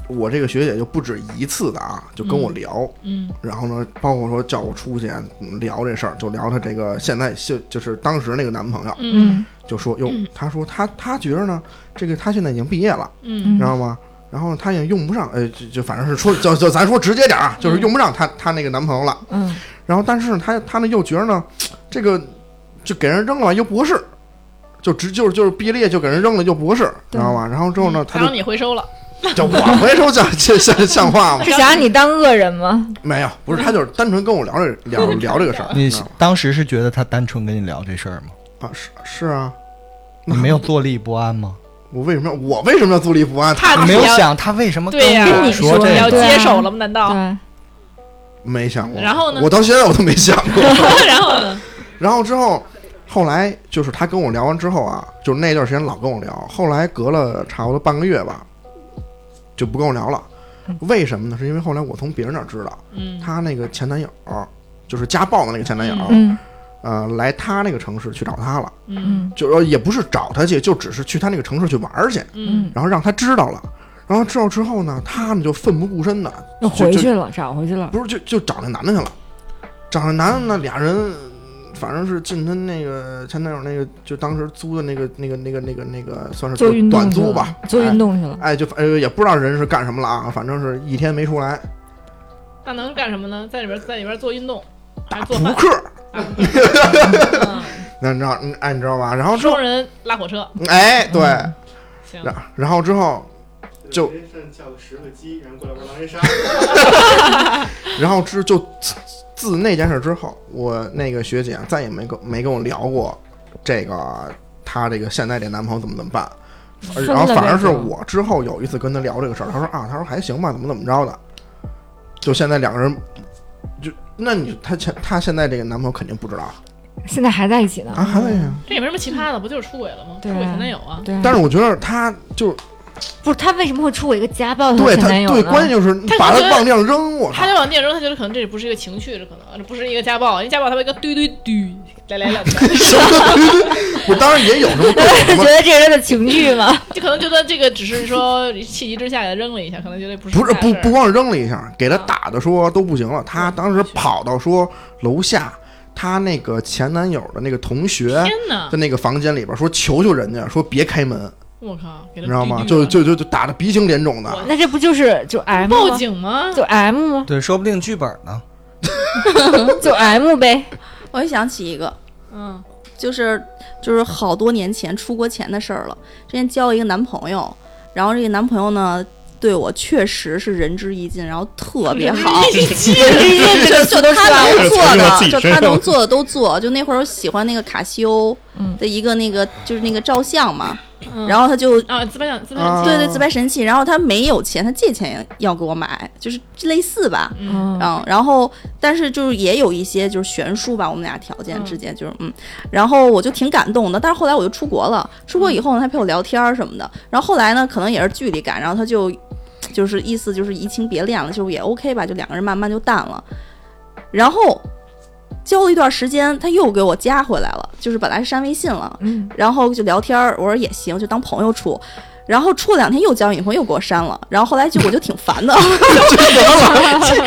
S4: 我这个学姐就不止一次的啊，就跟我聊，
S2: 嗯
S4: 然后呢，包括说叫我出去嗯聊这事儿，就聊她这个现在就就是当时那个男朋友，
S2: 嗯
S4: 就说哟，她说她她觉着呢，这个她现在已经毕业了，
S2: 嗯
S4: 知道吗？然后她也用不上，呃，就就反正是说， 就就咱说直接点儿啊，就是用不上她她那个男朋友了。
S5: 嗯
S4: 然后但是呢，她她呢又觉着呢，这个就给人扔了吧又不合适，就直就是就是毕业就给人扔了又不合适，知
S5: 对
S4: 道吗？然后之后呢，
S2: 嗯
S4: 她
S2: 然后
S4: 就
S2: 你回收了，
S4: 就我回头讲这像 像话吗？
S5: 是想让你当恶人吗？
S4: 没有，不是，她就是单纯跟我聊这聊聊这个事儿，嗯
S3: 你
S4: 知道吗
S3: 当时是觉得他单纯跟你聊这事 儿吗？
S4: 啊是是啊，
S3: 你没有坐立不 安吗？
S4: 我为什么要我为什么要坐立不安？
S2: 怕
S3: 你没有
S2: 你要
S3: 想他为什么跟
S2: 啊对呀
S3: 我说
S5: 跟
S3: 这
S5: 你
S2: 要
S5: 说
S3: 个？
S2: 接手了吗？难道？
S5: 对，
S4: 哦没想过，
S2: 然后呢
S4: 我到现在我都没想过。
S2: 然后呢？
S4: 然后之后，后来就是他跟我聊完之后啊，就是那段时间老跟我聊，后来隔了差不多半个月吧，就不跟我聊了。为什么呢？是因为后来我从别人那儿知道，
S2: 嗯
S4: 她那个前男友，就是家暴的那个前男友，
S5: 嗯
S4: 呃，来她那个城市去找她了，
S2: 嗯
S4: 就说也不是找她去，就只是去她那个城市去玩儿去，
S2: 嗯
S4: 然后让她知道了。然后知道之后呢，她呢就奋不顾身的
S5: 又
S4: 就
S5: 回
S4: 就
S5: 去了，找回去了。
S4: 不是就就找那男的去了，找那男的呢，俩人反正是进他那个前男友那个，就当时租的那个那个那个那个那个，算是
S5: 做运动
S4: 短
S5: 去
S4: 租
S5: 了
S4: 吧，
S5: 做运动去了。
S4: 哎。哎，就呃也不知道人是干什么了啊，反正是一天没出来，
S2: 那能干什么呢？在里边在里边做运动，还是做
S4: 扑
S2: 饭，啊
S4: 克，
S2: 嗯
S4: 那你知道，嗯哎，你知道吧？然后之后
S2: 双，人拉火车，
S4: 哎，对，
S2: 行，
S4: 然然后之后，就
S8: 人上叫个十个鸡，然后过来玩狼人杀。
S4: 然后之就自自那件事之后，我那个学姐啊再也没跟没跟我聊过这个她这个现在这男朋友怎么怎么办。而
S5: 分
S4: 然后
S5: 了
S4: 反而
S5: 呗
S4: 是
S5: 就
S4: 我之后有一次跟她聊这个事儿，她说啊，她说还行吧，怎么怎么着的。就现在两个人，就那你她前她现在这个男朋友肯定不知道
S5: 现在还在一起呢。
S4: 啊，还在呀。
S2: 这也没什么奇葩的，不就是出轨了吗？出
S5: 对
S2: 轨前男友啊，
S5: 对啊，
S4: 但是我觉得她就
S5: 不是他为什么会出轨一个家暴的
S4: 对
S5: 嗯前
S4: 她
S5: 男友
S4: 对
S5: 呢
S4: 关键就是
S2: 她
S4: 把
S2: 觉
S4: 她
S2: 得
S4: 往地上扔，我
S2: 他
S4: 操
S2: 就！往地上扔，他觉得可能这也不是一个情绪，这可能这不是一个家暴，因为家暴他会一个堆堆堆来 来两拳，
S4: 我当然也有什么各种什
S5: 觉
S4: 么
S5: 得这人的情绪吗？
S2: 就可能觉得这个只是说气急之下给他扔了一下，可能觉得不嗯是
S4: 不是
S2: 大事
S4: 不
S2: 儿
S4: 不光是扔了一下，给他打的说都不行了。他当时跑到说楼下，他那个前男友的那个同学
S2: 天哪
S4: 在，那个房间里边说求求人家，说别开门，
S2: 我靠，给他
S4: 你知道吗？
S2: 堆
S4: 就
S2: 堆
S4: 就就就打的鼻青脸肿的
S2: 我。
S5: 那这不就是就 M 吗
S2: 报？警吗？
S5: 就 M 吗？
S3: 对，说不定剧本呢。
S5: 就 M 呗。
S6: 我又想起一个，
S2: 嗯
S6: 就是就是好多年前出国前的事儿了。之前交一个男朋友，然后这个男朋友呢对我确实是仁至义尽，然后特别好， 就就他能做的，就他能做的都做。就那会儿我喜欢那个卡西欧的一个那个就是那个照相嘛，
S2: 嗯
S6: 然后他就
S2: 啊，资本奖资本
S4: 啊
S2: 奖，
S6: 对对自拍神器，然后他没有钱，他借钱要给我买，就是类似吧。
S2: 嗯
S6: 嗯，然后但是就是也有一些就是悬殊吧，我们俩条件之间就是嗯，然后我就挺感动的，但是后来我就出国了，出国以后呢，他陪我聊天儿什么的，然后后来呢，可能也是距离感，然后他就就是意思就是移情别恋了，就是也 OK 吧，就两个人慢慢就淡了，然后。交了一段时间，他又给我加回来了，就是本来是删微信了，
S5: 嗯
S6: 然后就聊天儿，我说也行，就当朋友处。然后处了两天又交女朋友又给我删了，然后后来就我就挺烦的，然后
S5: 就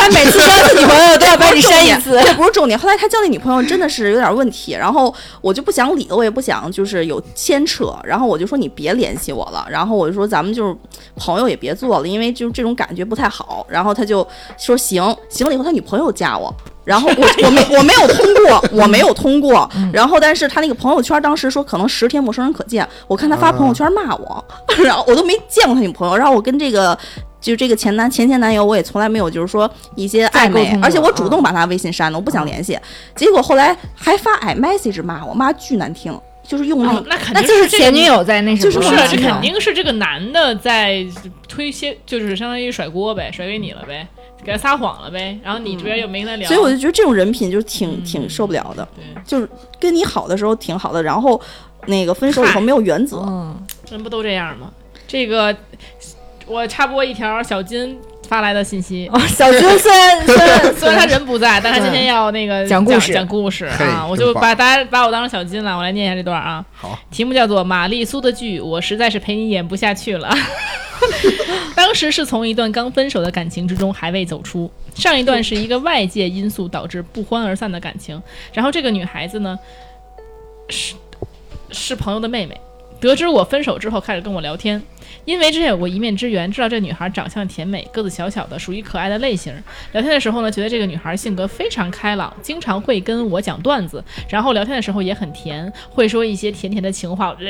S5: 他每次交的女朋友都要把你删一次。
S6: 这不是重点。后来他交那女朋友真的是有点问题，然后我就不想理，我也不想就是有牵扯，然后我就说你别联系我了，然后我就说咱们就是朋友也别做了，因为就是这种感觉不太好。然后他就说行，行了以后他女朋友加我。然后我我没我没有通过，我没有通过。然后，但是他那个朋友圈当时说可能十天陌生人可见，我看他发朋友圈骂我，然后我都没见过他女朋友。然后我跟这个就这个前男前前男友，我也从来没有就是说一些
S5: 再
S6: 暧
S5: 沟
S6: 昧
S5: 通，过
S6: 而且我
S2: 啊
S6: 主动把他微信删了，我不想联系。结果后来还发 iMessage 骂我，骂巨难听，就是用那
S2: 哦
S6: 个
S2: 那肯
S5: 那
S2: 定
S5: 就是
S2: 这
S5: 前
S2: 个
S5: 女友在那什么，
S6: 就是
S2: 不是啊
S6: 我，
S2: 这
S6: 知道
S2: 肯定是这个男的在推卸，就是相当于甩锅呗，甩给你了呗，给他撒谎了呗，然后你这边又没跟他聊，
S6: 所以我就觉得这种人品就是挺
S2: 嗯
S6: 挺受不了的，
S2: 对，
S6: 就是跟你好的时候挺好的，然后那个分手以
S2: 嗨
S6: 后没有原则，
S5: 嗯，
S2: 人不都这样吗？这个我插播一条，小金发来的信息。
S5: 哦，小军虽 然虽然
S2: 虽然他人不在，但他今
S4: 嗯
S2: 天要那个
S5: 讲故事
S2: 讲故事
S4: 嘿
S2: 啊！我
S4: 真
S2: 就
S4: 棒
S2: 把大家把我当成小金了，我来念一下这段啊。
S4: 好，
S2: 题目叫做《玛丽苏的剧》，我实在是陪你演不下去了。 当时是从一段刚分手的感情之中还未走出，上一段是一个外界因素导致不欢而散的感情，然后这个女孩子呢，是是朋友的妹妹，得知我分手之后开始跟我聊天，因为之前有过一面之缘，知道这女孩长相甜美，个子小小的，属于可爱的类型。聊天的时候呢，觉得这个女孩性格非常开朗，经常会跟我讲段子，然后聊天的时候也很甜，会说一些甜甜的情话。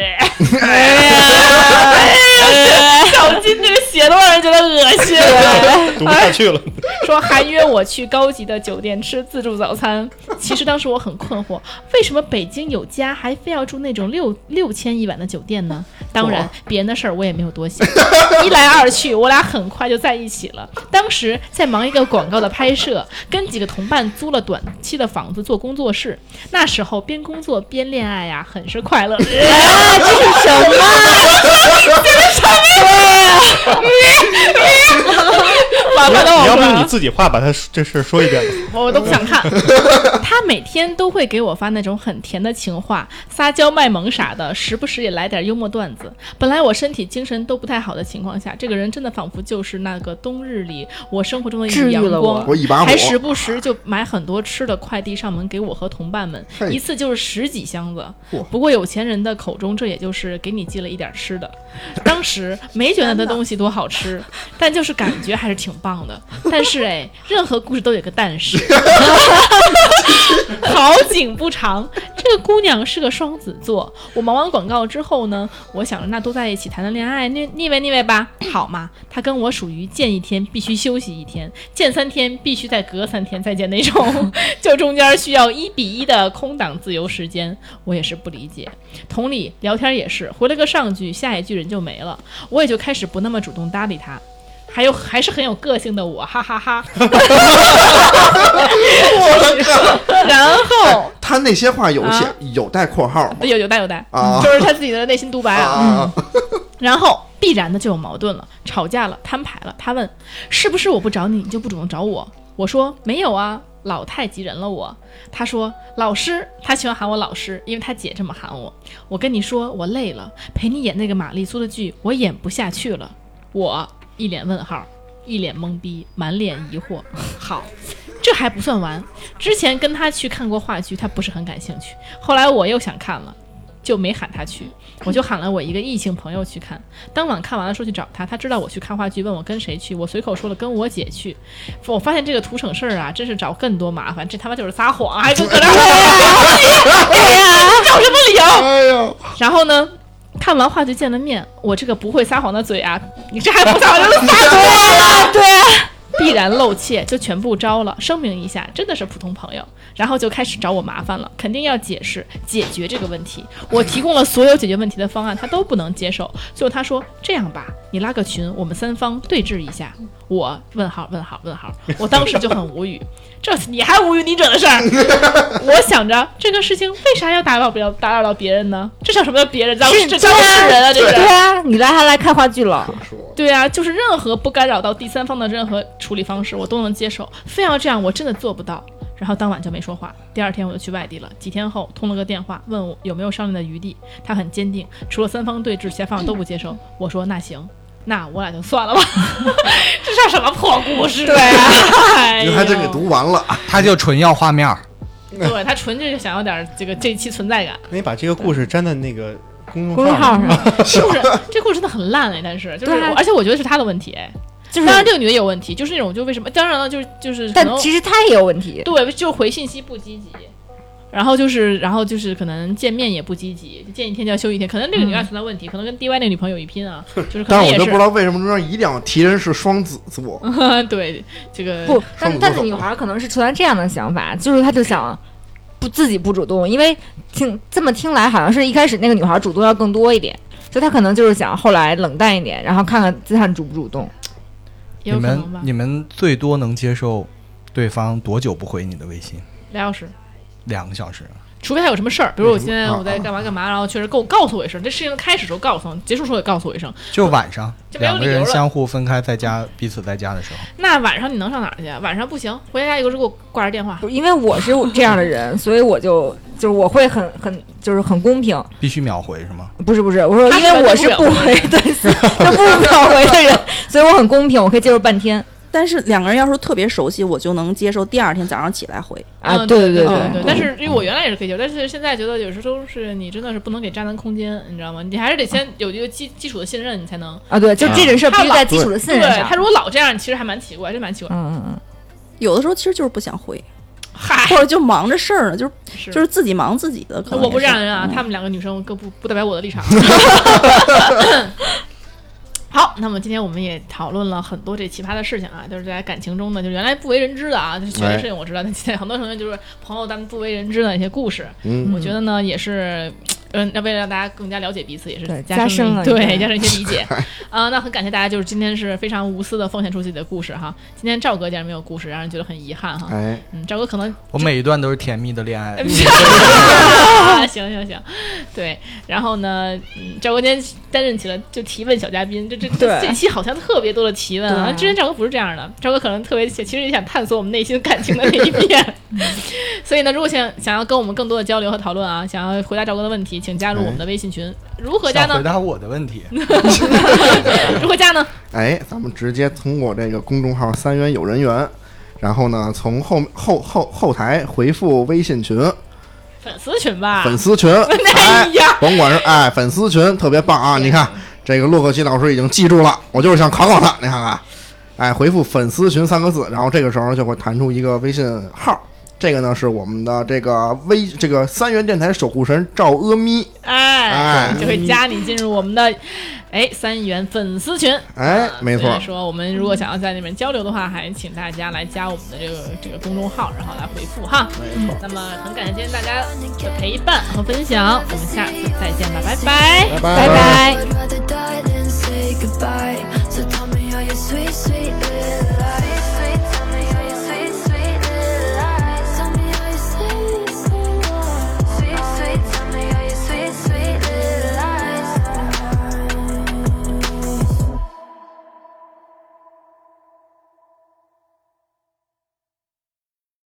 S2: 哎呀， 小金这个写都让人觉得恶心了。
S8: 读不下去了。
S2: 说还约我去高级的酒店吃自助早餐。其实当时我很困惑，为什么北京有家还非要住那种六六千一晚的酒店呢？当然，别人的事儿我也没有多想。 一来二去，我俩很快就在一起了。当时在忙一个广告的拍摄，跟几个同伴租了短期的房子做工作室。那时候边工作边恋爱呀、很是快乐。
S5: 啊，这是什么？
S2: 完了，
S8: 你要不
S2: 我
S8: 你自己话把他这事儿说一遍吧。
S2: 我都不想看。他每天都会给我发那种很甜的情话，撒娇卖萌啥的，时不时也来点幽默段子。本来我身体精神都不太好的情况下，这个人真的仿佛就是那个冬日里我生活中的一
S5: 治
S2: 缕
S5: 愈
S2: 阳
S5: 了
S2: 光
S5: 我。
S4: 我一把火
S2: 还，时不时就买很多吃的快递上门给我和同伴们，
S4: 嘿
S2: 一次就是十几箱子
S4: 嚯。
S2: 不过有钱人的口中，这也就是给你寄了一点吃的。当时没觉得的东西多好吃，但就是感觉还是挺棒的。但是哎，任何故事都有个但是。 好景不长，这个姑娘是个双子座。我忙完广告之后呢，我想着那多在一起谈谈恋爱，腻腻歪腻歪吧，好嘛。她跟我属于见一天必须休息一天，见三天必须再隔三天再见那种， 就中间需要一比一的空档自由时间，我也是不理解。同理，聊天也是，回了个上句，下一句人就没了，我也就开始不那么主动搭理她。还有还是很有个性的我，哈哈哈然后
S4: 他那些话有写
S2: 啊
S4: 有带括号吗
S2: 有有带有带，
S4: 啊
S2: 就是他自己的内心独白啊。
S4: 啊？
S2: 然后必然的就有矛盾了，吵架了，摊牌了。他问：“是不是我不找你，你就不主动找我？”我说：“没有啊，老太急人了我。”他说：“老师，他喜欢喊我老师，因为他姐这么喊我。”我跟你说，我累了，陪你演那个玛丽苏的剧，我演不下去了。我一脸问号，一脸懵逼，满脸疑惑。好，这还不算完，之前跟他去看过话剧，他不是很感兴趣。后来我又想看了，就没喊他去，我就喊了我一个异性朋友去看。当晚看完了说去找他，他知道我去看话剧，问我跟谁去，我随口说了跟我姐去。我发现这个图省事儿啊，真是找更多麻烦，这他妈就是撒谎，还跟搁这儿找什么理由？
S4: 哎呦，
S2: 然后呢，看完话剧见了面，我这个不会撒谎的嘴啊，你这还不撒谎就是撒谎啊，对啊。必然露怯，就全部招了。声明一下，真的是普通朋友，然后就开始找我麻烦了，肯定要解释解决这个问题。我提供了所有解决问题的方案，他都不能接受。最后他说：“这样吧，你拉个群，我们三方对峙一下。”我问号问号问号，我当时就很无语，这你还无语你整的事儿。我想着这个事情为啥要打扰不了打扰到别人呢？这叫什么叫别人？咱们这
S5: 对
S2: 咱们是
S5: 啊
S2: 人啊，这是。
S5: 对啊，你拉他来看话剧了，
S2: 对啊，就是任何不干扰到第三方的任何处理方式，我都能接受。非要这样，我真的做不到。然后当晚就没说话。第二天我就去外地了。几天后通了个电话，问我有没有商量的余地。他很坚定，除了三方对峙，其他方案都不接受。我说那行，那我俩就算了吧。 这叫什么破故事？对啊， 哎
S4: 你
S2: 呦、
S4: 还真给读完了，
S3: 他就纯要画面儿，
S2: 对他纯粹是想要点儿这个这一期存在感。
S8: 哎那你把这个故事粘在那个公
S5: 公
S8: 众
S5: 众号
S8: 号上，
S5: 上
S2: 故事这故事真的很烂哎，但是就是
S5: 对啊
S2: 我，而且我觉得是他的问题哎。
S5: 就是
S2: 当然，这个女的有问题，就是那种就为什么？当然了，就是就是可
S5: 但
S2: 能
S5: 其实他也有问题。
S2: 对，就回信息不积极，然后就是然后就是可能见面也不积极，见一天就要休一天，可能这个女爱存在问题，可能跟 DY 那个女朋友有一拼啊，就是可
S4: 但
S2: 能
S4: 是
S2: 也是
S4: 我
S2: 嗯
S4: 就不知道为什么说一定要提人是双子座，
S2: 对这个
S5: 不，
S4: 双
S5: 但
S4: 子
S5: 但是
S4: 座
S5: 女孩儿可能是存在这样的想法，就是她就想不自己不主动，因为听这么听来，好像是一开始那个女孩儿主动要更多一点，就她可能就是想后来冷淡一点，然后看看自看主不主动。
S2: 也
S3: 你
S2: 有可
S3: 们
S2: 能吧，
S3: 你们最多能接受对方多久不回你的微信？
S2: 俩小时。
S3: 两个小时，
S2: 除非他有什么事儿，比如我现在
S4: 嗯啊
S2: 我在干嘛干嘛，然后确实跟我告诉我一声，这事情开始的时候告诉我，结束的时候也告诉我一声，
S3: 就晚上
S2: 就没有
S3: 两
S2: 理由
S3: 个人
S2: 了
S3: 相互分开，在家彼此在家的时候，
S2: 那晚上你能上哪儿去啊？晚上不行，回家以后给我挂着电话。
S5: 不因为我是这样的人，所以我就就是我会很很就是很公平，
S3: 必须秒回是吗？
S5: 不是不是，我说
S2: 他
S5: 因为我
S2: 喜
S5: 是
S2: 欢
S5: 不
S2: 就不
S5: 回的，就不秒回的人，所以我很公平，我可以接受半天
S6: 但是两个人要是特别熟悉，我就能接受第二天早上起来回。
S5: 啊。
S2: 嗯
S5: 对
S2: 对
S5: 对
S2: 对，但是因为我原来也是可以接受，但是现在觉得有时候是你真的是不能给渣男空间，你知道吗？你还是得先有一个基基础的信任，你才能。
S5: 啊对，就这种事儿必须在基础的信
S2: 对
S5: 任上
S2: 他。如果老这样，其实还蛮奇怪，真蛮奇怪。
S5: 嗯嗯
S6: 有的时候其实就是不想回，
S2: 嗨，
S6: 或者就忙着事儿呢，就是
S2: 哎是
S6: 就是自己忙自己的。可能
S2: 我不是这
S6: 也是
S2: 样的人啊，他们两个女生更不不代表我的立场。啊好，那么今天我们也讨论了很多这奇葩的事情啊，就是在感情中的，就原来不为人知的 啊，就是确
S4: 哎
S2: 实事情我知道，但现在很多同学就是朋友咱们不为人知的一些故事，
S4: 嗯
S2: 我觉得呢也是。嗯，那为了让大家更加了解彼此，也是
S5: 对
S2: 加
S5: 加深
S2: 一
S5: 了
S2: 对
S5: 对
S2: 加深一些理解 啊、那很感谢大家，就是今天是非常无私的奉献出自己的故事哈。今天赵哥竟然没有故事，让人觉得很遗憾哈。
S4: 哎，
S2: 嗯，赵哥可能
S3: 我每一段都是甜蜜的恋
S2: 哎
S3: 爱，
S2: 啊行行行，对，然后呢，嗯，赵哥今天担任起了就提问小嘉宾，这这这
S5: 对
S2: 这期好像特别多的提问啊，
S5: 对
S2: 之前赵哥不是这样的，赵哥可能特别其实也想探索我们内心感情的那一面，所以呢，如果想想要跟我们更多的交流和讨论啊，想要回答赵哥的问题，请加入我们的微信群，如何加
S3: 想
S2: 呢？
S3: 回答我的问题，
S2: 如何加呢？
S4: 哎，咱们直接通过这个公众号“三元有人缘”，然后呢，从后后后后台回复微信群、
S2: 粉丝群吧，
S4: 粉丝群，
S2: 哎
S4: 哎，
S2: 呀，
S4: 甭管是哎粉丝群特别棒啊！你看这个洛克西老师已经记住了，我就是想考考他，你看看，哎，回复“粉丝群”三个字，然后这个时候就会弹出一个微信号。这个呢是我们的这个微这个三元电台守护神赵阿咪，
S2: 哎
S4: 哎，
S2: 就会加你进入我们的哎三元粉丝群。
S4: 哎，没错
S2: 所以，说我们如果想要在那边交流的话，还请大家来加我们的这个这个公众号，然后来回复哈。嗯
S4: 没错，
S2: 那么很感谢今天大家的陪伴和分享，我们下次再见吧，拜拜。
S4: 拜
S5: 拜拜。
S1: I'd rather die than say goodbye. So tell me all your sweet, sweet little